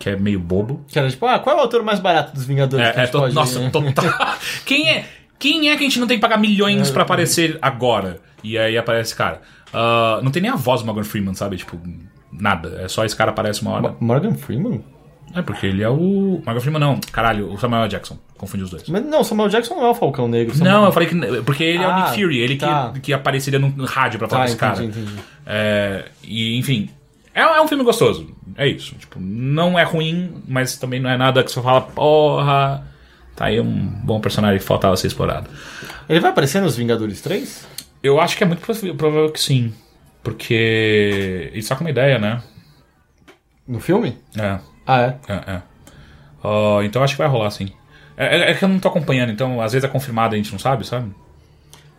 A: que é meio bobo.
B: Que era tipo, ah, qual é o autor mais barato dos Vingadores? que a
A: É, é
B: gente
A: to-
B: pode- né?
A: nossa,
B: [laughs]
A: total. quem, é, quem é que a gente não tem que pagar milhões
B: É,
A: pra aparecer agora? E aí aparece, esse cara. Ah, não tem nem a voz do Morgan Freeman, sabe? Tipo, nada. É só esse cara aparece uma hora.
B: Ma- Morgan Freeman?
A: É porque ele é o. Morgan Freeman não, caralho, o Samuel Jackson. Confundi os dois.
B: Mas não, Samuel Jackson não é o Falcão Negro. Samuel...
A: Não, eu falei que. Porque ele é o
B: Ah,
A: Nick Fury, ele
B: tá.
A: que, que apareceria no rádio pra falar
B: Tá,
A: desse cara.
B: entendi, entendi.
A: É, e, enfim. É, é um filme gostoso. É isso. Tipo, não é ruim, mas também não é nada que você fala, porra. Tá aí um bom personagem que faltava ser explorado.
B: Ele vai aparecer nos Vingadores 3?
A: Eu acho que é muito prof- provável que sim. Porque. E só com uma ideia, né?
B: No filme?
A: É,
B: Ah, é.
A: é, é. Ó, então acho que vai rolar sim. É, é- é que eu não tô acompanhando, então às vezes é confirmado e a gente não sabe, sabe?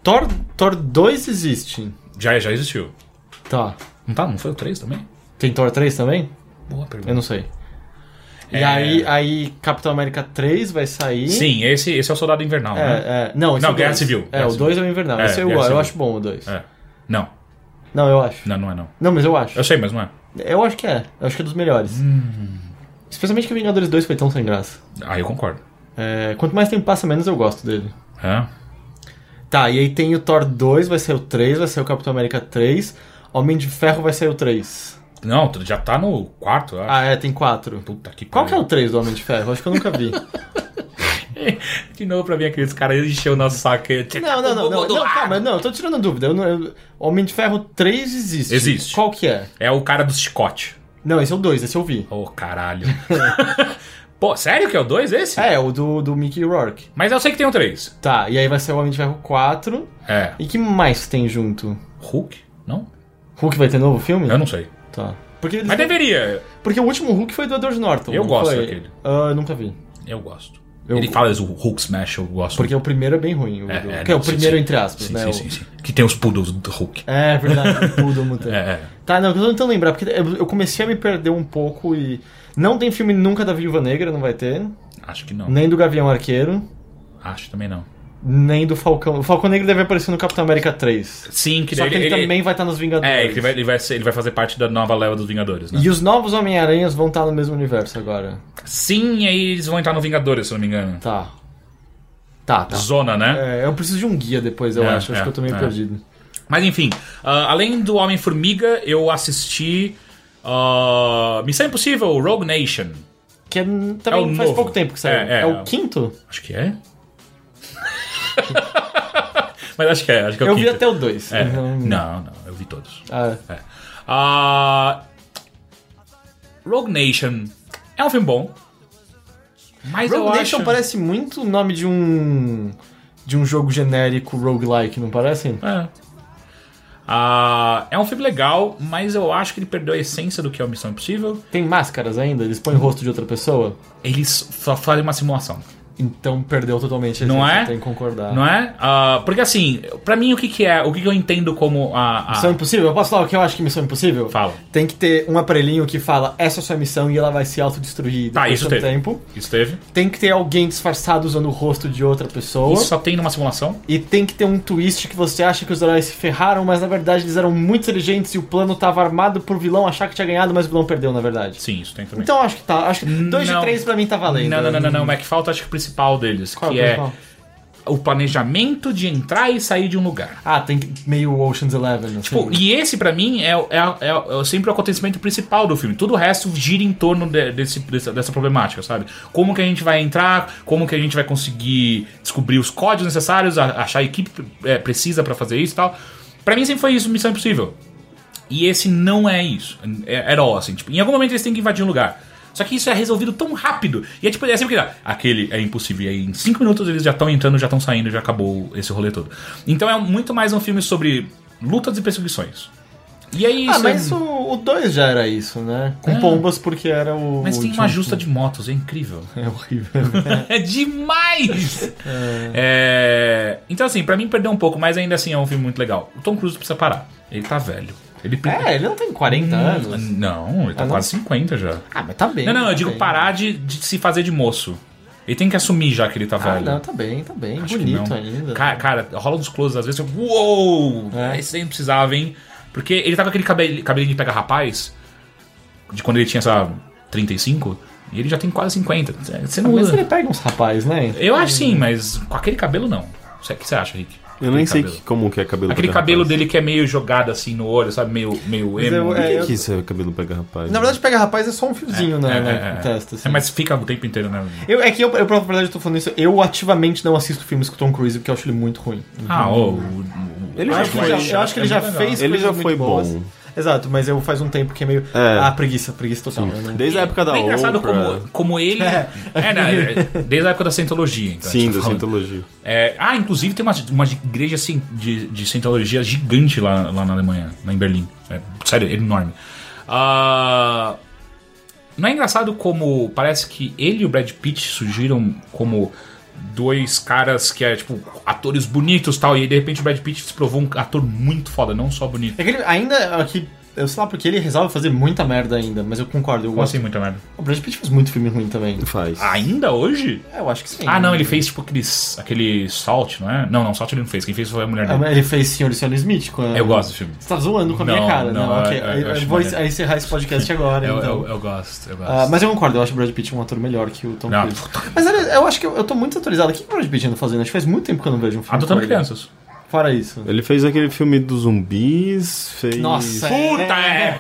B: Thor, Thor 2 existe.
A: Já, já existiu.
B: Tá.
A: Não tá? Não foi o 3 também?
B: Tem Thor 3 também?
A: Boa pergunta.
B: Eu não sei. E
A: É.
B: aí, aí Capitão América 3 vai sair.
A: Sim, esse, esse é o Soldado Invernal, né?
B: É, é. Não, esse
A: Não,
B: é o
A: Guerra
B: dois.
A: Civil.
B: É,
A: Guerra
B: o 2 é o Invernal.
A: É,
B: Esse eu,
A: Guerra
B: gosto, eu
A: Civil.
B: acho bom o 2.
A: É. Não,
B: Não, eu acho.
A: não, não é não.
B: Não, mas eu acho.
A: Eu Hum. sei, mas não é.
B: Eu acho que é. Eu acho que é dos melhores. Especialmente que Vingadores 2 foi tão sem graça.
A: Ah, eu concordo.
B: É, quanto mais tempo passa, menos eu gosto dele.
A: É.
B: Tá, e aí tem o Thor 2, vai ser o 3, vai ser o Capitão América 3. Homem de Ferro vai ser o 3.
A: Não, tu já tá no quarto, eu acho.
B: Ah, é, tem 4.
A: Puta que
B: Qual que é o 3 do Homem de Ferro? Acho que eu
A: [laughs]
B: nunca vi.
A: é? [laughs] De novo pra mim aqueles caras encheu o nosso saco. Ah,
B: não, não, não, não, não, calma, não, eu tô tirando dúvida. Eu não- eu- Homem de Ferro 3 existe.
A: Existe.
B: Qual que é?
A: É o cara do chicote.
B: Não, esse é o 2, esse eu vi.
A: Ô,
B: [laughs]
A: caralho. Pô, sério que é o 2 esse?
B: É, o do, do Mickey Rourke.
A: Mas eu sei que tem o 3.
B: Tá, e aí vai ser o Homem de Ferro 4.
A: É.
B: E que mais tem junto?
A: Hulk? Não?
B: Hulk vai ter novo filme?
A: Eu não sei.
B: Tá. Porque, eles-
A: Mas deveria.
B: porque o último Hulk foi do Edward Norton.
A: Eu
B: não
A: gosto
B: foi?
A: daquele.
B: Ah, eu nunca vi.
A: Eu gosto.
B: Eu-
A: Ele fala isso, o Hulk Smash, eu gosto.
B: Porque o primeiro é bem ruim. O,
A: É,
B: do-
A: é,
B: que é o
A: não, sim,
B: primeiro,
A: sim.
B: entre aspas,
A: sim,
B: né?
A: sim,
B: o-
A: sim, sim. Que tem os poodles do Hulk.
B: É
A: [laughs]
B: verdade, tudo mutante.
A: É, é.
B: Tá, não, eu tô tentando lembrar, porque eu eu comecei a me perder um pouco e. Não tem filme nunca da Viúva Negra, não vai ter.
A: Acho que não.
B: Nem do Gavião Arqueiro,
A: Acho também não.
B: nem do Falcão. O Falcão Negro deve aparecer no Capitão América 3.
A: Sim, que
B: Só
A: daí
B: que ele, também vai estar nos Vingadores.
A: É, que ele vai, ele, vai ser- ele vai fazer parte da nova leva dos Vingadores, né?
B: E os novos Homem-Aranhas vão estar no mesmo universo agora.
A: Sim, e aí eles vão entrar no Vingadores, se eu não me engano.
B: Tá. Tá, tá.
A: Zona, né?
B: É, eu preciso de um guia depois, eu
A: É,
B: acho. Acho
A: é,
B: que eu tô meio
A: é.
B: perdido.
A: Mas enfim, ah, além do Homem-Formiga, eu assisti. ah, Missão Impossível, Rogue Nation.
B: Que é- também
A: É o
B: faz
A: novo.
B: pouco tempo que saiu.
A: É, é, é.
B: o quinto?
A: Acho que é. [laughs] Mas acho que é, acho que é o
B: eu vi
A: quinto.
B: até o dois.
A: É.
B: Então,
A: Não, não, eu vi todos.
B: ah,
A: É. Ah, Rogue Nation é um filme bom. Mas eu
B: Rogue Nation
A: acho...
B: parece muito o nome de um. De um jogo genérico roguelike, não parece?
A: É. Ah, é um filme legal, mas eu acho que ele perdeu a essência do que é o Missão Impossível.
B: Tem máscaras ainda? Eles põem o rosto de outra pessoa?
A: Eles só fazem uma simulação,
B: Então perdeu totalmente a
A: Não
B: essência,
A: é?
B: Tem que concordar.
A: não é? Ah, porque assim, pra mim o que, que é, o que, que eu entendo como a. a-
B: Missão Impossível? Eu posso falar o que eu acho que é Missão Impossível?
A: Fala.
B: Tem que ter um aparelhinho que fala essa é a sua missão e ela vai se autodestruir
A: Tá,
B: depois
A: isso
B: de um
A: teve.
B: tempo.
A: Isso teve.
B: Tem que ter alguém disfarçado usando o rosto de outra pessoa.
A: Isso só tem numa simulação.
B: E tem que ter um twist que você acha que os heróis se ferraram, mas na verdade eles eram muito inteligentes e o plano tava armado pro vilão achar que tinha ganhado, mas o vilão perdeu, na verdade.
A: Sim, isso tem também.
B: Então acho que tá. Acho que 2 de
A: Não.
B: 3 pra mim tá valendo.
A: não, não, não, não, não. Mas que falta acho que o principal deles,
B: Qual
A: que
B: é o
A: é
B: principal?
A: o planejamento de entrar e sair de um lugar.
B: Ah, tem que- meio Ocean's Eleven. Assim.
A: Tipo, e esse pra mim é, é, é- é sempre o acontecimento principal do filme. Tudo o resto gira em torno de- desse, dessa, dessa problemática, sabe? Como que a gente vai entrar, como que a gente vai conseguir descobrir os códigos necessários, a- achar a equipe é, precisa pra fazer isso e tal. Pra mim sempre foi isso, Missão Impossível. E esse não é isso. É, era ó, assim, tipo, em algum momento eles têm que invadir um lugar. Só que isso é resolvido tão rápido. E é tipo, é sempre que dá. Aquele é impossível. E aí, em cinco minutos eles já estão entrando, já estão saindo, um já acabou esse rolê todo. Então é muito mais um filme sobre lutas e perseguições. E aí
B: Ah,
A: isso.
B: mas o 2 já era isso, né? Com
A: É.
B: pombas, porque era o.
A: Mas tem
B: o
A: uma
B: último.
A: justa de motos, é incrível.
B: É horrível.
A: [laughs] É demais! É, Então, assim, pra mim perdeu um pouco, mas ainda assim é um filme muito legal. O Tom Cruise precisa parar. Ele tá velho. Ele pre-
B: é, ele não tem 40 anos.
A: Não, ele tá
B: Ah, não?
A: quase 50 já.
B: Ah, mas tá bem.
A: Hum, Não, não, eu digo
B: bem.
A: parar de, de se fazer de moço. Ele tem que assumir já que ele tá
B: Ah,
A: velho.
B: não, tá bem, tá bem.
A: Acho que
B: Bonito
A: não.
B: ainda.
A: Cara, cara, rola uns closes às vezes, eu, uou!
B: É.
A: Esse daí não precisava, hein? Porque ele tava com aquele cabelo, cabelinho de pega rapaz, de quando ele tinha, sei lá, 35, e ele já tem quase 50. Você não
B: Ah, Mas
A: usa.
B: ele pega uns rapazes, né?
A: Eu acho sim, mas com aquele cabelo não. O que você acha, Rick?
C: Eu nem
A: Aquele
C: sei
A: cabelo.
C: que- como que é cabelo
A: Aquele
C: pega
A: cabelo
C: rapaz.
A: dele que é meio jogado assim no olho, sabe? Meio, meio
B: Mas
A: emo.
B: eu-
C: Por
A: É,
C: que,
B: É,
C: que isso é cabelo pega rapaz?
B: Na verdade, pega rapaz é só um fiozinho na, na
A: é, é.
B: testa. assim.
A: É, mas fica o tempo inteiro, né?
B: Eu- é que eu, eu, na verdade, eu tô falando isso. Eu ativamente não assisto filmes com Tom Cruise porque eu acho ele muito ruim.
A: Ah, ô.
C: Ele
B: Eu
C: já
B: acho que ele
C: foi.
B: já, eu acho que ele
A: É
B: já
A: muito legal.
B: fez
C: Ele
B: coisas
C: já
B: muito
C: foi
B: boas.
C: bom.
B: Exato, mas eu faz um tempo que é meio.
C: É.
B: Ah, preguiça, preguiça total. Né?
C: Desde a época da
A: É engraçado
C: Oprah.
A: como, como ele. É, né? Desde a época da Scientologia, então. a gente
C: Sim,
A: tá
C: da
A: falando.
C: Scientologia.
A: É, ah, inclusive tem uma, uma igreja assim, de, de Scientologia gigante lá, lá na Alemanha, lá em Berlim. É, sério, é enorme. Ah, não é engraçado como parece que ele e o Brad Pitt surgiram como dois caras que é tipo atores bonitos e tal, e aí, de repente o Brad Pitt se provou um ator muito foda, não só bonito.
B: É que ele ainda. Aqui, eu sei lá porque ele resolve fazer muita merda ainda, mas eu concordo. Eu
A: Como
B: gosto.
A: assim, muita merda?
B: O Brad Pitt faz muito filme ruim também.
C: Faz.
A: Ainda hoje?
B: É, eu acho que sim.
A: Ah, não, ele fez tipo aqueles, aquele Salt, não é? Não, não, Salt ele não fez. Quem fez foi a mulher
B: Ah,
A: dele.
B: mas Ele fez Senhor e Senhora Smith. Com a-
A: Eu gosto do filme.
B: Você tá zoando com a minha
A: Não,
B: cara, não,
A: não,
B: ok.
A: eu- eu
B: eu,
A: acho
B: vou
A: maneiro.
B: encerrar esse podcast
A: [laughs]
B: agora,
A: Eu,
B: então.
A: eu, eu gosto, eu gosto.
B: Ah, mas eu concordo, eu acho o Brad Pitt um ator melhor que o Tom
A: Não.
B: Cruise. Mas olha, eu acho que eu, eu tô muito atualizado. O que que o Brad Pitt anda fazendo? Acho que faz muito tempo que eu não vejo um filme.
A: Adotando
B: com ele.
A: crianças.
B: Fora isso.
C: Ele fez aquele filme dos zumbis, fez...
B: Nossa,
A: Puta, é!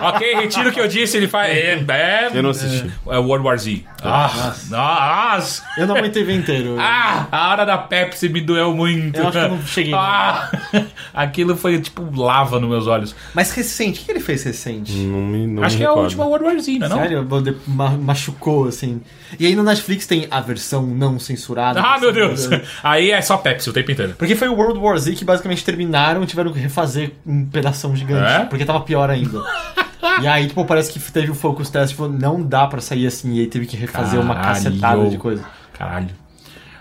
A: ok, retiro o que eu disse, ele faz. É, é,
C: Eu não assisti.
A: é World War Z. Ah, nossa!
B: Eu não aguentei ver inteiro.
A: Ah, a hora da Pepsi me doeu muito.
B: Eu acho que eu não cheguei.
A: Ah, [laughs] aquilo foi tipo lava nos meus olhos.
B: Mas recente, o que que ele fez recente?
C: Não me, não
A: acho
C: me
A: que é a
C: recordo.
A: última World War Z, não é? não?
B: Sério, de- ma- machucou, assim. E aí no Netflix tem a versão não censurada.
A: Ah, meu Deus!
B: Censurada.
A: Aí é só Pepsi o tempo inteiro.
B: [laughs] Porque foi o World War Z que basicamente terminaram e tiveram que refazer um pedação gigante.
A: É?
B: Porque tava pior ainda.
A: [laughs]
B: e aí, tipo, parece que teve o Focus Test e falou, não dá pra sair assim. E aí teve que refazer uma
A: Caralho.
B: cacetada de coisa.
A: Caralho.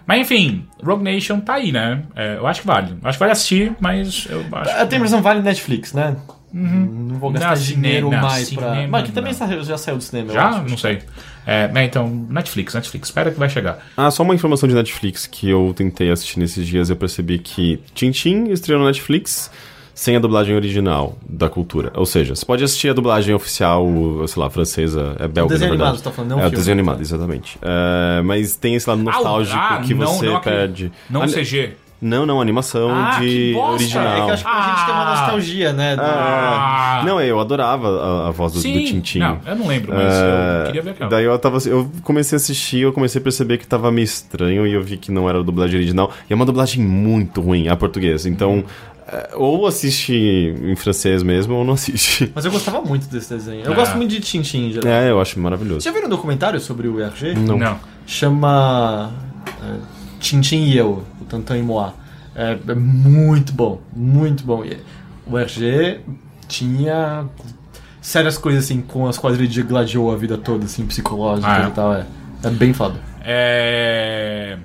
A: Mas enfim, Rogue Nation tá aí, né? É, eu acho que vale. Acho que vale assistir, mas eu acho.
B: Eu tenho a impressão que vale Netflix, né? Não vou gastar
A: Na
B: dinheiro
A: Uhum. cinema,
B: mais pra.
A: cinema,
B: Mas que também
A: não.
B: sa- já saiu do cinema, eu
A: Já?
B: acho.
A: Não sei. É, né, então, Netflix, Netflix. Espera que vai chegar.
C: Ah, só uma informação de Netflix que eu tentei assistir nesses dias eu percebi que Tintin estreou no Netflix sem a dublagem original da cultura. Ou seja, você pode assistir a dublagem oficial, sei lá, francesa, é
B: Desenho
C: belga, na verdade.
B: animado, você tá falando, não
C: É, o
B: filme.
C: desenho animado, exatamente. É, mas tem esse lado nostálgico
A: ah,
C: que
A: não-
C: você
A: não aquele-
C: perde.
A: Não
C: Ah,
A: CG.
C: Não, não, animação
A: Ah, que
C: de
A: bosta!
C: original. É.
B: É que eu acho que a gente tem uma
A: Ah.
B: nostalgia, né? do-
A: Ah,
C: Não, eu adorava a, a voz do, do
A: Sim,
C: Tintin.
A: não, eu não lembro, mas eu
C: É,
A: queria ver aquela.
C: Daí eu tava. Eu comecei a assistir, eu comecei a perceber que tava meio estranho e eu vi que não era a dublagem original. E é uma dublagem muito ruim, a portuguesa. Então, é, ou assiste em francês mesmo, ou não assiste. [laughs]
B: Mas eu gostava muito desse desenho. Eu
A: Ah.
B: gosto muito de Tintin. em geral.
C: É, eu acho maravilhoso.
B: Vocês já viram um documentário sobre o RG?
C: Não.
A: Não.
B: Chama. é, Tintin e eu, o Tantan e Moá. É, é muito bom, muito bom. E O RG tinha sérias coisas assim com as quais ele gladiou a vida toda, assim, psicológica
A: Ah, é?
B: e tal. É, é bem foda.
A: É...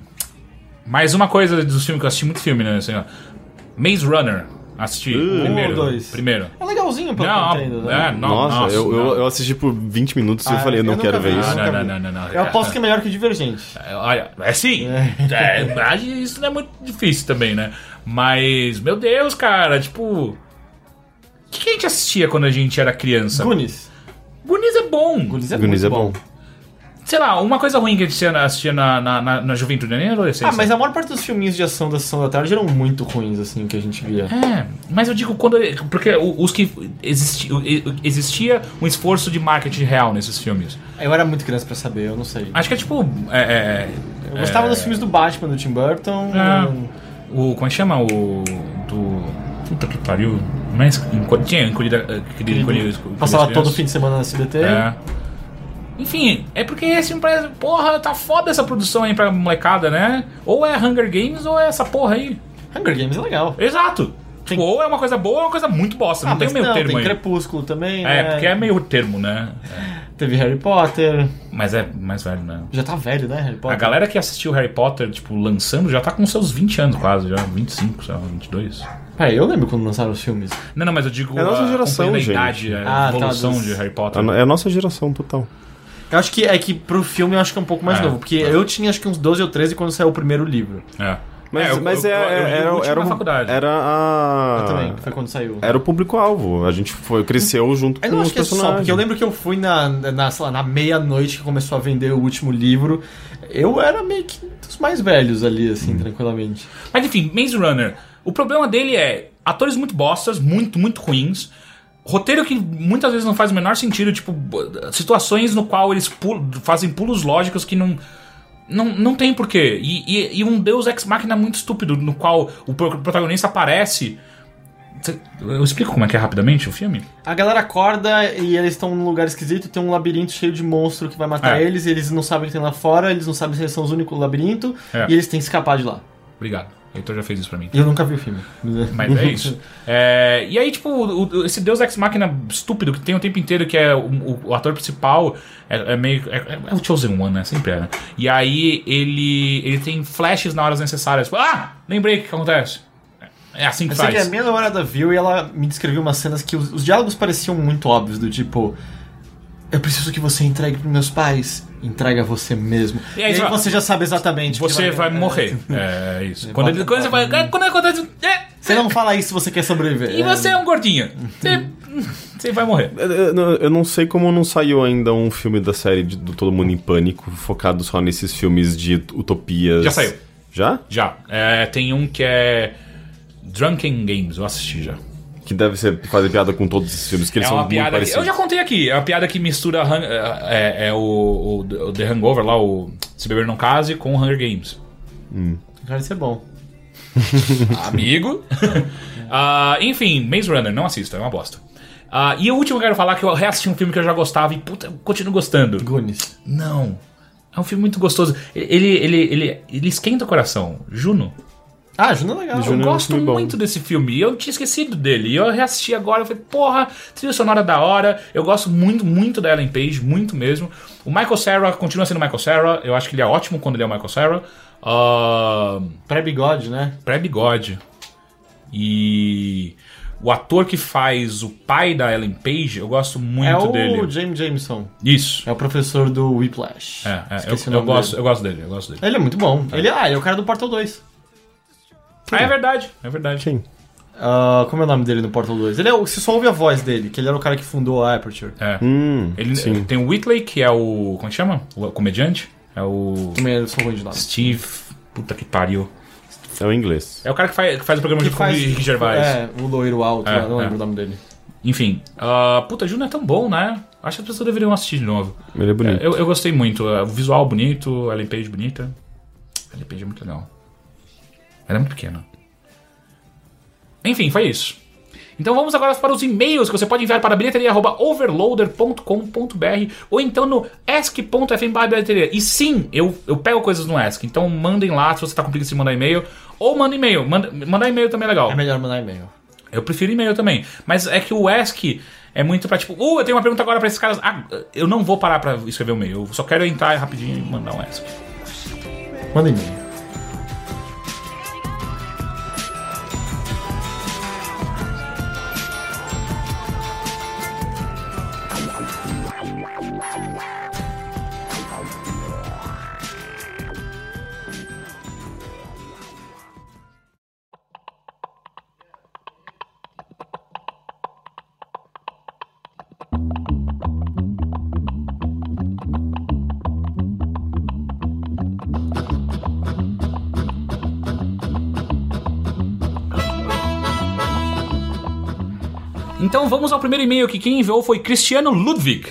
A: Mais uma coisa dos filmes que eu assisti muito filme, né? Assim, ó. Maze Runner. Assisti.
C: Uh,
A: primeiro.
B: um ou dois?
A: Primeiro.
B: É legalzinho pelo
A: Não,
B: que eu entendo,
A: é,
B: né?
A: não,
C: Nossa,
A: nossa,
C: eu, eu-
A: não.
C: eu assisti por 20 minutos e
B: Ah,
C: eu falei,
B: eu
C: não
B: nunca
C: quero ver
B: vi,
C: isso.
A: Ah, não,
B: nunca
A: não,
B: vi.
A: não, não, não.
B: Eu aposto que é melhor que o Divergente.
A: É, Olha, é sim. É, mas isso não é muito difícil também, né? Mas, meu Deus, cara, tipo. O que, que a gente assistia quando a gente era criança?
B: Goonies.
A: Goonies é bom.
B: Goonies é
C: Goonies
B: muito
C: é bom.
A: Sei lá, uma coisa ruim que a gente assistia na- assistia na, na, na, na juventude, né? nem na adolescência.
B: Ah, mas a maior parte dos filminhos de ação da Sessão da Tarde eram muito ruins, assim, que a gente via.
A: É, mas eu digo quando. Porque o- os que. Existi, existia um esforço de marketing real nesses filmes.
B: Eu era muito criança pra saber, eu não sei.
A: Acho que é tipo. É, é,
B: Eu gostava dos filmes do Batman, do Tim Burton.
A: É. O. Como é que chama? O. Do. Puta que pariu. Mas. enco- Tinha encolhida. eh, Querido encolhido. Escolhido
B: Passava
A: das
B: todo
A: Crianças.
B: fim de semana na CBT.
A: É. Enfim, é porque esse filme parece. Porra, tá foda essa produção aí pra molecada, né? Ou é Hunger Games ou é essa porra aí.
B: Hunger Games é legal.
A: Exato. Tipo, ou é uma coisa boa ou é uma coisa muito bosta. não tem
B: Ah, mas
A: meio termo
B: tem
A: aí.
B: Crepúsculo também,
A: É,
B: né?
A: porque é meio termo, né?
B: Teve Harry Potter.
A: Mas é mais velho, né?
B: Já tá velho, né, Harry
A: A
B: Potter?
A: galera que assistiu Harry Potter, tipo, lançando, já tá com seus 20 anos quase, já. 25, sei lá, 22.
B: Peraí, eu lembro quando lançaram os filmes.
A: Não, não, mas eu digo
C: É a nossa
A: a-
C: geração,
A: acompanhando a
C: gente.
A: idade, a
B: Ah, tá,
A: evolução
B: dos-
A: de Harry Potter.
C: É a nossa geração total.
B: Eu acho que é que pro filme eu acho que é um pouco mais
A: É.
B: novo, porque eu tinha acho que uns 12 ou 13 quando saiu o primeiro livro.
A: É.
C: Mas,
A: É, eu-
C: mas
A: eu-
C: é-
A: eu- eu li
C: era,
A: o último
C: era,
A: na
C: o-
A: faculdade.
C: era a.
B: Eu
A: Ah,
B: também,
A: é.
B: foi quando saiu.
C: Era o público-alvo. A gente foi, cresceu junto
B: Eu
C: com
A: um
B: não
C: os
B: acho que é
C: personagens.
B: só, porque eu lembro que eu fui na, na, sei lá, na meia-noite que começou a vender o último livro. Eu era meio que dos mais velhos ali, assim,
A: Hum.
B: tranquilamente.
A: Mas enfim, Maze Runner. O problema dele é atores muito bostas, muito, muito ruins. Roteiro que muitas vezes não faz o menor sentido, tipo, b- situações no qual eles pul- fazem pulos lógicos que não. Não, não tem porquê. E, e- e um deus ex-máquina muito estúpido, no qual o pro- protagonista aparece. Cê- Eu explico como é que é rapidamente o filme?
B: A galera acorda e eles estão num lugar esquisito, tem um labirinto cheio de monstro que vai matar
A: É.
B: eles, e eles não sabem o que tem lá fora, eles não sabem se eles são os únicos no labirinto,
A: É.
B: e eles têm que escapar de lá.
A: Obrigado. O Heitor já fez isso pra mim.
B: E eu nunca vi o filme.
A: Mas é [laughs] isso. É, e aí, tipo, o- o- esse Deus Ex Machina estúpido que tem o tempo inteiro, que é o, o- o ator principal, é, é meio. É, é- é o Chosen One, né? Sempre é, né? E aí ele, ele tem flashes na horas necessárias. Tipo, ah! Lembrei o que acontece. É assim que
B: [laughs] Eu sei
A: faz.
B: que a minha namorada viu e ela me descreveu umas cenas que os, os diálogos pareciam muito óbvios, do tipo. Eu preciso que você entregue pros meus pais. Entrega você mesmo.
A: E
B: E
A: aí
B: aí,
A: você fala,
B: você já sabe exatamente. que
A: Você vai morrer. [laughs] É isso. Quando, ele, quando você vai. Quando acontece. é,
B: Você não fala isso se você quer sobreviver.
A: e
B: É.
A: você é um gordinho. [laughs] Você, você vai morrer.
C: Eu- Eu eu É, não sei como não saiu ainda um filme da série de- do Todo Mundo em Pânico, focado só nesses filmes de utopias.
A: Já saiu.
C: Já?
A: Já. É, tem um que é. Drunken Games, eu assisti já.
C: Que deve ser fazer piada com todos esses filmes, que eles
A: é
C: são
A: uma
C: muito
A: piada. que-
C: parecidos.
A: eu já contei aqui. É uma piada que mistura hang- é, é, é o, o The Hangover lá, o Se Beber Não Case, com o Hunger Games.
B: Cara, isso é bom.
A: Amigo. [laughs] Ah, enfim, Maze Runner, não assista, é uma bosta. Ah, e o último que eu quero falar que eu reassisti um filme que eu já gostava e puta, eu continuo gostando.
B: Goonies.
A: Não. É um filme muito gostoso. Ele, ele, ele, ele esquenta o coração. Juno.
B: Ah, Juno é legal.
A: Eu
C: Juno é um
A: gosto
C: filme bom.
A: muito desse filme. e Eu tinha esquecido dele. E eu reassisti agora. Eu falei, porra, trilha sonora da hora. Eu gosto muito, muito da Ellen Page. Muito mesmo. O Michael Cera continua sendo o Michael Cera. Eu acho que ele é ótimo quando ele é o Michael Cera. Ah,
B: Pré-bigode, né?
A: Pré-bigode. E... O ator que faz o pai da Ellen Page, eu gosto muito
B: é o
A: dele.
B: James Jameson.
A: Isso.
B: É o professor do Whiplash.
A: É, é, eu,
B: Esqueci o
A: eu
B: nome
A: gosto,
B: dele.
A: eu gosto dele, eu gosto dele.
B: Ele é muito bom. Ele, ah, ele é o cara do Portal 2.
A: Ah, é verdade, é verdade.
C: Quem?
B: Ah, como é o nome dele no Portal 2? Ele é, o- você só ouve a voz dele, que ele era o cara que fundou a Aperture.
A: É.
C: Hum,
A: Ele,
C: sim.
A: tem o Whitley, que é o... Como é que chama? O comediante? É o...
B: Também eu sou ruim de nome.
A: Steve. Puta que pariu.
C: É o inglês.
A: É o cara que faz, que faz o programa
B: Que
A: junto com o Rick Gervais.
B: É, o loiro alto,
A: É,
B: lá, não
A: é.
B: lembro o nome dele.
A: Enfim. ah, puta, Juno é tão bom, né? Acho que as pessoas deveriam assistir de novo.
C: Ele é bonito.
A: É, eu, eu gostei muito. ah, O visual bonito, a Ellen Page bonita. A Ellen Page é muito legal. Ela é muito pequena. Enfim, foi isso. Então vamos agora para os e-mails que você pode enviar para bilheteria.overloader.com.br ou então no ask.fm bilheteria. E sim, eu, eu pego coisas no ask. Então mandem lá se você está com preguiça de mandar e-mail. Ou manda e-mail. Manda, mandar e-mail também é legal.
B: É melhor mandar e-mail.
A: Eu prefiro e-mail também. Mas é que o ask é muito pra tipo, uh, eu tenho uma pergunta agora pra esses caras. Ah, eu não vou parar pra escrever um e-mail. Eu só quero entrar rapidinho e mandar um ask.
B: Manda e-mail.
A: Então vamos ao primeiro e-mail que quem enviou foi Cristiano Ludwig.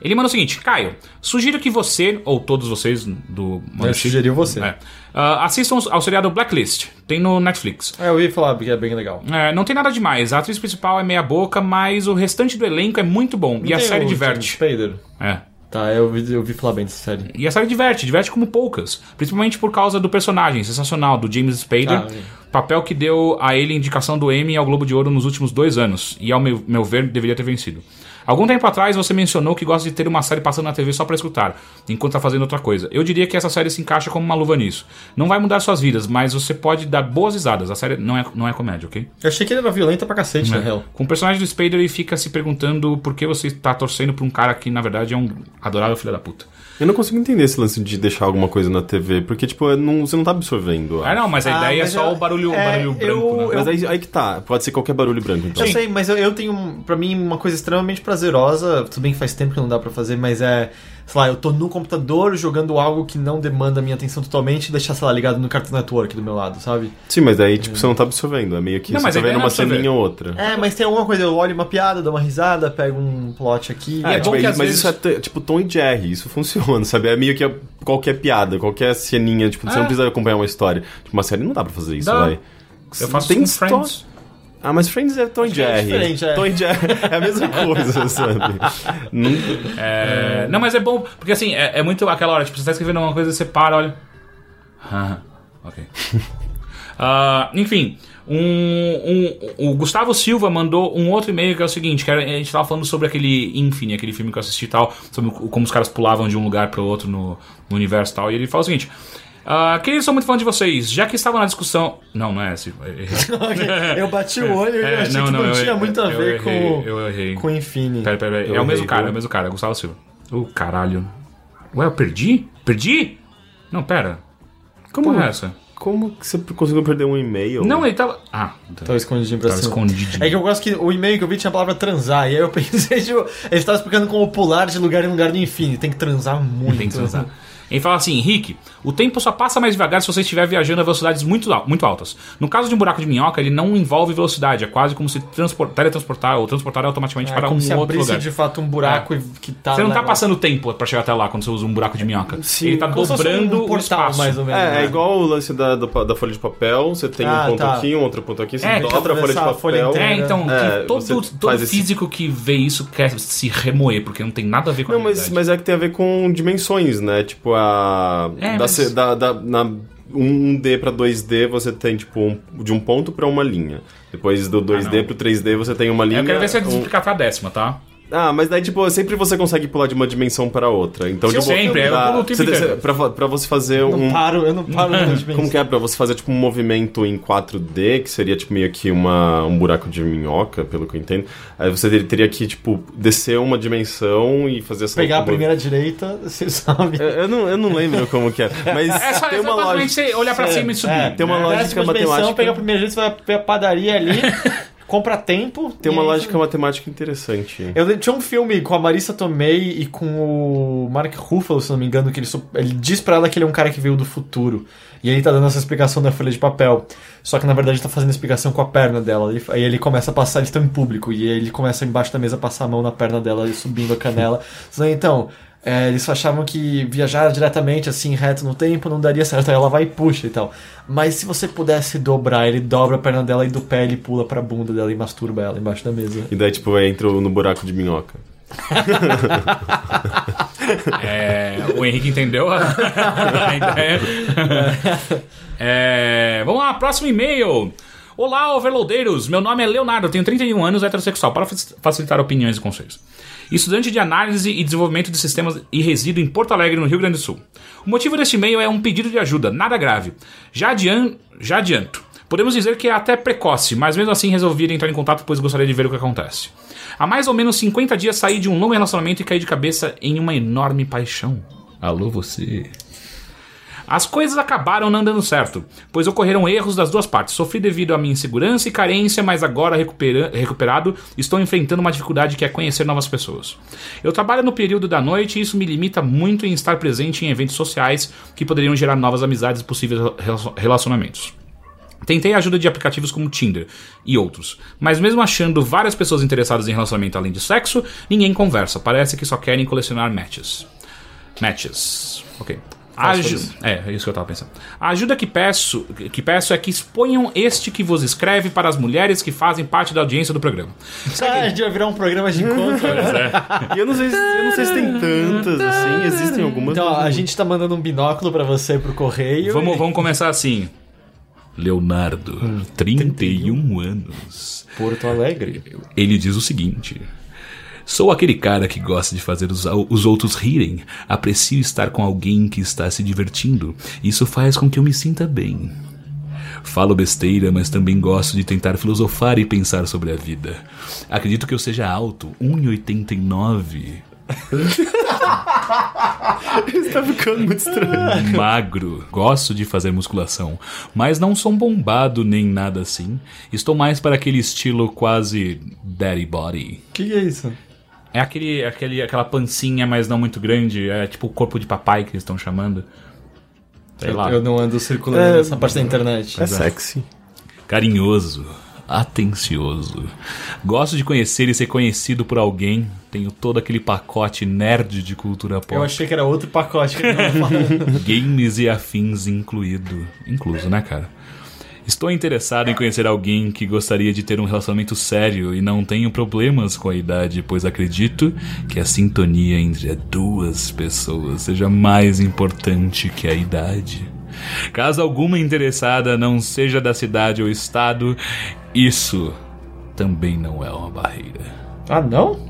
A: Ele manda o seguinte: Caio, sugiro que você, ou todos vocês do
B: Eu sugeri você.
A: É, ah, assistam ao seriado Blacklist. Tem no Netflix.
B: É, eu ia falar porque é bem legal.
A: É, não tem nada demais. A atriz principal é meia boca, mas o restante do elenco é muito bom. e a série diverte.
B: Spader.
A: É.
B: Tá, eu vi, eu vi falar bem dessa série.
A: E a série diverte, diverte como poucas. Principalmente por causa do personagem sensacional, do James Spader.
B: Ah, é.
A: Papel que deu a ele indicação do Emmy ao Globo de Ouro nos últimos dois anos. E, ao meu, meu ver, deveria ter vencido. Algum tempo atrás, você mencionou que gosta de ter uma série passando na TV só pra escutar, enquanto tá fazendo outra coisa. Eu diria que essa série se encaixa como uma luva nisso. Não vai mudar suas vidas, mas você pode dar boas risadas. A série não é, não é comédia, ok?
B: Eu achei que ele era violenta pra cacete,
A: É.
B: na É real.
A: Com o personagem do Spader, ele fica se perguntando por que você tá torcendo pra um cara que, na verdade, é um adorável filho da puta.
C: Eu não consigo entender esse lance de deixar alguma coisa na TV, porque, tipo, não- você não tá absorvendo.
A: Ah, não, mas a
B: Ah,
A: ideia
B: mas
A: é só
B: eu-
A: o barulho, o
B: é,
A: barulho branco,
B: eu-
A: né?
C: Mas aí, aí que tá, pode ser qualquer barulho branco, então.
B: Eu sei, mas eu, eu tenho, um- pra mim, uma coisa extremamente prazerosa. Tudo bem que faz tempo que não dá pra fazer, mas é. Sei lá, eu tô no computador jogando algo que não demanda a minha atenção totalmente e deixar, sei lá, ligado no Cartoon Network do meu lado, sabe?
C: Sim, mas aí, tipo, você não tá absorvendo. É meio que
A: Não,
C: você
A: mas
C: tá
A: a ideia
C: vendo
A: não é
C: uma ceninha
A: absorver.
C: ou outra.
B: É, mas tem alguma coisa, eu olho uma piada, dou uma risada, pego um plot aqui.
A: Ah, é
C: tipo,
A: bom que
C: aí-
A: às
C: mas
A: vezes-
C: isso é t- tipo Tom e Jerry, isso funciona, [laughs] sabe? É meio que a- qualquer piada, qualquer ceninha, tipo, você
A: Ah.
C: não precisa acompanhar uma história. Tipo, uma série não dá pra fazer isso,
A: Dá.
C: vai.
A: Eu faço
C: Tem
A: com
C: histó-
A: Friends.
C: Ah, mas Friends é Tom e
B: que é
C: Jerry.
B: diferente, é.
C: Tom e Jerry é
B: [laughs]
C: a mesma coisa, sabe? Não-
A: É, Não, mas é bom, porque assim, é, é muito aquela hora, tipo, você tá escrevendo alguma coisa, você para, olha. Ah,
B: [laughs]
A: ok. Ah, enfim, um, um- o Gustavo Silva mandou um outro e-mail que é o seguinte: que era- a gente tava falando sobre aquele Infine, aquele filme que eu assisti e tal, sobre o- como os caras pulavam de um lugar pro outro no, no universo e tal. E ele fala o seguinte. Ah, querido, sou muito fã de vocês. Já que estava na discussão. Não, não é esse.
B: né? eu bati o olho e
A: É,
B: achei que não,
A: eu
B: tinha
A: errei,
B: muito a
A: eu
B: ver
A: errei,
B: com,
A: Eu errei.
B: com Infinity.
A: Pera, pera, pera.
C: Eu
A: É o mesmo
C: errei,
A: cara,
C: eu-
A: é o mesmo cara, é o Gustavo Silva. Ô, caralho. Ué, eu perdi? Perdi? Não, pera. Como é essa?
C: Como que você conseguiu perder um e-mail?
A: Não, ele tava. Ah, tá.
B: Tava escondidinho pra
A: Tava
B: cima.
A: escondido.
B: [laughs] É que eu gosto que o e-mail que eu vi tinha a palavra transar, e aí eu [laughs] pensei, tipo, ele tava explicando como pular de lugar em lugar no Infinity. Tem que transar muito.
A: Tem que transar. Ele fala assim, Henrique, o tempo só passa mais devagar se você estiver viajando a velocidades muito, al- muito altas. No caso de um buraco de minhoca, ele não envolve velocidade, é quase como se transpor- teletransportar ou transportar automaticamente
B: É
A: para
B: como
A: um
B: se
A: outro
B: abrisse
A: lugar.
B: de fato um buraco e que tá.
A: Você não
B: na-
A: tá passando tempo pra chegar até lá quando você usa um buraco de minhoca.
C: Sim.
A: Ele tá
B: Como se fosse
A: dobrando
B: um
A: o
B: portal,
A: espaço.
B: mais ou menos.
C: É,
B: né?
C: é igual o lance da, da, pa- da folha de papel, você tem
B: Ah,
C: um ponto
B: tá.
C: aqui, um outro ponto aqui, você
A: É,
C: dobra a folha de
B: atravessar a
C: papel.
B: folha inteira.
A: É, então,
C: É,
A: que todo,
C: você
A: todo
C: faz esse-
A: físico que vê isso quer se remoer, porque não tem nada a ver com
C: Não,
A: a
C: mas,
A: realidade.
C: mas é que tem a ver com dimensões, né? Tipo, a.
A: É,
C: da,
A: mas-
C: ce- da- da- na 1D pra 2D você tem, tipo, um- de um ponto pra uma linha. Depois do 2D
A: Ah, não.
C: pro 3D você tem uma linha.
A: Eu quero ver se eu
C: um-
A: explicar até a décima,
C: [laughs]
A: tá?
C: Ah, mas daí, tipo, sempre você consegue pular de uma dimensão pra outra. Então,
A: Sim,
C: tipo,
A: sempre, é, eu
C: dá-
A: pulo o tempo
C: você-
A: inteiro.
C: você- pra, fa- pra você fazer
B: Eu
C: um.
B: não paro,
C: [laughs]
B: eu não paro no
C: Como
B: movimento.
C: que é pra você fazer tipo um movimento em 4D, que seria tipo meio que uma, um buraco de minhoca, pelo que eu entendo. Aí você ter- teria que, tipo, descer uma dimensão e fazer essa
B: Pegar a
C: movi-
B: primeira direita, [laughs] você sabe.
C: é? Eu- Eu não, eu não lembro como que é, mas
A: É só,
C: tem
A: é só basicamente
C: uma lógica.
A: você olhar pra cima e subir.
B: É,
C: Tem uma
A: né?
C: lógica
B: Décima dimensão,
C: matemática.
B: pega a primeira direita, você vai pra padaria ali,
C: [laughs]
B: compra tempo.
C: Tem
B: e
C: uma
B: aí você-
C: lógica matemática interessante.
B: Eu lembro- tinha um filme com a Marissa Tomei e com o Mark Ruffalo, se não me engano, que ele, su- ele diz pra ela que ele é um cara que veio do futuro. E ele tá dando essa explicação da folha de papel. Só que na verdade ele tá fazendo a explicação com a perna dela. Ele- aí ele começa a passar, eles estão em público. E ele começa embaixo da mesa a passar a mão na perna dela e subindo a canela. Dizendo, Então, é, eles achavam que viajar diretamente, assim, reto no tempo, não daria certo. Aí ela vai e puxa e tal. Mas se você pudesse dobrar, ele dobra a perna dela e do pé ele pula pra bunda dela e masturba ela embaixo da mesa.
C: E daí, tipo, eu entro no buraco de minhoca.
A: É, o Henrique
C: [laughs]
A: entendeu [laughs] a, a ideia. É, vamos lá, próximo e-mail. Olá, overloadeiros. Meu nome é Leonardo, tenho 31 anos, heterossexual, para fac- facilitar opiniões e conselhos. Estudante de análise e desenvolvimento de sistemas e resido em Porto Alegre, no Rio Grande do Sul. O motivo deste e-mail é um pedido de ajuda, nada grave. Já, adian, já adianto. Podemos dizer que é até precoce, mas mesmo assim resolvi entrar em contato pois gostaria de ver o que acontece. Há mais ou menos 50 dias saí de um longo relacionamento e caí de cabeça em uma enorme paixão. Alô, você. As coisas acabaram não dando certo, pois ocorreram erros das duas partes. Sofri devido à minha insegurança e carência, mas agora recupera- recuperado, estou enfrentando uma dificuldade que é conhecer novas pessoas. Eu trabalho no período da noite e isso me limita muito em estar presente em eventos sociais que poderiam gerar novas amizades e possíveis relacion- relacionamentos. Tentei a ajuda de aplicativos como Tinder e outros, mas mesmo achando várias pessoas interessadas em relacionamento além de sexo, ninguém conversa, parece que só querem colecionar matches. Matches. Ok. Aju- É, é isso que eu tava pensando. A ajuda que peço, que peço é que exponham este que vos escreve para as mulheres que fazem parte da audiência do programa.
B: Ah, a gente vai virar um programa de né? encontro.
C: E eu não sei, se- eu não sei se tem tantas, assim, existem algumas.
B: Então, ó,
C: mas-
B: a gente tá mandando um binóculo pra você pro correio.
A: Vamos, vamos começar assim. Leonardo, 31 anos.
B: Porto Alegre.
A: Ele diz o seguinte: Sou aquele cara que gosta de fazer os, os outros rirem. Aprecio estar com alguém que está se divertindo. Isso faz com que eu me sinta bem. Falo besteira, mas também gosto de tentar filosofar e pensar sobre a vida. Acredito que eu seja alto, 1,89.
C: tá ficando muito estranho.
A: um magro, gosto de fazer musculação, mas não sou um bombado nem nada assim. Estou mais para aquele estilo quase daddy body.
B: O que, que é isso?
A: É aquele, aquele, aquela pancinha, mas não muito grande, é tipo o corpo de papai que eles estão chamando. Sei lá.
B: Eu não ando circulando nessa parte da internet.
C: É sexy.
A: Carinhoso, atencioso. Gosto de conhecer e ser conhecido por alguém. Tenho todo aquele pacote nerd de cultura pop.
B: Eu achei que era outro pacote que eu [laughs] tava falando.
A: games e afins incluído. Incluso, né, cara? Estou interessado em conhecer alguém que gostaria de ter um relacionamento sério e não tenho problemas com a idade, pois acredito que a sintonia entre duas pessoas seja mais importante que a idade. Caso alguma interessada não seja da cidade ou estado, isso também não é uma barreira.
B: ah, não?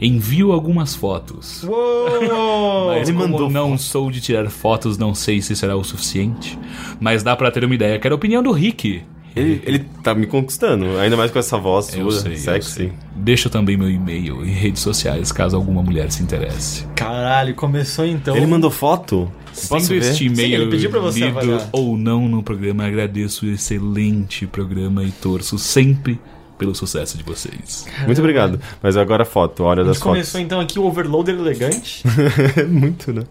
A: Envio algumas fotos.
B: Uou!
A: Mas
C: Ele
A: como
C: mandou
A: não sou de tirar fotos, não sei se será o suficiente. Mas dá pra ter uma ideia. Quero a opinião do Rick.
C: Ele, ele tá me conquistando, ainda mais com essa voz
A: Eu
C: sua,
A: sei, eu
C: sexy.
A: sei. Deixa também meu e-mail e redes sociais, caso alguma mulher se interesse.
B: Caralho, começou então.
C: Ele mandou foto? Posso
A: Sendo
C: ver?
A: este
B: Sim,
A: e-mail
B: ele pediu pra você
A: lido
B: avaliar.
A: ou não no programa, agradeço o excelente programa e torço sempre pelo sucesso de vocês.
C: Muito obrigado. Mas agora a foto, olha
B: A
C: das
B: gente começou
C: fotos.
B: então aqui o
A: [laughs]
B: overloader elegante.
C: É muito, né?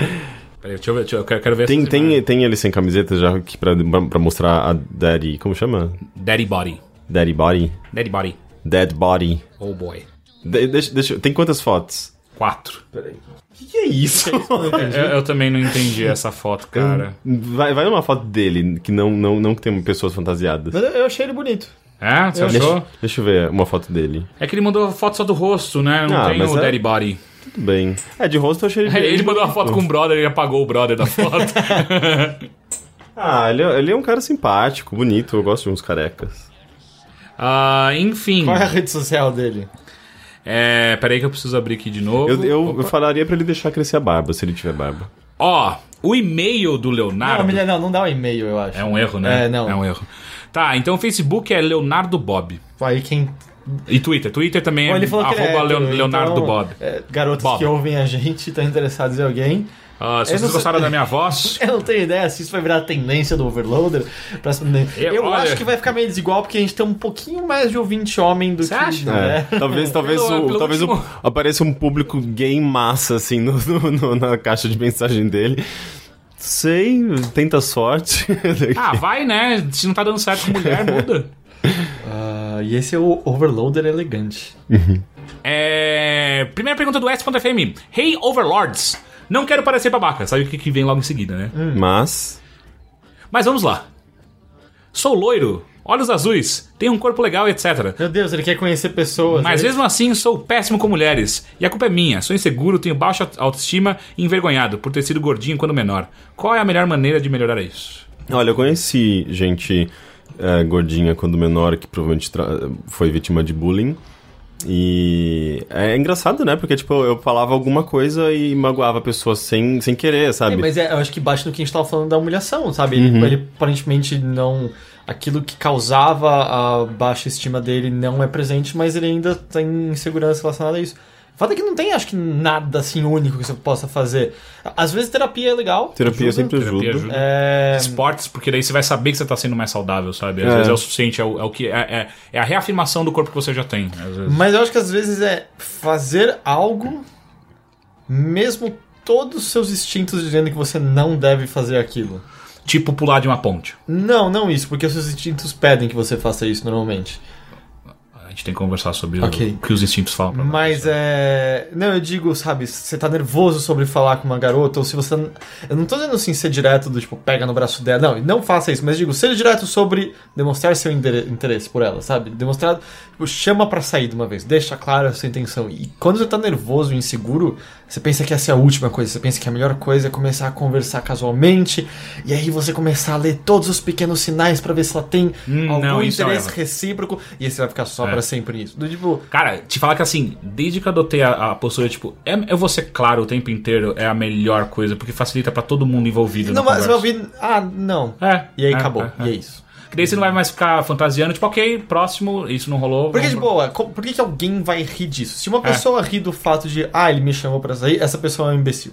A: Peraí, deixa eu ver, deixa eu, eu quero, quero ver
C: Tem,
A: essas
C: tem,
A: imagens.
C: tem ele sem camiseta já que pra, pra mostrar a Daddy. Como chama?
A: Daddy Body.
C: Daddy Body?
A: Daddy Body.
C: Dead Body.
A: Oh boy.
C: De- deixa, deixa, eu- tem quantas fotos?
A: Quatro.
C: O que, que é isso?
A: Eu, eu também não entendi essa foto, cara.
C: Vai, vai numa foto dele, que não, não, não que tem pessoas fantasiadas.
B: Mas eu- eu achei ele bonito.
A: É? Você achou?
C: Deixa, deixa eu ver uma foto dele.
A: É que ele mandou foto só do rosto, né? Não
C: Ah,
A: tem
C: mas
A: o
C: é-
A: Daddy Body. [laughs]
C: Tudo bem. É, de rosto eu achei [laughs] ele.
A: Ele mandou uma foto com o brother e apagou o brother da foto.
B: [laughs]
C: Ah, ele, é- ele é um cara simpático, bonito. Eu gosto de uns carecas.
A: Ah, enfim.
B: Qual é a rede social dele?
A: É, peraí que eu preciso abrir aqui de novo.
C: Eu, eu, eu falaria pra ele deixar crescer a barba, se ele tiver barba.
A: Ó, o e-mail Ah, do
B: Não,
A: Leonardo.
B: melhor não, não dá um e-mail, eu acho.
A: É um erro, né?
B: É, não.
A: É um erro. Tá, então o Facebook é Leonardo Bob.
B: Aí quem.
A: E Twitter. Twitter também é
B: Bom, ele falou que ele é
A: arroba
B: hétero,
A: Leon- Leonardo
B: então,
A: Bob.
B: é, garotos
A: Bob.
B: que ouvem a gente e estão interessados em alguém.
A: Ah, se
B: eu não
A: vocês
B: sei-
A: gostaram da minha voz.
B: [laughs] Eu não tenho ideia se isso vai virar a tendência do overloader. Pra... né? Eu,
A: É, olha-
B: acho que vai ficar meio desigual, porque a gente tem um pouquinho mais de ouvinte homem do
A: Você
B: que.
A: acha?
C: É, [laughs] Talvez, talvez,
A: Pelo-
C: o,
A: pelo
C: talvez o-
A: último-
C: apareça um público gay em massa, assim, no- no- no- na caixa de mensagem dele. Sei, tenta sorte. [laughs]
A: Ah, vai, né? Se não tá dando certo com mulher, muda.
B: Ah, e esse é o overloader elegante.
A: É... Primeira pergunta do S.FM. Hey, Overlords. Não quero parecer babaca. Sabe o que, que vem logo em seguida, né?
C: Mas.
A: Mas vamos lá. Sou loiro, olhos azuis, tenho um corpo legal, etc.
B: Meu Deus, ele quer conhecer pessoas.
A: Mas
B: ele...
A: mesmo assim, sou péssimo com mulheres. E a culpa é minha. Sou inseguro, tenho baixa autoestima e envergonhado por ter sido gordinho quando menor. Qual é a melhor maneira de melhorar isso?
C: Olha, eu conheci gente eh, gordinha quando menor que provavelmente tra- foi vítima de bullying. E é engraçado, né? Porque, tipo, eu falava alguma coisa e magoava a pessoa sem, sem querer,
B: É,
C: sabe?
B: mas é, eu acho que bate no que a gente tava falando da humilhação, sabe? Ele, ele aparentemente não. Aquilo que causava a baixa estima dele não é presente, mas ele ainda tem insegurança relacionada a isso. O fato é que não tem, acho que, nada assim único que você possa fazer. Às vezes terapia é legal.
C: Terapia sempre
A: Terapia
C: ajuda.
A: ajuda.
B: É,
A: Esportes, porque daí você vai saber que você tá sendo mais saudável, sabe? Às vezes é o suficiente, é, o, é o que, é, é- é a reafirmação do corpo que você já tem. Às vezes.
B: Mas eu acho que às vezes é fazer algo, mesmo todos os seus instintos dizendo que você não deve fazer aquilo.
A: Tipo pular de uma ponte.
B: Não, não isso, porque os seus instintos pedem que você faça isso normalmente.
A: Ah, gente tem que conversar sobre
B: Ok.
A: o, o que os instintos falam pra nós.
B: Mas é. Não, eu digo, sabe, se você tá nervoso sobre falar com uma garota, ou se você. Eu não tô dizendo assim ser direto do tipo, pega no braço dela. Não, não faça isso, mas digo, ser direto sobre demonstrar seu indere- interesse por ela, sabe? Demonstrar. Tipo, chama pra sair de uma vez, deixa clara a sua intenção. E quando você tá nervoso e inseguro, você pensa que essa é a última coisa, você pensa que a melhor coisa é começar a conversar casualmente, e aí você começar a ler todos os pequenos sinais pra ver se ela tem
A: Hum,
B: algum
A: não, isso não
B: interesse
A: erra.
B: recíproco, e aí você vai ficar só
A: É.
B: pra sempre nisso. Do tipo.
A: Cara, te falar que assim, desde que eu adotei a, a postura, tipo, é, eu vou ser claro o tempo inteiro, é a melhor coisa, porque facilita pra todo mundo envolvido.
B: Não,
A: na
B: mas você vai
A: conversa.
B: ouvir. Ah, não.
A: É.
B: E aí
A: é,
B: acabou.
A: é,
B: E
A: é.
B: é isso.
A: Que daí você não vai mais ficar fantasiando, tipo, ok, próximo, isso não rolou.
B: Porque, tipo,
A: vamos É.
B: de
A: pro-
B: boa, co- por que, que alguém vai rir disso? Se uma pessoa ri do fato de, ah, ele me chamou pra sair, essa pessoa é um imbecil.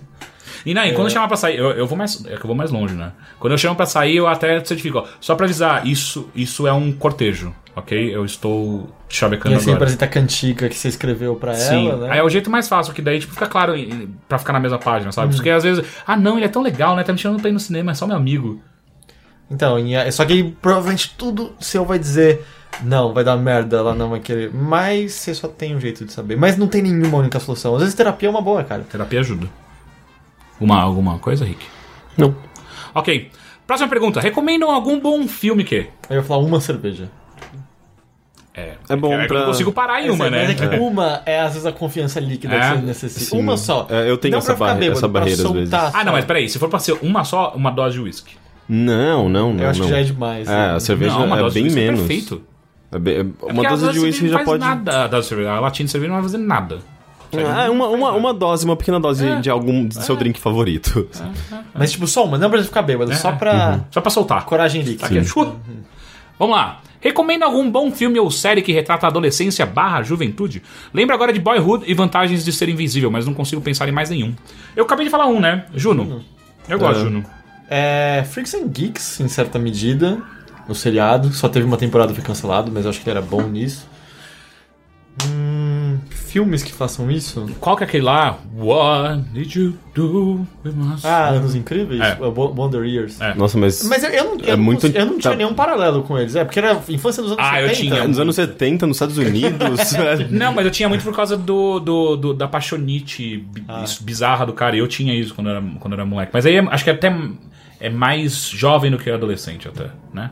A: E não, e
B: é.
A: quando eu chamar pra sair, eu, eu vou mais. É que eu vou mais longe, né? Quando eu chamo pra sair, eu até certifico, ó, só pra avisar, isso, isso é um cortejo, ok? Eu estou te
B: E
A: chavecando
B: assim
A: agora.
B: apresenta a cantiga que você escreveu pra
A: Sim,
B: ela,
A: aí
B: né?
A: é o jeito mais fácil, que daí tipo, fica claro e- e- pra ficar na mesma página, sabe? Porque às vezes, ah não, ele é tão legal, né? Tá me chamando pra ir no cinema, é só meu amigo.
B: Então, e é- só que aí, provavelmente tudo seu vai dizer, não, vai dar merda, ela não vai querer. Mas você só tem um jeito de saber. Mas não tem nenhuma única solução. Às vezes terapia é uma boa, cara.
A: Terapia ajuda. Uma, alguma coisa, Rick?
C: Não.
A: Ok. Próxima pergunta. Recomendam algum bom filme que?
B: Aí eu vou falar uma cerveja.
A: É.
C: É bom
A: que eu
C: pra-
A: não consigo parar em uma, né?
B: Mas é que uma é às vezes a confiança líquida
A: É.
B: que você necessita.
C: Sim.
B: Uma só.
C: É, eu tenho
B: Não
C: essa
B: pra ficar
C: barre-
B: bêbado,
C: essa
B: pra
C: barreira às
B: soltar,
C: vezes.
A: Ah, não,
B: sabe?
A: mas peraí. Se for pra ser uma só, uma dose de whisky.
C: Não, não, não.
B: Eu acho
C: não.
B: que já é demais.
C: É,
B: né?
C: a cerveja
A: não, uma
C: é
A: dose
C: bem
A: de whisky
C: menos.
A: é perfeito.
C: É bem- é- uma
A: Porque a
C: dose de whisky
A: não
C: já
A: faz
C: pode.
A: Nada, a, dose de cerveja. a latinha de cerveja não vai fazer nada.
C: Ah, é uma, uma, uma dose, uma pequena dose de algum de seu drink favorito.
B: Mas, tipo, só uma, não pra ficar bêbado, só
A: É.
B: pra
C: Uhum.
A: Só pra soltar.
B: coragem líquida. Uhum.
A: Aqui, chu. Vamos lá. Recomenda algum bom filme ou série que retrata a adolescência barra juventude? Lembro agora de Boyhood e Vantagens de Ser Invisível, mas não consigo pensar em mais nenhum. Eu acabei de falar um, né? Juno. Eu gosto de
C: É.
A: Juno.
B: É, Freaks and Geeks, em certa medida, o seriado. Só teve uma temporada que foi cancelado, mas eu acho que ele era bom nisso. Hum, filmes que façam isso?
A: Qual que é aquele lá? What did you do with my soul?
B: Ah, Anos Incríveis?
A: É.
B: Wo- Wonder Years.
A: É.
C: Nossa, mas.
B: Mas eu, eu não, eu,
C: É
B: não
C: muito-
B: cons- eu não tinha
C: tá-
B: nenhum paralelo com eles, é, porque era infância dos anos
A: Ah,
B: 70.
A: eu tinha.
C: Nos anos 70, nos Estados Unidos. é-
A: Não, mas eu tinha muito por causa do, do, do- da paixonite bi-
B: Ah.
A: isso, bizarra do cara. Eu tinha isso quando eu era, quando eu era moleque. Mas aí é- acho que até é mais jovem do que adolescente, até, né?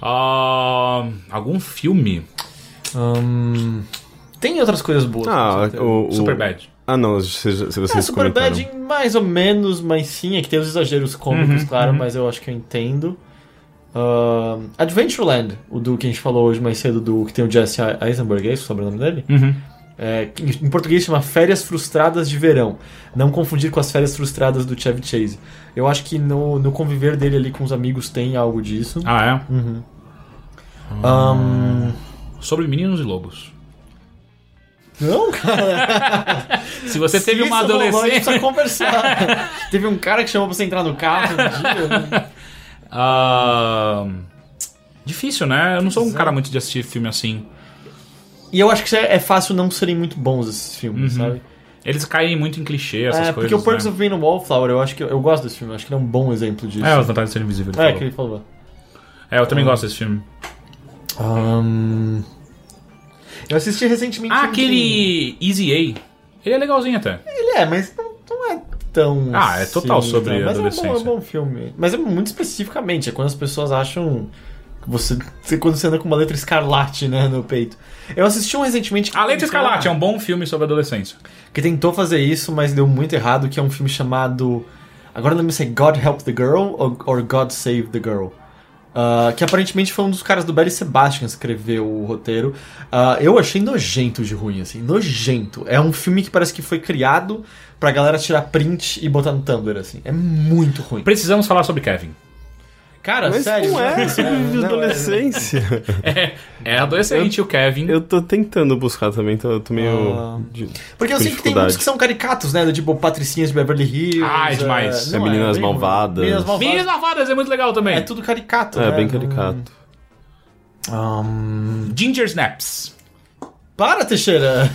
A: Ah, algum filme?
B: Hum, tem outras coisas boas. com
C: Ah,
B: certeza.
C: o, o...
A: Superbad.
C: Ah, não, se, se vocês
B: É, Superbad
C: comentaram.
B: mais ou menos, mas sim, é que tem os exageros cômicos,
A: Uhum,
B: claro, mas eu acho que eu entendo. Ahn, Adventureland, o do que a gente falou hoje mais cedo, do que tem o Jesse Eisenberg, é isso o sobrenome dele?
A: Uhum.
B: É, que em em português chama Férias Frustradas de Verão. Não confundir com as férias frustradas do Chevy Chase. Eu acho que no, no conviver dele ali com os amigos tem algo disso.
A: Ah, é?
B: Ahn,
A: Sobre meninos e lobos.
B: não, cara.
A: Se você teve uma
B: isso rolou, a gente precisa
A: adolescência.
B: conversar. [laughs] Teve um cara que chamou pra você entrar no carro um dia.
A: Ah, difícil, né? Eu não sou um cara muito de assistir filme assim.
B: E eu acho que é é fácil não serem muito bons esses filmes, sabe?
A: Eles caem muito em clichê, Uhum. essas
B: é,
A: coisas.
B: porque o Perks
A: né?
B: of Being a Wallflower, eu acho que eu gosto desse filme, eu acho que ele é um bom exemplo disso.
A: É, As Vantagens de Ser Invisível. ele
B: É,
A: falou.
B: que Ah. ele falou.
A: é, eu também gosto desse filme.
B: Ahn, Eu assisti recentemente.
A: Ah,
B: um que-
A: aquele Easy A. Ele é legalzinho até.
B: Ele é, mas não, não é tão.
A: Ah, é total
B: assim,
A: sobre
B: então, mas É um,
A: adolescência.
B: bom, é um bom filme. Mas é muito especificamente, é quando as pessoas acham. que Você, você- quando você anda com uma letra escarlate, né, no peito. Eu assisti um recentemente. que
A: A Letra
B: tentou-
A: Escarlate é um bom filme sobre adolescência.
B: que tentou fazer isso, mas deu muito errado, que é um filme chamado. Agora não lembro se é God Help the Girl ou or God Save the Girl. Ah, que aparentemente foi um dos caras do Barry Sebastian que escreveu o roteiro. Ah, eu achei nojento de ruim, assim, nojento. É um filme que parece que foi criado pra galera tirar print e botar no Tumblr, assim. É muito ruim.
A: Precisamos falar sobre Kevin.
B: Cara,
C: Mas
B: sério.
C: não [laughs] é sobre
B: né? não,
C: adolescência.
A: É adolescente o Kevin.
C: Eu tô tentando buscar também, tô, tô meio.
B: Ah.
C: de-
B: Porque eu
C: com
B: sei que tem muitos que
C: dificuldade.
B: são caricatos, né? do Tipo, Patricinhas de Beverly Hills.
A: Ah, é demais.
B: ah, não,
C: É, Meninas
B: bem ruim.
C: Malvadas.
B: Meninas Malvadas.
A: Meninas Malvadas é muito legal também.
B: É tudo caricato,
C: É,
B: né?
C: bem
B: Não-
C: caricato.
B: Ahn,
A: Ginger É Snaps.
B: Para, Teixeira!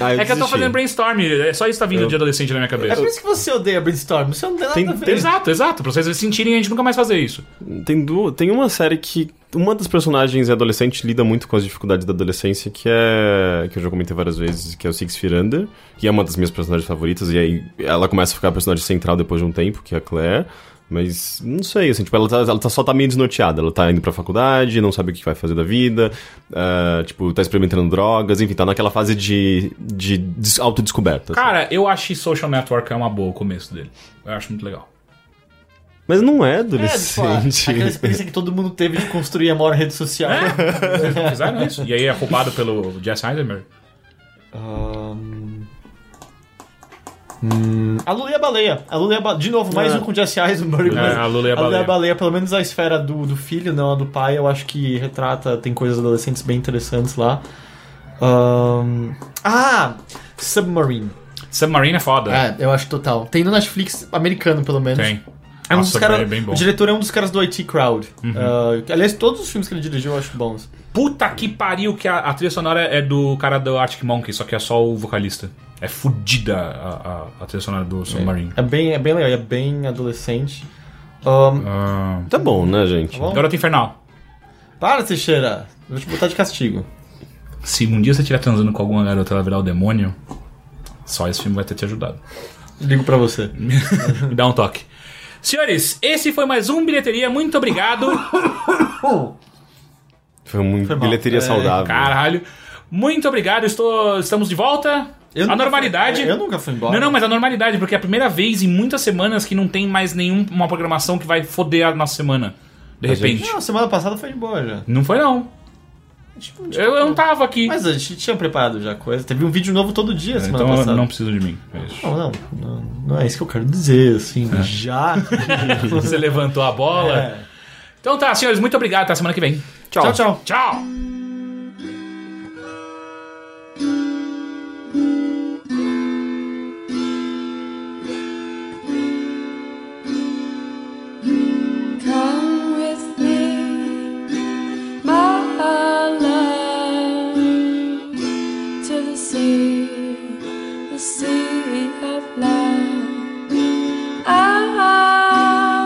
C: Ah,
A: É que eu tô
C: desisti.
A: fazendo brainstorm, é só isso que tá vindo de adolescente na minha
B: É
A: cabeça.
B: por isso que você odeia Brainstorm, você não tem nada
C: Tem-
B: a ver.
C: tem-
A: Exato, exato. Pra vocês sentirem a gente nunca mais fazer isso.
C: Tem, du... tem uma série que uma das personagens é adolescente, lida muito com as dificuldades da adolescência, que é. que eu já comentei várias vezes, que é o Six Feet Under, que é uma das minhas personagens favoritas, e aí ela começa a ficar a personagem central depois de um tempo, que é a Claire. Mas não sei, assim, tipo, ela, tá, ela tá- só tá meio desnorteada. Ela tá indo pra faculdade, não sabe o que vai fazer da vida, ah, tipo, tá experimentando drogas, enfim, tá naquela fase de, de des- autodescoberta. assim.
A: Cara, eu acho que Social Network é uma boa o começo dele. Eu acho muito legal.
C: Mas não
A: [laughs]
B: É,
C: é
B: tipo, ah,
C: adolescente.
B: aquela experiência que todo mundo teve de construir a maior rede social.
A: É. Vocês não fizeram isso? E aí é roubado pelo Jess Heisenberg.
B: Ahn. Hum, a Lula e a Baleia. A Lula e a Baleia. De novo, mais
C: É.
B: um com Jesse Eisenberg.
A: É,
B: mas
A: a Lula e a
B: Lula
A: Baleia.
B: pelo menos a esfera do, do filho, não a do pai, eu acho que retrata, tem coisas adolescentes bem interessantes lá. Ahn, ah! Submarine.
A: Submarine é foda.
C: Ah,
B: É, eu acho total. Tem no Netflix americano, pelo menos.
A: Tem.
B: É um
A: Nossa,
B: dos cara,
A: é bem bom. Uhum.
B: O diretor é um dos caras do IT Crowd. Ah, aliás, todos os filmes que ele dirigiu eu acho bons.
A: Puta que pariu que a, a trilha sonora é do cara do Arctic Monkey, só que é só o vocalista. É fudida a, a, a trilha sonora do Submarine.
B: É bem, é bem legal, é bem adolescente. Ahn,
A: Ah,
C: Tá bom, né, gente?
B: bom?
A: Garota Infernal.
B: Para, Teixeira! Vou te botar de castigo.
A: Se um dia você estiver transando com alguma garota e ela virar o demônio, só esse filme vai ter te
B: [laughs]
A: ajudado.
B: Ligo pra você.
A: Me dá um toque. Senhores, esse foi mais um Bilheteria. Muito
B: [laughs]
A: obrigado.
C: Foi muito
B: Foi mal.
C: bilheteria
B: É,
C: saudável.
A: Caralho. Muito obrigado. Estou, estamos de volta.
B: Eu
A: a
B: nunca
A: normalidade.
B: fui- eu nunca fui embora.
A: Não, não, mas a normalidade, porque é a primeira vez em muitas semanas que não tem mais nenhuma programação que vai foder a nossa semana. De
C: A
A: repente.
B: Não, semana passada foi de boa já.
A: Não foi, não.
B: Tipo, não tinha-
A: Eu, eu não tava aqui.
B: Mas a gente tinha preparado já coisa. Teve um vídeo novo todo dia semana
A: então
B: passada.
A: não precisa de mim. É isso.
B: Não, não, não, não é isso que eu quero dizer, assim,
A: É. [laughs]
B: já.
A: [laughs] Você levantou a bola.
B: É.
A: Então tá, senhores, muito obrigado. Até semana que vem.
B: Tchau, tchau.
A: Tchau!
D: Come with me, my love, to the sea, the sea of love. I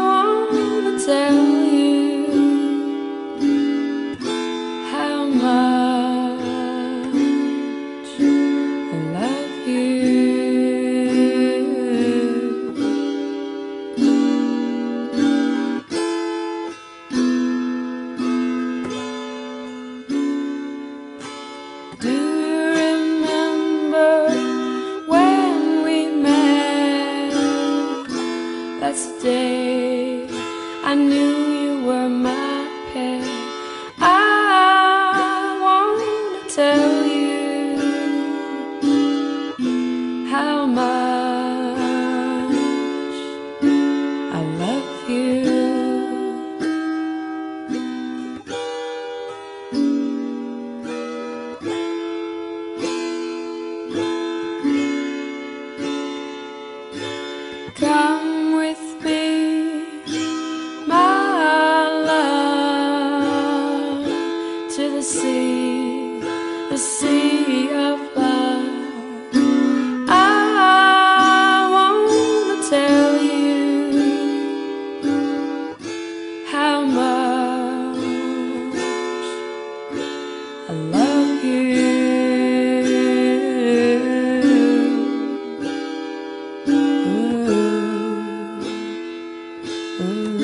D: want to tell you how much I love you. Do you remember when we met? That's the day I knew you were my pet. I want to tell you how much I love you. Come with me, my love, to the sea, the sea of love. I want to tell you how much I love Mm-hmm. you. Ooh. Ooh. Mm-hmm.